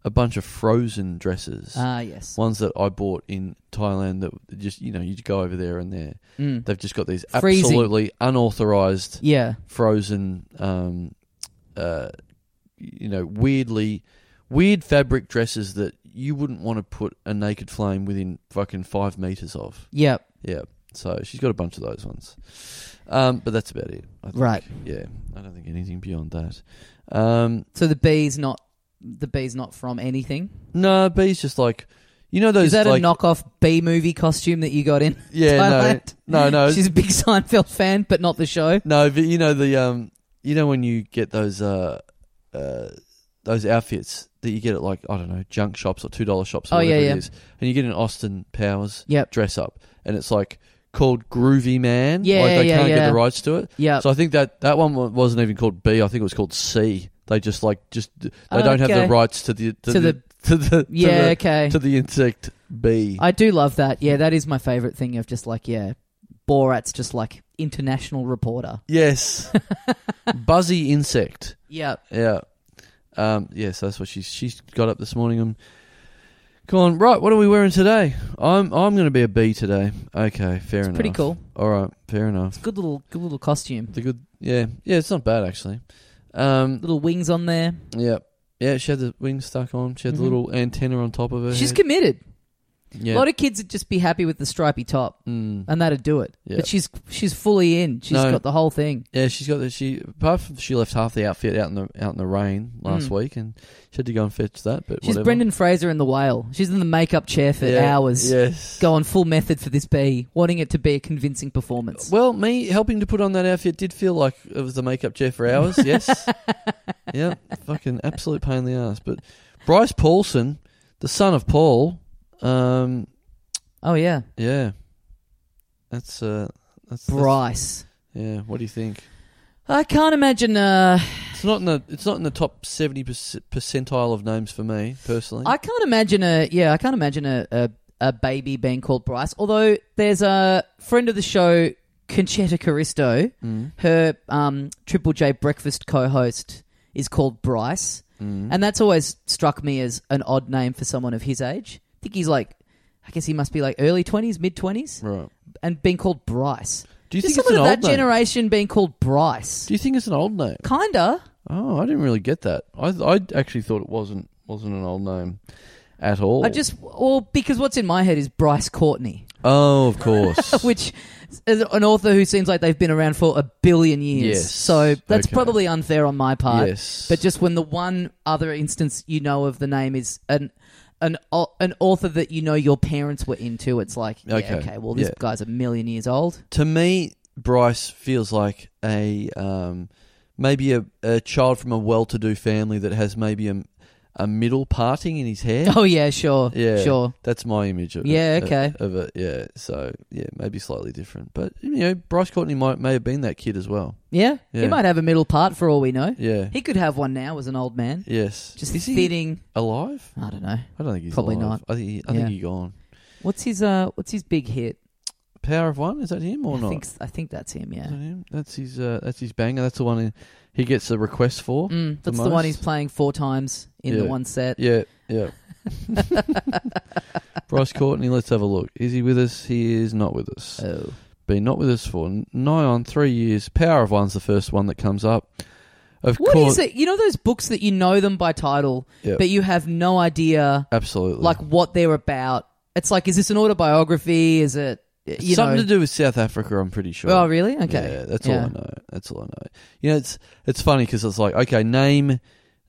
a bunch of frozen dresses.
Ah, yes.
ones that I bought in Thailand that just you know you go over there and there
Mm.
they've just got these
Freezing.
absolutely unauthorized
Yeah.
frozen um uh you know weirdly weird fabric dresses that you wouldn't want to put a naked flame within fucking 5 meters of
Yep.
yeah so she's got a bunch of those ones um but that's about it I think.
Right.
yeah i don't think anything beyond that um
So the bee's not the bee's not from anything.
no bees just like you know those
Is that
like
a knockoff bee movie costume that you got in?
[LAUGHS] yeah
Thailand?
no no
[LAUGHS]
no
She's a
[LAUGHS]
big Seinfeld fan, but not the show.
No, but you know the um, you know when you get those uh, uh, those outfits that you get at like I don't know junk shops or two dollar shops. Or
Oh, yeah,
whatever
yeah.
It is, and you get an Austin Powers
Yep.
dress up, and it's like called Groovy Man.
Yeah,
like they
yeah,
can't
yeah.
get the rights to it.
Yep.
So I think that that one wa- wasn't even called B. I think it was called C. They just like just they don't have
Okay.
the rights to the
To
to, the,
the-
to the to
Yeah,
the-
okay.
to the insect B.
I do love that. Yeah, that is my favorite thing of just like, yeah, Borat's just like international reporter. [LAUGHS]
yes, buzzy insect.
Yeah.
Yeah. Um, yeah, so that's what she's she's got up this morning and come on, right, what are we wearing today? I'm I'm gonna be a bee today. Okay, fair enough.
pretty cool.
Alright, fair enough.
Good little good little costume.
The good yeah, yeah, it's not bad actually. Um
Little wings on there.
yeah. Yeah, she had the wings stuck on, she had
Mhm.
the little antenna on top of her.
She's
head.
committed.
yeah.
A lot of kids would just be happy with the stripy top
Mm.
and that'd do it.
Yeah.
But she's she's fully in. She's
No.
got the whole thing.
Yeah, she's got the she apart from she left half the outfit out in the out in the rain last
Mm.
week and she had to go and fetch that, but
She's
whatever.
Brendan Fraser in the whale. She's in the makeup chair for
Yeah,
hours.
Yes.
Going full method for this bee, wanting it to be a convincing performance.
Well, me helping to put on that outfit did feel like it was the makeup chair for hours. Yes.
[LAUGHS]
yeah. Fucking absolute pain in the ass. But Bryce Paulson, the son of Paul, um,
Oh yeah,
yeah, that's uh, that's that's-
Bryce.
yeah. What do you think?
I can't imagine. Uh,
It's not in the it's not in the top seventy percentile of names for me personally.
I can't imagine a yeah. I can't imagine a, a a baby being called Bryce. Although there's a friend of the show, Conchetta Caristo.
Mm.
Her um, Triple J breakfast co-host is called Bryce,
Mm.
and that's always struck me as an odd name for someone of his age. I think he's like, I guess he must be like early twenties, mid twenties,
right.
and being called Bryce.
Do you
Just
think it's
someone
an
of
old
that
name?
generation being called Bryce.
Do you think it's an old name?
Kinda.
Oh, I didn't really get that. I I actually thought it wasn't wasn't an old name at all.
I just, well, because what's in my head is Bryce Courtney,
oh, of course.
[LAUGHS]
[LAUGHS]
which is an author who seems like they've been around for a billion years.
Yes.
So that's
Okay.
probably unfair on my part.
Yes.
But just when the one other instance you know of the name is an an au- an author that you know your parents were into, it's like, yeah, okay,
Okay.
well, this
Yeah.
guy's a million years old.
to me, Bryce feels like a um, maybe a, a child from a well-to-do family that has maybe a, a middle parting in his hair.
Oh, yeah, sure.
yeah,
Sure.
That's my image of
Yeah,
it, uh,
okay.
of it. Yeah, so yeah, maybe slightly different, but you know, Bryce Courtney might may have been that kid as well.
Yeah? He
Yeah.
might have a middle part for all we know.
Yeah.
He could have one now as an old man.
yes.
Just
Is he
fitting.
alive?
I don't know.
I don't think he's
Probably
alive. I think he, I
Yeah.
think he's gone.
What's his uh? What's his big hit?
Power of One is that him or
I
not?
think I think that's him.
Is
Yeah.
that him? That's his. Uh, that's his banger. That's the one he, he gets a request for.
Mm,
The
that's the, one
most?
he's playing four times in the
Yeah.
one set.
Yeah,
[LAUGHS]
yeah. Bryce Courtney, let's have a look. Is he with us? He is not with us.
Oh.
Been not with us for n- nigh on three years. Power of One's the first one that comes up. Of
What
course,
is it? You know those books that you know them by title,
Yeah.
but you have no idea
Absolutely,
like what they're about. It's like, is this an autobiography? Is it you
something
know?
to do with South Africa. I'm pretty sure.
Oh, really? Okay.
Yeah, that's all
Yeah.
I know. That's all I know. You know, it's it's funny because it's like, okay, name,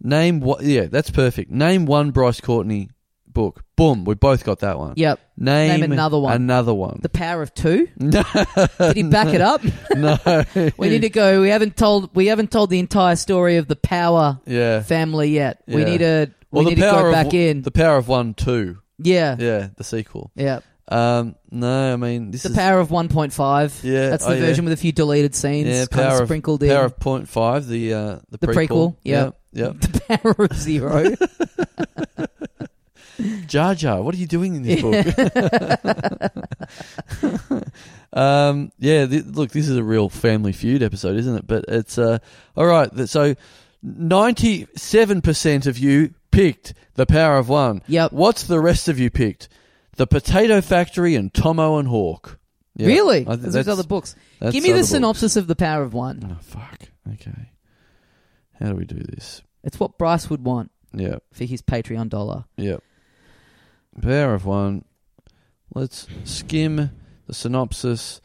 name what? Yeah, that's perfect. Name one Bryce Courtney book. Boom, we both got that one.
Yep.
Name,
Name another one.
Another one.
The
[LAUGHS]
power of two. Did he back it up?
no.
We need to go. We haven't told. We haven't told the entire story of the power
Yeah.
family yet. We
Yeah.
need to. we
Well, the
need to
power
go
of
back
w-
in.
The Power of One Two.
yeah. Yeah.
Yeah, the sequel. Um, no, I mean this
The
is
power of 1.5.
Yeah,
That's the
oh, yeah.
version with a few deleted scenes
yeah,
kind
power
of sprinkled
of,
in.
Power of Point Five. The uh, the,
The prequel, yeah.
yeah.
[LAUGHS] the power of zero.
yeah. [LAUGHS] Jar Jar, what are you doing in this
[LAUGHS]
book? [LAUGHS] um, yeah. Th- look, this is a real Family Feud episode, isn't it? But it's uh, all right. th- So ninety-seven percent of you picked the Power of One.
Yep.
What's the rest of you picked? The Potato Factory and Tomo and Hawk. Yeah,
really?
I th-
Those
that's-
other books.
that's
Give me
other
the
books.
synopsis of the power of one.
Oh fuck. Okay. How do we do this?
It's what Bryce would want
Yeah,
for his Patreon dollar.
yeah. Power of one. Let's skim the synopsis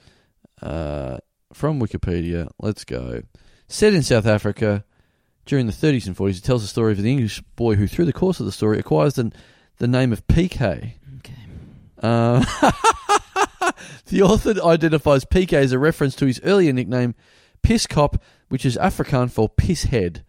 uh, from Wikipedia. Let's go. Set in South Africa during the 30s and 40s, it tells the story of an English boy who, through the course of the story, acquires the, the name of PK.
Okay.
Uh, [LAUGHS] the author identifies PK as a reference to his earlier nickname, Piss Cop, which is Afrikaans for piss head.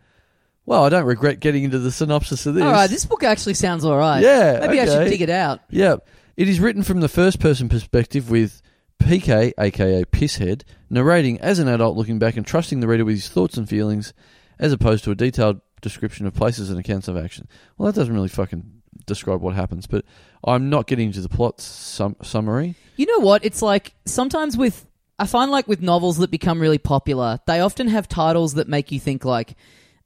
Well, I don't regret getting into the synopsis of this.
All right, this book actually sounds all right.
Yeah,
Maybe I should
okay.
dig it out.
Yeah. It is written from the first person perspective with PK, aka Pisshead, narrating as an adult looking back and trusting the reader with his thoughts and feelings, as opposed to a detailed description of places and accounts of action. Well, that doesn't really fucking describe what happens, but I'm not getting into the plot sum- summary.
You know what? It's like sometimes with I find like with novels that become really popular, they often have titles that make you think like,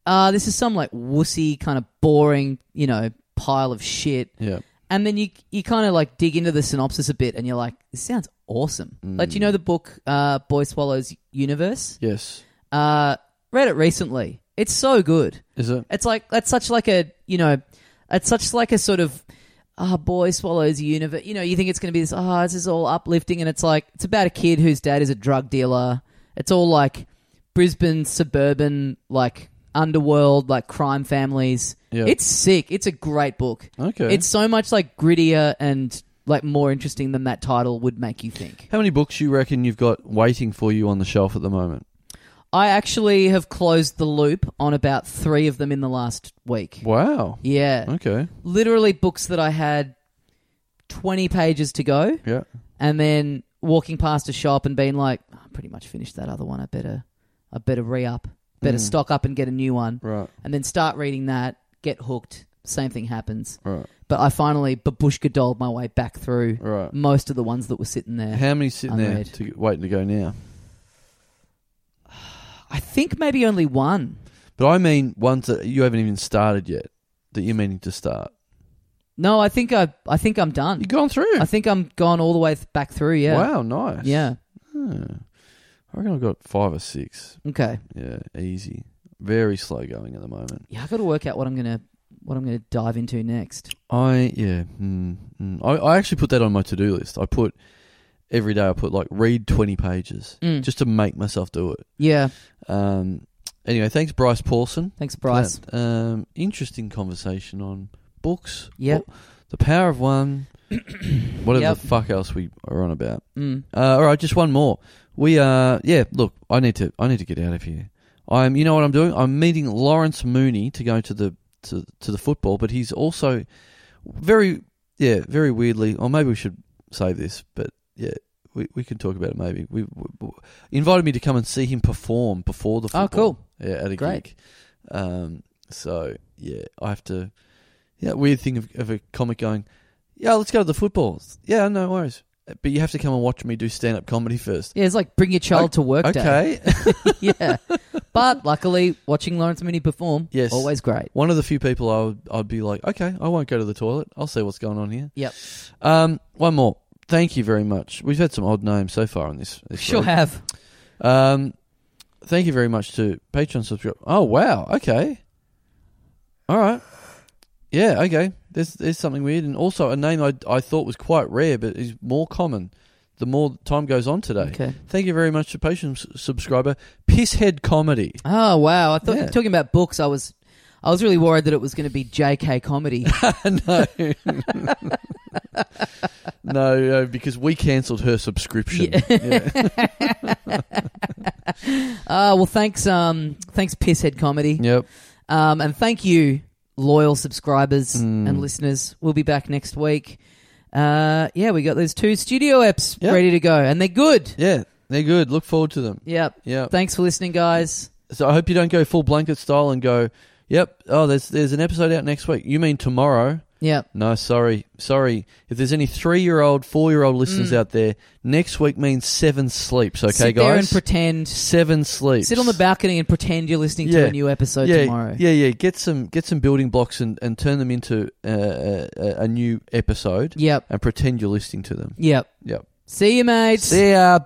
uh, this is some like wussy kind of boring, you know, pile of shit.
Yeah.
And then you you kind of like dig into the synopsis a bit, and you're like, this sounds awesome.
Mm.
Like, do you know the book uh, Boy Swallows Universe?
Yes.
Uh, read it recently. It's so good.
Is it?
It's like that's such like a you know, it's such like a sort of ah boy swallows universe. You know, you think it's going to be this ah this is all uplifting, and it's like it's about a kid whose dad is a drug dealer. It's all like Brisbane suburban like underworld like crime families.
Yeah.
It's sick. It's a great book.
Okay.
It's so much like grittier and like more interesting than that title would make you think.
How many books you reckon you've got waiting for you on the shelf at the moment?
I actually have closed the loop on about 3 of them in the last week.
Wow.
Yeah.
Okay.
literally books that I had 20 pages to go
Yeah.
and then walking past a shop and being like, "Oh, I pretty much finished that other one. I better, I better re up, better stock up and get a new one.
Mm. Right.
And then start reading that, get hooked. Same thing happens.
Right.
But I finally babushka dolled my way back through
Right.
most of the ones that were sitting there.
How many sitting there
Unread.
to, waiting to go now?
I think maybe only one.
But I mean ones that you haven't even started yet that you're meaning to start.
No, I think I, I think I'm done.
You've gone through.
I think I'm gone all the way th- back through. Yeah.
Wow, nice.
Yeah.
Hmm. I reckon I've got five or six.
Okay.
Yeah, easy. Very slow going at the moment.
Yeah, I got to work out what I'm gonna, what I'm gonna dive into next.
I yeah. Mm, mm. I, I actually put that on my to do list. I put every day. I put like read twenty pages
Mm.
just to make myself do it.
Yeah.
Um. Anyway, thanks Bryce Paulson.
Thanks,
for
Bryce.
that, um. Interesting conversation on books.
Yep.
Bo- The power
[COUGHS]
of one. whatever
Yep.
the fuck else we are on about.
Mm.
Uh, all right, just one more. We uh yeah, look, I need to I need to get out of here. I'm you know what I'm doing? I'm meeting Lawrence Mooney to go to the to to the football, but he's also very yeah, very weirdly, or maybe we should say this, but yeah, we we can talk about it maybe. We, we, we- invited me to come and see him perform before the football.
Oh, cool.
Yeah, at a
Great.
gig. Um so yeah, I have to yeah, weird thing of, of a comic going, yeah, let's go to the football. Yeah, no worries. But you have to come and watch me do stand up comedy first.
Yeah, it's like bring your child to work day.
Okay.
[LAUGHS]
[LAUGHS]
yeah. But luckily, watching Lawrence Mooney perform,
Yes.
always great.
One of the few people I would I'd be like, okay, I won't go to the toilet. I'll see what's going on here.
Yep.
Um, one more. Thank you very much. We've had some odd names so far on this. this
Sure
road.
have.
Um, thank you very much to Patreon subscribe. Oh wow. Okay. All right. Yeah. Okay. There's there's something weird, and also a name I I thought was quite rare, but is more common. The more time goes on today.
Okay.
Thank you very much to Patreon s- subscriber Pisshead Comedy.
Oh wow! I thought you
Yeah.
were talking about books. I was, I was really worried that it was going to be J.K. comedy.
[LAUGHS] no.
[LAUGHS]
no, uh, because we cancelled her subscription. Yeah.
[LAUGHS] Ah, well, thanks, um, thanks, pisshead comedy,
yep.
um, and thank you, loyal subscribers
Mm.
and listeners. We'll be back next week. Uh, yeah, we got those two studio apps
Yep.
ready to go, and they're good.
Yeah, they're good. Look forward to them.
Yep.
Yeah.
Thanks for listening, guys.
So I hope you don't go full blanket style and go, "Yep, oh, there's there's an episode out next week." You mean tomorrow?
Yep.
No, sorry, sorry. If there's any three-year-old, four-year-old listeners out there, next week means seven sleeps. Okay,
Mm. Sit
guys.
there and pretend.
seven sleeps.
Sit on the balcony and pretend you're listening
Yeah.
to a new episode
yeah,
tomorrow.
Yeah, yeah. Get some get some building blocks and, and turn them into uh, a, a, a new episode
Yep.
and pretend you're listening to them.
Yep.
Yep.
See you, mates.
See ya.